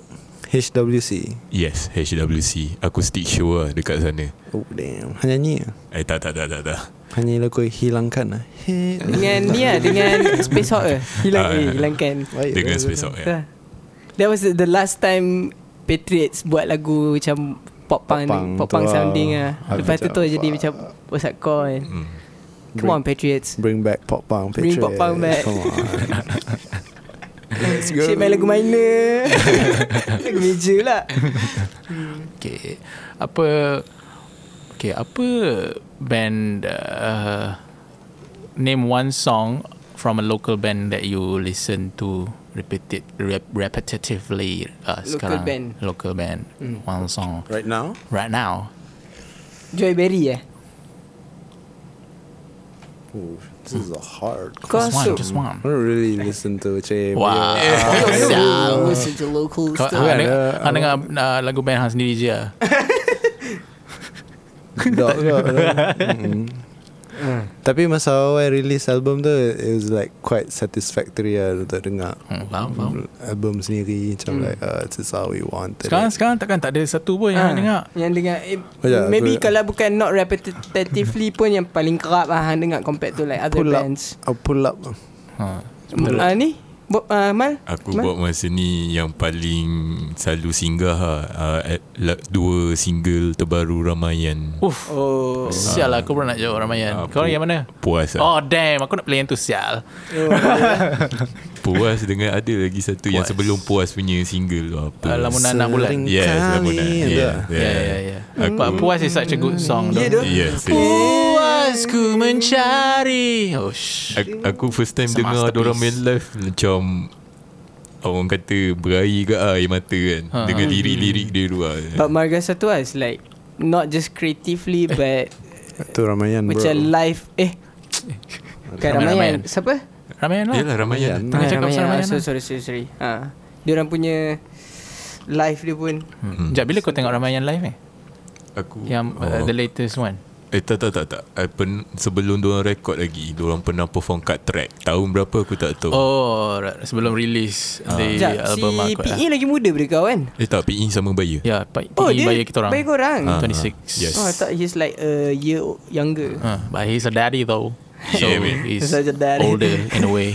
Speaker 2: HWC.
Speaker 4: Yes HWC Acoustic show lah Dekat sana
Speaker 2: Oh damn. Hanya ni.
Speaker 4: Eh tak tak tak tak, tak.
Speaker 2: Hanya lagu hilangkan lah. Hit.
Speaker 3: dengan ni lah dengan space hawk ke? Hilang
Speaker 4: Ah,
Speaker 3: eh,
Speaker 4: ya.
Speaker 3: hilangkan.
Speaker 2: Baik,
Speaker 3: Eh,
Speaker 4: Dengan
Speaker 2: baik,
Speaker 4: Space
Speaker 2: baik.
Speaker 4: Out ya. yeah.
Speaker 3: Yeah. That was the last time Patriots buat lagu macam pop punk
Speaker 2: Pop punk
Speaker 3: pop
Speaker 2: tu
Speaker 3: punk
Speaker 2: lah.
Speaker 3: sounding ah.
Speaker 2: Aku
Speaker 3: Lepas tu tu
Speaker 2: macam,
Speaker 3: jadi macam what's that called?
Speaker 4: Hmm.
Speaker 3: Come on Patriots.
Speaker 2: Bring back pop punk.
Speaker 3: Bring
Speaker 2: Patriot.
Speaker 3: pop punk back.
Speaker 2: Come on. Let's go.
Speaker 3: Cik main lagu minor Lagu meja lah
Speaker 1: Okay Apa Okay apa Band uh, Name one song From a local band That you listen to Repeated rep, Repetitively uh,
Speaker 3: Local
Speaker 1: sekarang.
Speaker 3: band. Hmm.
Speaker 1: Local band One song
Speaker 2: Right now.
Speaker 1: Right now
Speaker 3: Joy Berry eh
Speaker 2: Ooh, this is a hard.
Speaker 3: Kau
Speaker 1: Just one
Speaker 3: masuk
Speaker 1: Just
Speaker 2: I
Speaker 1: one
Speaker 2: don't really listen to Che.
Speaker 1: Wow
Speaker 3: Listen to local
Speaker 1: Kau
Speaker 3: stuff
Speaker 1: hang dengar,
Speaker 2: ada-
Speaker 1: hang dengar uh, lagu band hang sendiri je lah.
Speaker 2: Dog kot Mm.
Speaker 3: Ah.
Speaker 2: Tapi masa awal release album tu It was like quite satisfactory lah Untuk dengar
Speaker 1: Hmm, faham, faham.
Speaker 2: Album sendiri Macam
Speaker 3: Hmm.
Speaker 2: like uh, This is how we wanted
Speaker 1: Sekarang
Speaker 2: it.
Speaker 1: sekarang takkan tak ada satu pun
Speaker 3: Ah.
Speaker 1: yang hang dengar.
Speaker 3: Yang dengar eh,
Speaker 1: Oh, ya,
Speaker 2: Sekejap,
Speaker 3: Maybe
Speaker 2: aku-
Speaker 3: kalau bukan Not repetitively pun Yang paling kerap lah Hang dengar compared to like Other
Speaker 2: Pull up
Speaker 3: bands
Speaker 2: uh, Pull up
Speaker 1: Ha.
Speaker 3: Ah Ni Bob, ah, Mal
Speaker 4: Aku
Speaker 3: Mal?
Speaker 4: buat masa ni yang paling selalu singgah ha, uh, dua single terbaru Ramayan.
Speaker 1: Uff.
Speaker 3: Oh
Speaker 1: Sial lah aku pernah nak jawab Ramayan.
Speaker 4: Ah,
Speaker 1: Kau
Speaker 4: pu-
Speaker 1: yang mana?
Speaker 4: Puas lah.
Speaker 1: Oh damn Aku nak play yang tu sial
Speaker 3: Oh,
Speaker 4: Puas dengan ada lagi satu Puas. yang
Speaker 1: Puas.
Speaker 4: sebelum Puas punya single tu apa.
Speaker 1: Ah, Lamunan enam bulan.
Speaker 2: Sering
Speaker 4: Yes,
Speaker 2: kali
Speaker 4: Lamunan.
Speaker 2: ada.
Speaker 4: Yeah,
Speaker 1: Yeah, yeah, yeah. Ya, Aku, Puas is such a good song.
Speaker 2: Ya,
Speaker 1: though.
Speaker 2: dah.
Speaker 4: Yes.
Speaker 1: Puasku mencari. Oh, shh.
Speaker 4: Aku, aku first time
Speaker 1: It's a
Speaker 4: dengar
Speaker 1: masterpiece.
Speaker 4: orang main live macam orang kata berair ke ah, air mata kan
Speaker 1: Ha,
Speaker 4: ha, dengan lirik-lirik dia tu lah.
Speaker 3: But Marga Satu lah is like not just creatively
Speaker 1: Eh,
Speaker 3: but
Speaker 2: Itu Ramayan bro
Speaker 3: macam live eh Bukan
Speaker 1: Ramai-ramai.
Speaker 3: Ramayan Siapa?
Speaker 1: Ramai lah.
Speaker 4: Yelah Ramayan
Speaker 1: Tengah
Speaker 3: Ah,
Speaker 1: cakap pasal
Speaker 3: Ramayan.
Speaker 1: Ramayan
Speaker 3: Ah,
Speaker 1: lah.
Speaker 3: so, Sorry sorry sorry ha. Dia orang punya Live dia pun
Speaker 1: Hmm. Sekejap, bila kau tengok Ramayan live eh?
Speaker 4: Aku
Speaker 1: Yang
Speaker 4: oh.
Speaker 1: uh, the latest one.
Speaker 4: Eh tak tak tak tak I pen, Sebelum diorang rekod lagi Diorang pernah perform kat track Tahun berapa aku tak tahu oh.
Speaker 1: Oh, right. sebelum release uh. the
Speaker 3: Sekejap Si
Speaker 1: album aku. eh. lah.
Speaker 3: PE lagi muda daripada kau kan
Speaker 4: Eh tak PE sama Baya
Speaker 1: Ya, Pak oh,
Speaker 3: Oh, dia
Speaker 1: bayar kita orang.
Speaker 3: bayar korang?
Speaker 1: Ah,
Speaker 4: Ah,
Speaker 1: 26.
Speaker 4: yes.
Speaker 3: Oh I thought he's like a year o- younger
Speaker 2: Ah.
Speaker 1: Uh, but he's a daddy though. So
Speaker 4: Yeah, man.
Speaker 1: he's
Speaker 3: Such a daddy.
Speaker 1: older in a way.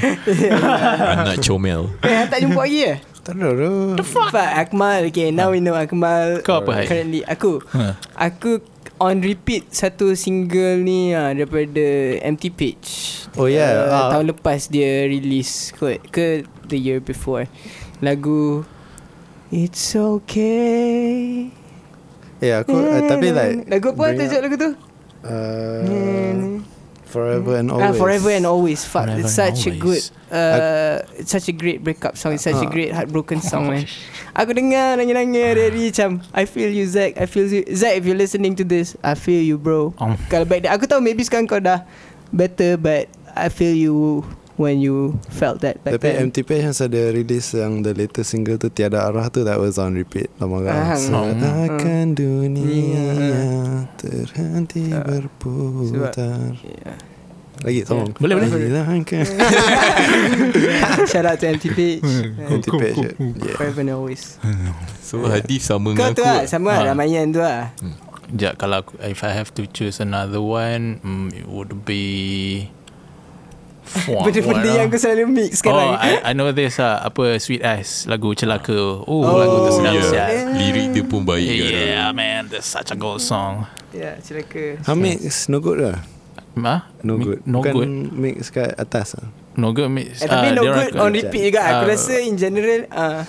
Speaker 4: Anak comel
Speaker 3: Eh tak jumpa lagi eh
Speaker 2: Tak ada tu
Speaker 3: Fuck Akmal Okay now we know Akmal
Speaker 1: Kau apa, Hai?
Speaker 3: Currently Aku
Speaker 2: Ah.
Speaker 1: Ha.
Speaker 3: Aku on repeat Satu single ni ah, Daripada Empty Page Eh,
Speaker 2: Oh, yeah, ah.
Speaker 3: Tahun lepas dia release kot Ke the year before Lagu It's okay
Speaker 2: Ya aku uh, Tapi like
Speaker 3: Hmm. Lagu apa
Speaker 2: bring
Speaker 3: tajuk
Speaker 2: up,
Speaker 3: lagu tu?
Speaker 2: uh, Forever and
Speaker 3: Ah,
Speaker 2: always
Speaker 3: forever and always. Fuck,
Speaker 1: Forever and
Speaker 3: it's such a good,
Speaker 1: always.
Speaker 3: uh, it's such a great breakup song. It's such
Speaker 2: Ah.
Speaker 3: a great heartbroken song, man. Aku
Speaker 1: Ah.
Speaker 3: dengar nangis-nangis dari macam I feel you Zack, I feel you Zack. If you're listening to this, I feel you, bro.
Speaker 1: Um.
Speaker 3: Kalau back then, aku tahu maybe sekarang kau dah better, but I feel you when you felt that back
Speaker 2: Tapi
Speaker 3: then.
Speaker 2: MTP yang ada release yang the latest single tu Tiada Arah tu that was on repeat lama kan.
Speaker 3: Ah,
Speaker 1: hmm.
Speaker 2: Seakan dunia
Speaker 3: Iya.
Speaker 2: terhenti
Speaker 3: Ah.
Speaker 2: berputar.
Speaker 3: Yeah.
Speaker 2: Lagi kan? sambung.
Speaker 1: Boleh, boleh.
Speaker 2: Hilangkan
Speaker 3: Shout out to MTP. Uh,
Speaker 2: MTP. je. Yeah.
Speaker 3: Forever and always.
Speaker 4: So
Speaker 1: Ya.
Speaker 4: Hadif sama
Speaker 3: Kau
Speaker 4: dengan
Speaker 3: tu
Speaker 4: aku
Speaker 3: lah, sama
Speaker 1: Ah.
Speaker 3: lah Ramayan tu lah.
Speaker 1: Sekejap, kalau aku, if I have to choose another one, mm, it would be... Fuck,
Speaker 3: Benda-benda
Speaker 1: what
Speaker 3: yang
Speaker 1: ah?
Speaker 3: aku selalu mix sekarang.
Speaker 1: Oh, I, I know this lah. Apa, Sweet Ice. Lagu Celaka. Oh, lagu tu sedap
Speaker 4: yeah.
Speaker 1: siap.
Speaker 4: ya,
Speaker 1: Ya,
Speaker 4: Lirik dia pun baik kan
Speaker 1: Yeah, man. That's such a good song.
Speaker 3: Ya, silakan.
Speaker 2: Hamix no good lah.
Speaker 1: Ma?
Speaker 2: No
Speaker 1: Mi-
Speaker 2: good.
Speaker 1: No
Speaker 2: Bukan
Speaker 1: good.
Speaker 2: mix kat atas lah.
Speaker 1: No good mix.
Speaker 3: Eh,
Speaker 1: Ah,
Speaker 3: tapi no
Speaker 1: dia orang
Speaker 3: good
Speaker 1: aku-
Speaker 3: on repeat juga. Aku
Speaker 1: Ah,
Speaker 3: rasa in general uh,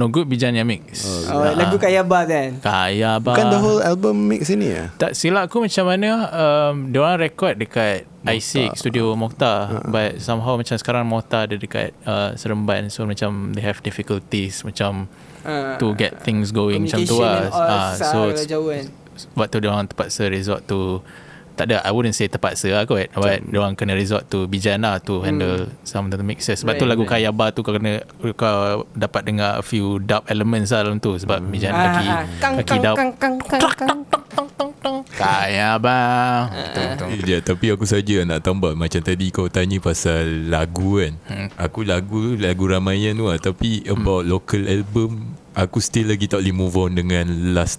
Speaker 1: No good Bijanya mix. Ah.
Speaker 3: oh, lagu Kaya Bar kan.
Speaker 1: Kaya bah.
Speaker 2: Bukan the whole album mix ini ya.
Speaker 1: Tak silap aku macam mana um, Diorang record dekat I6 Studio
Speaker 3: Ah,
Speaker 1: Mokhtar uh-huh. But somehow macam sekarang Mokhtar ada dekat uh, Seremban So macam they have difficulties Macam
Speaker 3: Uh,
Speaker 1: to get things going Macam tu lah Ah, So
Speaker 3: jauh kan.
Speaker 1: sebab tu diorang terpaksa resort to tak ada I wouldn't say terpaksa lah kot but diorang kena resort to Bijana to
Speaker 3: Hmm.
Speaker 1: handle some of the mixes sebab tu
Speaker 3: Right,
Speaker 1: lagu Kayaba tu kau kena kau dapat dengar a few dub elements lah dalam tu sebab Bijana
Speaker 3: Ah,
Speaker 1: kaki
Speaker 3: ah, kang,
Speaker 1: kaki
Speaker 3: kang,
Speaker 1: dub
Speaker 3: kang, kang, kang, kang.
Speaker 1: Kayaba
Speaker 3: Ah,
Speaker 4: Eh, Ya, tapi aku saja nak tambah Macam tadi kau tanya pasal lagu kan
Speaker 1: Hmm.
Speaker 4: Aku lagu lagu Ramayan tu lah Tapi about local album Aku still lagi tak boleh move on dengan Last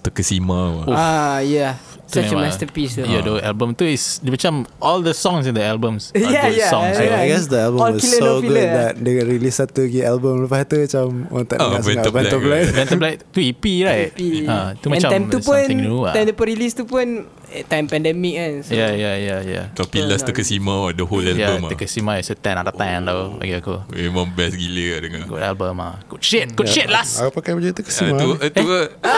Speaker 1: Oh.
Speaker 4: Terkesima lah.
Speaker 3: Ah, yeah.
Speaker 1: Tu
Speaker 3: Such a
Speaker 1: memang-
Speaker 3: masterpiece. eh?
Speaker 1: Ya, yeah, the album tu is dia macam all the songs in the albums are
Speaker 3: Yeah,
Speaker 1: good
Speaker 3: yeah,
Speaker 1: songs.
Speaker 2: So,
Speaker 3: yeah.
Speaker 2: I guess the album
Speaker 3: All
Speaker 2: was
Speaker 3: killer, no
Speaker 2: so
Speaker 3: filler,
Speaker 2: good
Speaker 3: eh.
Speaker 2: that dia release satu lagi album lepas tu macam orang tak
Speaker 4: Oh,
Speaker 2: dengar sangat
Speaker 4: Bantam
Speaker 2: Bantam
Speaker 4: Black.
Speaker 2: Black.
Speaker 1: Phantom Black tu EP right? Ah, tu
Speaker 3: E And
Speaker 1: macam
Speaker 3: time tu pun,
Speaker 1: something new lah.
Speaker 3: time dia pun release tu pun, eh, time pandemic kan. So,
Speaker 1: Yeah, yeah, yeah, yeah.
Speaker 4: Tapi Last Terkesima lah, The whole
Speaker 1: Ya,
Speaker 4: album
Speaker 1: yeah,
Speaker 2: ah.
Speaker 4: lah
Speaker 1: Tekesima is a 10 out of 10 tau
Speaker 2: Oh.
Speaker 1: bagi aku.
Speaker 4: Memang best gila lah dengar
Speaker 1: Good album ah. Good shit, good shit last.
Speaker 2: Aku pakai baju tu ke
Speaker 4: Ah,
Speaker 2: semua.
Speaker 4: tu, eh, tu lah.
Speaker 3: Ah,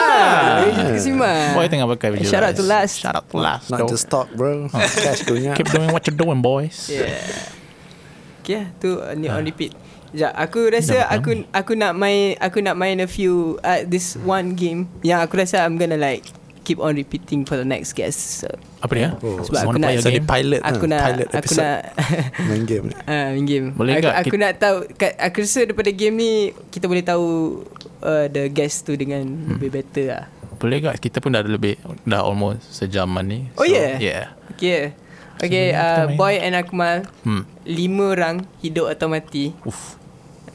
Speaker 3: yeah. Kesima.
Speaker 1: Boy tengah pakai baju.
Speaker 3: Shout out to Last.
Speaker 1: Shout out to last.
Speaker 2: Not
Speaker 1: though.
Speaker 2: just talk
Speaker 4: Oh.
Speaker 2: bro. Cash punya.
Speaker 1: Keep doing what you're doing boys.
Speaker 3: Yeah. Okay lah, tu uh, ni on repeat. Sekejap, aku rasa
Speaker 1: Ah. Dah
Speaker 3: aku aku nak main aku nak main a few uh, this one game yang aku rasa I'm gonna like keep on repeating for the next guest. So,
Speaker 1: Apa dia? You
Speaker 2: Oh,
Speaker 3: sebab aku
Speaker 1: wanna
Speaker 3: nak
Speaker 1: play a
Speaker 2: so dia
Speaker 1: game?
Speaker 2: pilot
Speaker 3: aku
Speaker 2: lah.
Speaker 3: nak
Speaker 2: pilot
Speaker 3: aku
Speaker 2: episode
Speaker 3: nak
Speaker 2: main game ni.
Speaker 3: ah main game.
Speaker 1: Boleh
Speaker 3: aku,
Speaker 1: tak
Speaker 3: aku
Speaker 1: kita-
Speaker 3: nak tahu kat, aku rasa daripada game ni kita boleh tahu uh, the guest tu dengan hmm. lebih better lah.
Speaker 1: Boleh tak? Kita pun dah ada lebih dah almost sejaman ni.
Speaker 3: Oh, yeah?
Speaker 1: Yeah.
Speaker 3: Okay.
Speaker 1: Sebelum kita
Speaker 3: Okay, uh,
Speaker 1: main.
Speaker 3: Boy and Akmal
Speaker 1: Hmm.
Speaker 3: Lima orang Hidup atau mati
Speaker 1: Uff.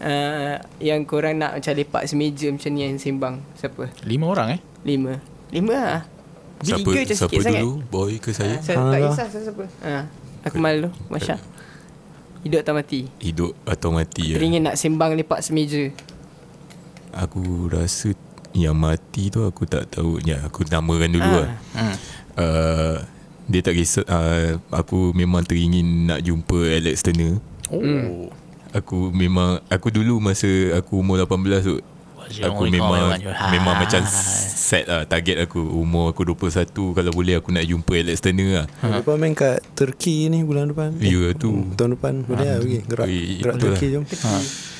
Speaker 3: uh, Yang korang nak Macam lepak semeja Macam ni yang sembang Siapa?
Speaker 1: Lima orang eh.
Speaker 3: Lima Lima lah
Speaker 4: Siapa,
Speaker 3: Tiga je
Speaker 4: siapa
Speaker 3: sikit sangat
Speaker 4: dulu? Boy ke saya?
Speaker 3: Saya
Speaker 2: Ah,
Speaker 3: tak
Speaker 2: lah.
Speaker 3: kisah saya siapa ha. Aku malu Masya Hidup atau mati
Speaker 4: Hidup atau mati
Speaker 3: yeah.
Speaker 4: ya.
Speaker 3: Teringin nak sembang lepak semeja
Speaker 4: Aku rasa yang mati tu aku tak tahu. Ya, aku namakan dulu
Speaker 3: Ah.
Speaker 4: lah. Uh, dia ah, tak kisah. Uh, aku memang teringin nak jumpa Alex Turner.
Speaker 1: Oh.
Speaker 4: Aku memang Aku dulu masa Aku umur 18 tu
Speaker 1: What's your
Speaker 4: Aku
Speaker 1: only goal
Speaker 4: memang
Speaker 1: when you're high?
Speaker 3: Ah.
Speaker 4: Memang macam Set lah Target aku Umur aku 21 Kalau boleh aku nak jumpa Alex Turner lah
Speaker 2: Bulan depan main kat Turki ni bulan depan.
Speaker 4: Ya tu
Speaker 2: Tahun depan boleh lah pergi gerak
Speaker 4: Ui,
Speaker 2: gerak
Speaker 4: betul
Speaker 2: Turki
Speaker 4: lah.
Speaker 2: jom.
Speaker 1: Ha.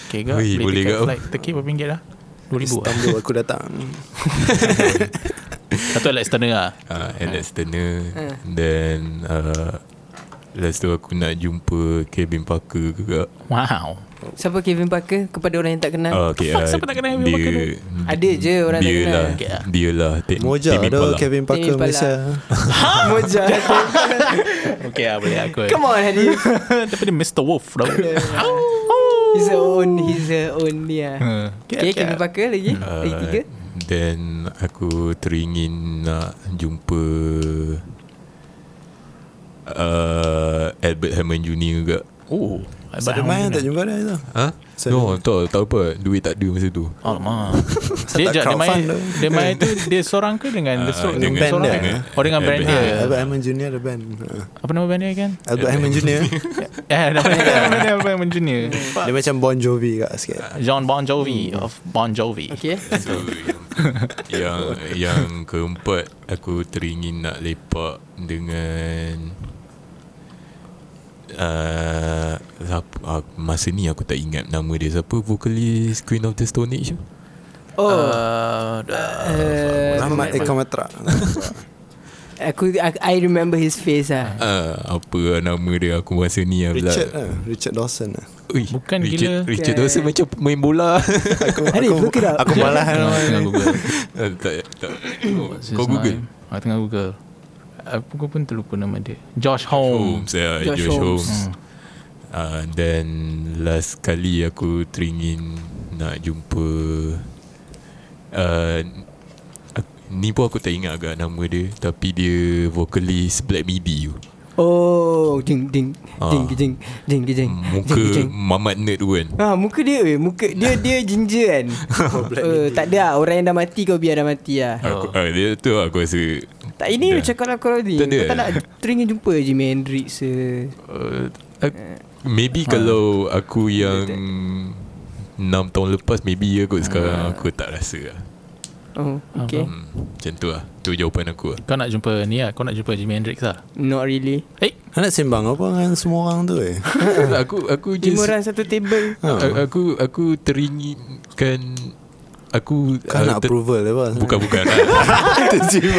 Speaker 1: Okay kau Boleh,
Speaker 4: Ui, boleh
Speaker 1: boleh
Speaker 4: kau.
Speaker 1: kau Flight Turkey berapa ringgit lah
Speaker 4: eh.
Speaker 1: 2000 lah
Speaker 2: Istanbul aku datang.
Speaker 1: Satu Alex Turner lah
Speaker 4: uh, Alex Turner
Speaker 1: Ah.
Speaker 4: Then uh, Lepas tu aku nak jumpa Kevin Parker juga
Speaker 1: Wow
Speaker 3: Siapa Kevin Parker Kepada orang yang tak kenal
Speaker 4: Ah, okay,
Speaker 1: fuck,
Speaker 4: ah,
Speaker 1: siapa tak kenal Kevin
Speaker 4: dia-
Speaker 1: Parker tu?
Speaker 3: Ada je orang tak
Speaker 4: dia
Speaker 3: kenal.
Speaker 4: lah,
Speaker 1: Okay, ah.
Speaker 4: Dia lah te-
Speaker 2: Moja
Speaker 4: Timmy
Speaker 2: ada
Speaker 4: Impala.
Speaker 2: Kevin
Speaker 3: Timmy
Speaker 2: Parker
Speaker 3: Impala.
Speaker 2: Malaysia.
Speaker 3: Moja
Speaker 1: Okay lah boleh aku
Speaker 3: Come on Hadi
Speaker 1: Daripada Mr. Wolf tau
Speaker 3: He's a own He's a own yeah.
Speaker 1: Ha.
Speaker 3: Okay, Kevin Parker
Speaker 1: Eh,
Speaker 3: lagi Lagi tiga
Speaker 4: Uh, Then aku teringin nak jumpa uh, Albert Hammond Jr. juga.
Speaker 1: Oh
Speaker 2: Sebab main tak jumpa dia tu.
Speaker 4: Ha?
Speaker 2: Saya-
Speaker 4: No, tak, tak apa. Duit tak ada masa tu.
Speaker 1: Alamak Dia
Speaker 2: Tak
Speaker 1: jap Dia main
Speaker 2: crowdfund tu.
Speaker 1: Dia main tu Dia seorang ke dengan
Speaker 4: Ah,
Speaker 1: Dia seorang
Speaker 4: dengan
Speaker 1: seorang
Speaker 2: band dia.
Speaker 1: ke? Oh dengan band dia
Speaker 2: Yeah. Ha, Albert Hammond Junior the band. Ha.
Speaker 1: Apa nama band dia kan
Speaker 2: Albert Hammond Junior
Speaker 1: Eh nama band dia Apa yang junior
Speaker 2: dia macam Bon Jovi kat sikit.
Speaker 1: John Bon Jovi Of Bon Jovi
Speaker 3: Okay
Speaker 4: So, yang, yang yang keempat aku teringin nak lepak dengan uh, siapa, uh, masa ni aku tak ingat nama dia siapa vokalis Queen of the Stone Age tu?
Speaker 3: Oh
Speaker 1: Uh, dah.
Speaker 3: uh,
Speaker 2: Ahmad Eka Matra.
Speaker 3: Aku I, I remember his face ah.
Speaker 4: Ah, apa nama dia aku masa ni lah pula.
Speaker 2: Richard lah. Richard Dawson lah.
Speaker 4: Ui,
Speaker 1: Bukan gila.
Speaker 4: Richard, Richard
Speaker 3: Okay.
Speaker 4: Dawson macam main bola
Speaker 2: Aku
Speaker 3: Hari,
Speaker 2: aku
Speaker 3: look it up.
Speaker 2: aku malahan
Speaker 4: Ah,
Speaker 2: orang
Speaker 4: tengah
Speaker 2: ni.
Speaker 4: Google. Ah, tak, tak. Oh, Kau Google
Speaker 1: Aku Ah, tengah Google Aku pun terlupa nama dia Josh Holmes
Speaker 4: Holmes ya,
Speaker 3: Josh
Speaker 4: Josh,
Speaker 3: Holmes.
Speaker 4: Holmes, Ah, Dan last kali aku teringin nak jumpa uh, Ni pun aku tak ingat agak nama dia Tapi dia vokalis Black Midi tu
Speaker 3: Oh Ding ding
Speaker 4: Ah. Hmm,
Speaker 3: Ding ding Ding ding
Speaker 4: Muka mamat nerd tu kan
Speaker 3: Ha, muka dia weh Muka dia Dia ginger kan uh, Tak ada lah Orang yang dah mati Kau biar dah mati lah
Speaker 4: aku, ah, Dia tu aku rasa
Speaker 3: Tak ini
Speaker 4: dah.
Speaker 3: macam kalau kau ni
Speaker 4: Tak ada.
Speaker 3: Kau tak nak Teringin jumpa Jimi Hendrix eh. se
Speaker 1: Hmm.
Speaker 4: Uh,
Speaker 1: Eh,
Speaker 4: ak- maybe kalau aku yang 6 tahun lepas Maybe ya
Speaker 3: Ah.
Speaker 4: kot sekarang Aku tak rasa lah
Speaker 3: Oh okay
Speaker 4: hmm, Macam tu lah Tu jawapan aku lah
Speaker 1: Kau nak jumpa ni lah Kau nak jumpa Jimi Hendrix lah
Speaker 3: Not really
Speaker 1: Eh
Speaker 2: Kau nak sembang apa dengan semua orang tu eh?
Speaker 4: Aku aku
Speaker 3: Lima
Speaker 4: just
Speaker 3: orang satu table
Speaker 2: Ha.
Speaker 4: A- Aku aku teringinkan aku
Speaker 2: Kau
Speaker 4: uh,
Speaker 2: nak
Speaker 4: ter-
Speaker 2: approval dia bos.
Speaker 4: bukan bukan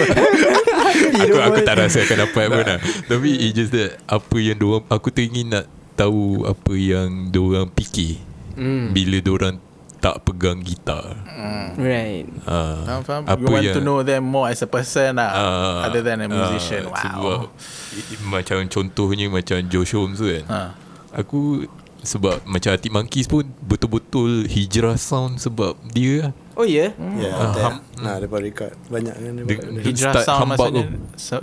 Speaker 4: aku
Speaker 3: Hero
Speaker 4: aku
Speaker 3: pun.
Speaker 4: tak rasa akan dapat pun lah. Tapi it's just that apa yang diorang aku teringin nak tahu apa yang diorang fikir
Speaker 1: Hmm.
Speaker 4: bila diorang tak pegang gitar. Ha.
Speaker 3: Hmm. Right
Speaker 4: Ah,
Speaker 1: Faham, faham.
Speaker 4: apa
Speaker 1: you want
Speaker 4: yang-
Speaker 1: to know them more as a person lah,
Speaker 4: ah,
Speaker 1: other than a
Speaker 4: ah,
Speaker 1: musician.
Speaker 4: Sebab
Speaker 1: wow.
Speaker 4: i- i- macam contohnya macam Josh Holmes tu kan.
Speaker 1: Ha.
Speaker 4: Aku sebab macam Atik Monkeys pun betul-betul hijrah sound sebab dia
Speaker 3: Oh yeah
Speaker 1: Hmm.
Speaker 2: Ya, yeah, nah daripada record banyak kan dia
Speaker 4: Dia-
Speaker 2: buat benda.
Speaker 1: Hijrah
Speaker 4: start
Speaker 1: sound
Speaker 4: hambak
Speaker 1: maksudnya. So,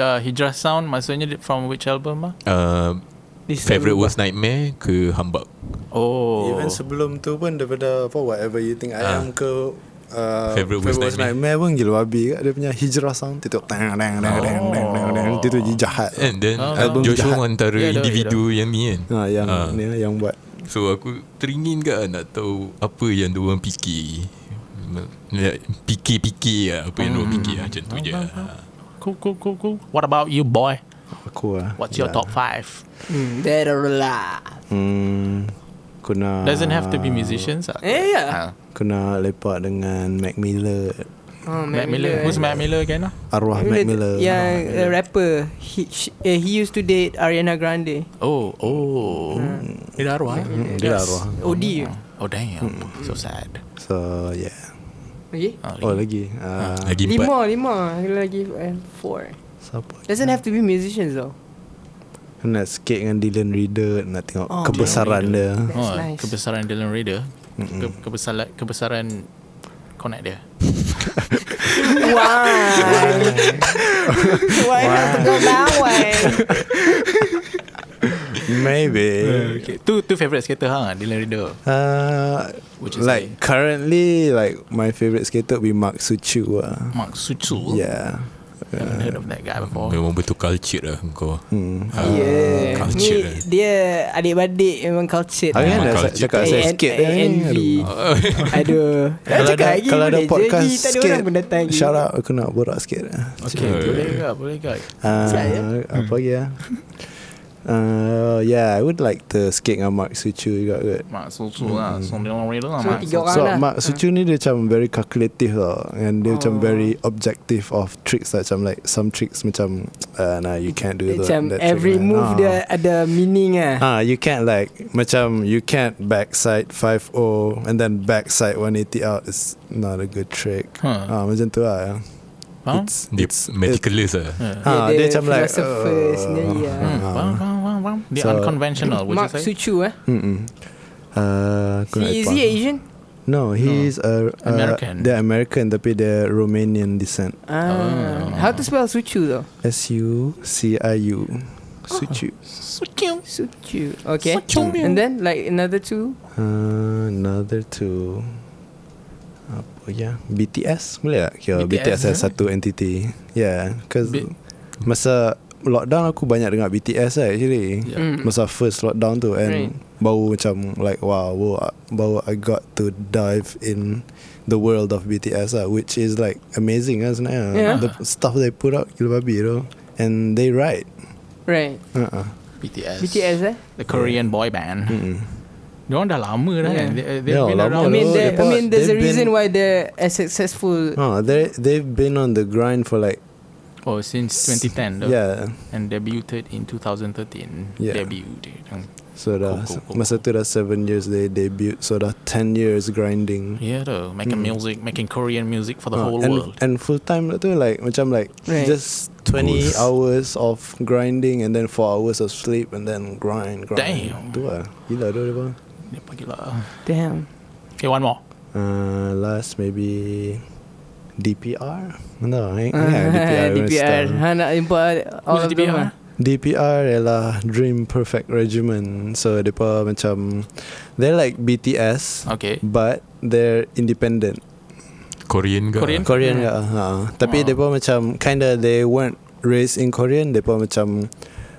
Speaker 1: uh, Hijrah sound maksudnya di- from which album lah?
Speaker 4: uh,
Speaker 3: This
Speaker 4: Favorite Worst Nightmare ke Hambak
Speaker 1: Oh.
Speaker 2: Even sebelum tu pun daripada apa whatever you think I am ke uh,
Speaker 4: Favourite Worst
Speaker 2: Worst Nightmare pun gila babi kat dia punya hijrah sound tituk tang tang tang tang tang tang tang itu tu jahat
Speaker 4: And then
Speaker 1: Oh.
Speaker 4: uh,
Speaker 2: Album
Speaker 4: Joshua
Speaker 2: Ah, jahat.
Speaker 4: antara
Speaker 1: Ya, dah,
Speaker 4: individu yang ni kan
Speaker 2: ha, yang
Speaker 4: Ah.
Speaker 2: ni lah, yang buat
Speaker 4: So aku teringin ke nak tahu apa yang diorang fikir Me- like, Fikir-fikir lah apa yang diorang
Speaker 2: Hmm.
Speaker 4: fikir lah macam tu je
Speaker 1: Cool, cool, cool, cool. What about you, boy?
Speaker 2: aku lah
Speaker 1: What's your top five?
Speaker 3: Hmm, Dead or alive
Speaker 2: hmm, aku nak
Speaker 1: Doesn't have to be musicians. lah.
Speaker 3: Eh ya
Speaker 1: Ah.
Speaker 2: aku nak lepak dengan Mac Miller
Speaker 3: Oh,
Speaker 1: Matt Miller. Who's Matt Miller again? lah?
Speaker 2: arwah Mac Miller Ah,
Speaker 3: Yang uh, rapper he, she, uh, he used to date Ariana Grande
Speaker 1: Oh, oh. Dia dah arwah.
Speaker 2: Hmm, dia dah arwah
Speaker 3: OD oh.
Speaker 1: Oh, damn. So sad.
Speaker 2: so yeah
Speaker 3: Okay
Speaker 2: oh lagi uh,
Speaker 4: Lagi empat
Speaker 3: Lima Lima Aku lagi uh, Four
Speaker 2: siapa
Speaker 3: Doesn't have to be musicians though
Speaker 2: Aku nak skate dengan Dylan Reader Nak tengok oh,
Speaker 3: Oh,
Speaker 2: kebesaran dia
Speaker 3: That's
Speaker 1: Oh,
Speaker 3: nice.
Speaker 1: kebesaran Dylan Reader.
Speaker 2: Hmm.
Speaker 1: Ke, kebesaran, kebesaran connect dia.
Speaker 3: Why Why have to go that way
Speaker 2: Maybe
Speaker 1: Eh, Okay. Tu tu favorite skater ha, Dylan Reader.
Speaker 2: uh,
Speaker 1: Which is
Speaker 2: Like currently Like my favourite skater would be Mark Suchu lah
Speaker 1: Mark Suchu.
Speaker 2: Yeah
Speaker 1: Haven't heard of that guy
Speaker 2: Oh.
Speaker 1: before.
Speaker 4: Memang betul culture lah kau. Hmm.
Speaker 3: Ah,
Speaker 4: Uh,
Speaker 3: Yeah
Speaker 4: Culture
Speaker 3: Ni
Speaker 4: lah.
Speaker 3: dia Adik-adik Memang cultured
Speaker 2: Hari
Speaker 4: Memang
Speaker 2: ni dah
Speaker 4: culture.
Speaker 2: cakap saya
Speaker 3: I-
Speaker 2: sikit
Speaker 3: I- I envy. Aduh Dah
Speaker 2: Kalau
Speaker 3: cakap
Speaker 2: ada,
Speaker 3: lagi
Speaker 2: kalau ada
Speaker 3: boleh je,
Speaker 2: podcast
Speaker 3: lagi Tak ada
Speaker 2: sikit
Speaker 3: orang pun datang lagi
Speaker 2: Shout out Aku nak borak sikit
Speaker 1: Okay,
Speaker 4: Sure.
Speaker 1: boleh ke? Boleh ke?
Speaker 2: uh,
Speaker 3: Saya?
Speaker 2: Apa lagi ya uh, Yeah I would like to Sikit dengan Mark Sucu juga kot
Speaker 1: Mak susu
Speaker 2: Hmm.
Speaker 1: lah. Sondel orang lah.
Speaker 3: So
Speaker 1: Mak
Speaker 3: tiga orang
Speaker 2: So
Speaker 3: lah
Speaker 2: Mark Sucu ni dia macam Very calculative lah And dia
Speaker 3: Oh.
Speaker 2: macam Very objective of tricks lah Macam like Some tricks macam uh, Nah you can't do that
Speaker 3: Macam
Speaker 2: that trick,
Speaker 3: every
Speaker 2: man.
Speaker 3: move
Speaker 2: Ah.
Speaker 3: dia Ada meaning lah
Speaker 2: Ah, you can't like macam you can't backside 5-0 and then backside 180 out is not a good trick.
Speaker 1: Huh.
Speaker 2: Ah, macam tu lah.
Speaker 1: Ha. Faham?
Speaker 2: It's,
Speaker 4: Dia
Speaker 2: it's,
Speaker 4: meticulous lah.
Speaker 2: ah, dia macam like,
Speaker 3: philosopher
Speaker 2: uh,
Speaker 3: sendiri lah
Speaker 1: Hmm, Faham, faham, faham, faham. Dia
Speaker 2: ah. So-
Speaker 1: unconventional, would
Speaker 3: Mark
Speaker 1: you say?
Speaker 3: Suchu eh
Speaker 2: Mm-mm. Uh, aku nak
Speaker 3: He- Is
Speaker 2: lupa.
Speaker 3: he Asian?
Speaker 2: No, he's a uh,
Speaker 1: American.
Speaker 2: They're American tapi dia Romanian descent.
Speaker 3: Ah, How to spell Suchu though?
Speaker 2: S U C I U. Suchu.
Speaker 1: Sucu.
Speaker 3: Suchu Okay
Speaker 1: Suchu.
Speaker 3: And then like another two
Speaker 2: Uh, another two. Apa ya? BTS boleh tak? Kira
Speaker 1: BTS,
Speaker 2: BTS, BTS
Speaker 1: eh?
Speaker 2: satu entity. Yeah, cause
Speaker 1: Bi-
Speaker 2: masa lockdown aku banyak dengar BTS lah actually.
Speaker 1: Yeah.
Speaker 3: Mm.
Speaker 2: Masa first lockdown tu and
Speaker 3: Right.
Speaker 2: baru macam like wow, wow, baru I got to dive in the world of BTS lah which is like amazing lah sebenarnya.
Speaker 3: Yeah.
Speaker 2: The stuff they put out gila babi tu. And they write.
Speaker 3: Right
Speaker 2: Uh-uh.
Speaker 1: BTS.
Speaker 3: BTS eh
Speaker 1: The Korean boy band.
Speaker 2: Mm-mm.
Speaker 1: Diorang dah lama dah
Speaker 3: Yeah.
Speaker 1: kan. They, they've
Speaker 2: Yeah,
Speaker 1: been
Speaker 2: lama
Speaker 1: around.
Speaker 3: I mean,
Speaker 2: Oh,
Speaker 3: there,
Speaker 2: they
Speaker 3: I mean,
Speaker 2: bought-
Speaker 3: there's a
Speaker 2: they've
Speaker 3: reason
Speaker 2: been-
Speaker 3: why they're as successful.
Speaker 2: Oh, they they've been on the grind for like
Speaker 1: Oh, since 2010 though.
Speaker 2: yeah
Speaker 1: And debuted in 2013.
Speaker 2: Yeah.
Speaker 1: Debut dia. macam-
Speaker 2: So dah
Speaker 1: Cool, cool, cool.
Speaker 2: Masa tu dah 7 years They debut So dah 10 years grinding
Speaker 1: Yeah though. Ya Making music, making Korean music for the
Speaker 2: Hmm. Ah,
Speaker 1: whole
Speaker 2: and,
Speaker 1: world.
Speaker 2: And full time tu like Macam like
Speaker 3: Right.
Speaker 2: Just 20
Speaker 4: Oof.
Speaker 2: hours of grinding And then 4 hours of sleep And then grind, grind.
Speaker 1: Damn.
Speaker 2: Tu lah Gila tu dia bang
Speaker 1: Dia pergi lah.
Speaker 3: Damn.
Speaker 1: Okay, one more.
Speaker 2: uh, Last maybe DPR No eh?
Speaker 3: Ah,
Speaker 2: Yeah DPR
Speaker 3: DPR.
Speaker 2: DPR,
Speaker 3: Ha, nak import all
Speaker 1: Who's
Speaker 3: of them.
Speaker 1: DPR?
Speaker 3: ah.
Speaker 2: DPR ialah Dream Perfect Regiment So mereka macam They're like BTS
Speaker 1: Okay.
Speaker 2: But They're independent
Speaker 4: Korean ke?
Speaker 1: Korean?
Speaker 2: Korean ke ha. Tapi
Speaker 1: Wow.
Speaker 2: wow. mereka macam Kinda they weren't raised in Korean Mereka macam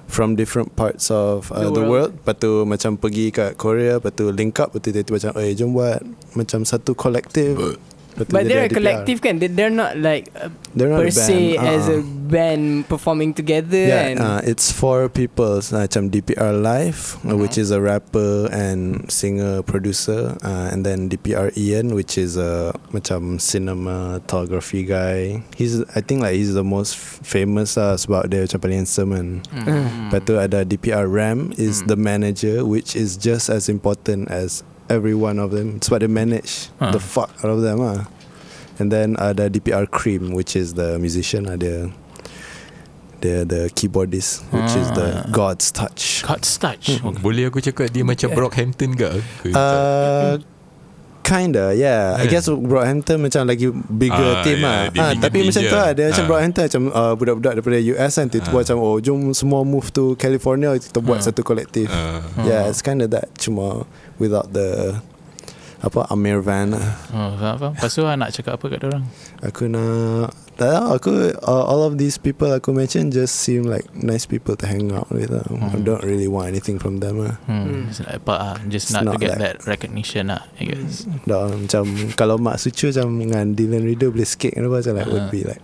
Speaker 2: From different parts of uh,
Speaker 3: The
Speaker 2: the, world. Lepas tu macam pergi kat Korea Lepas tu link up Lepas tu tiba-tiba macam Eh jom buat Macam satu kolektif Lepas
Speaker 4: Eh,
Speaker 2: tu
Speaker 3: But
Speaker 2: jadi
Speaker 3: they're a
Speaker 2: DPR.
Speaker 3: collective kan? They- They're not like uh,
Speaker 2: They're not a
Speaker 3: per
Speaker 2: band
Speaker 3: se as a
Speaker 2: uh-uh.
Speaker 3: band performing together
Speaker 2: Yeah,
Speaker 3: and
Speaker 2: uh, it's four people so, macam DPR Live, uh, which is a rapper and singer producer, uh, and then DPR Ian, which is a macam cinematography guy. He's I think like he's the most f- famous lah sebab dia macam paling handsome kan.
Speaker 4: Mm.
Speaker 1: Hmm.
Speaker 2: Lepas tu ada DPR Ram
Speaker 1: Mm.
Speaker 2: is the manager, which is just as important as every one of them. Sebab dia manage
Speaker 1: Ah.
Speaker 2: the fuck out of them ah. And then ada DPR Cream, which is the musician ada the the keyboardist, which is the
Speaker 1: Ah.
Speaker 2: God's touch.
Speaker 1: Cuts touch.
Speaker 2: Hmm.
Speaker 1: Okay.
Speaker 4: Boleh aku cakap
Speaker 2: Eh.
Speaker 4: dia macam Brockhampton ke? Ke tak?
Speaker 2: Uh, Kinda yeah I
Speaker 4: Eh.
Speaker 2: guess Brockhampton Macam lagi Bigger
Speaker 4: Ah,
Speaker 2: team
Speaker 4: yeah,
Speaker 2: lah
Speaker 4: dia
Speaker 2: ah,
Speaker 4: bigger
Speaker 2: Tapi
Speaker 4: team
Speaker 2: macam
Speaker 4: dia.
Speaker 2: tu lah Dia macam
Speaker 4: Ah.
Speaker 2: Brockhampton Macam uh, budak-budak Daripada US kan Tiba-tiba
Speaker 4: Ah.
Speaker 2: macam Oh jom semua move to California Kita buat satu kolektif
Speaker 4: Ah.
Speaker 1: Uh-huh.
Speaker 2: Yeah it's kinda that Cuma Without the Apa Amir Van lah.
Speaker 1: Oh, faham, faham. Lepas tu ah, nak cakap apa kat orang?
Speaker 2: Aku nak Tak tahu Aku uh, All of these people Aku mention Just seem like Nice people to hang out with lah.
Speaker 1: Uh-huh.
Speaker 2: I don't really want anything from them lah
Speaker 1: Hmm. It's like, apa, ah, just
Speaker 2: It's
Speaker 1: not, to
Speaker 2: not
Speaker 1: get
Speaker 2: like-
Speaker 1: that recognition lah, I guess.
Speaker 2: Dah macam Kalau Mak Sucu macam Dengan Dylan Reader Boleh skate kenapa Macam like Would
Speaker 1: Uh-huh.
Speaker 2: be like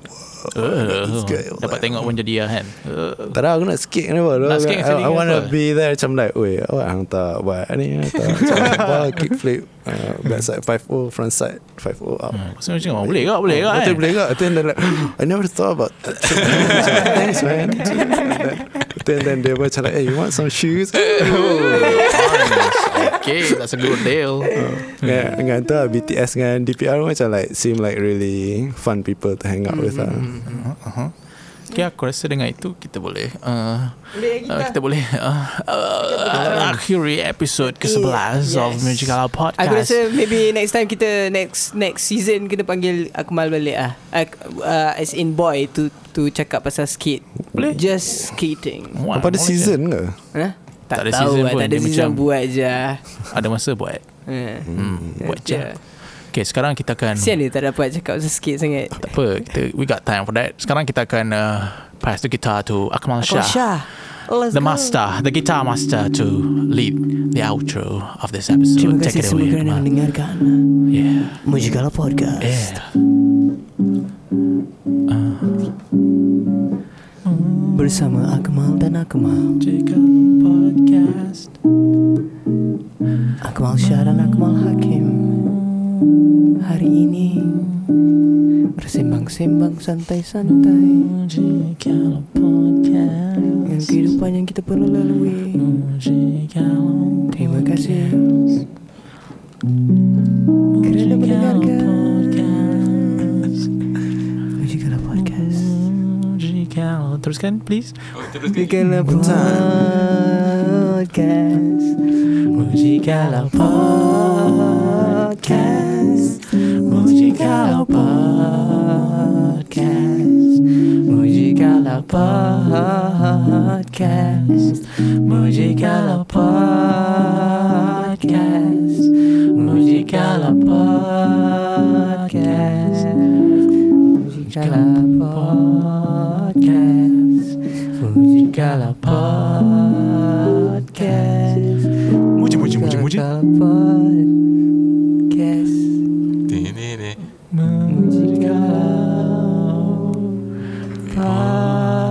Speaker 1: Uh,
Speaker 2: It's good.
Speaker 1: dapat tengok pun jadi lah kan. Uh,
Speaker 2: Tak ada aku nak skate kenapa
Speaker 1: Nak skate sekali
Speaker 2: I, I want to
Speaker 1: kenapa?
Speaker 2: be there Macam like Weh awak hang tak buat ni Tak Macam apa Kickflip uh, Backside 5-0 Front side 5-0 up
Speaker 1: so Hmm, macam mana? boleh kak, boleh kak
Speaker 2: Betul
Speaker 1: kan?
Speaker 2: Oh, boleh kak Then they're like I never thought about that Thanks man Then then dia macam like Hey you want some shoes
Speaker 1: Okay, that's a good deal.
Speaker 2: Dengan dengan tu lah BTS dengan DPR pun Macam like Seem like really Fun people to hang out with lah
Speaker 1: Uh-huh. Okay, aku rasa dengan itu kita boleh uh,
Speaker 3: Boleh
Speaker 1: uh, kita boleh uh, uh, akhiri episod ke-11 of
Speaker 3: Yes.
Speaker 1: Musical Hour Podcast.
Speaker 3: Aku rasa maybe next time kita next next season kena panggil Akmal balik ah. Ak, uh, as in boy to to cakap pasal skate.
Speaker 1: Boleh.
Speaker 3: Just skating.
Speaker 1: Wah,
Speaker 2: Apa ada
Speaker 1: boleh
Speaker 2: season ke?
Speaker 3: Huh?
Speaker 1: Tak
Speaker 3: Tak,
Speaker 1: ada
Speaker 3: tahu
Speaker 1: season
Speaker 3: lah,
Speaker 1: pun,
Speaker 3: tak ada
Speaker 1: dia
Speaker 3: season
Speaker 1: macam-
Speaker 3: buat je.
Speaker 1: je. Ada masa buat.
Speaker 3: Hmm.
Speaker 1: Hmm, buat je. Okay sekarang kita akan
Speaker 3: Ah. Sian dia tak dapat cakap sikit sangat
Speaker 1: Tak apa kita, We got time for that Sekarang kita akan uh, Pass the guitar to Akmal Shah,
Speaker 3: Kau Syah Let's
Speaker 1: The
Speaker 3: go.
Speaker 1: master The guitar master To lead The outro Of this episode
Speaker 3: Terima
Speaker 1: Take it
Speaker 3: kasih semua
Speaker 1: away
Speaker 3: kerana
Speaker 1: Akmal
Speaker 3: mendengarkan
Speaker 1: Yeah
Speaker 3: Mujikala Podcast
Speaker 1: Yeah
Speaker 3: Bersama Akmal dan Akmal
Speaker 1: Podcast
Speaker 3: Akmal Syah dan Akmal Hakim Hari ini Bersembang-sembang santai-santai
Speaker 1: Mujikala Podcast
Speaker 3: Dengan kehidupan yang kita perlu lalui
Speaker 1: Mujikala
Speaker 3: Terima kasih Kerana mendengarkan Mujikala Podcast
Speaker 1: Mujikala Teruskan please
Speaker 3: Mujikala Podcast
Speaker 1: Mujikala Podcast Mujikala Podcast Mujikala Podcast Mujikala Podcast Mujikala Podcast Mujikala Podcast Mujikala Podcast
Speaker 2: Muji, muji, muji, muji.
Speaker 3: Podcast
Speaker 4: Tini, ni.
Speaker 1: Mujikala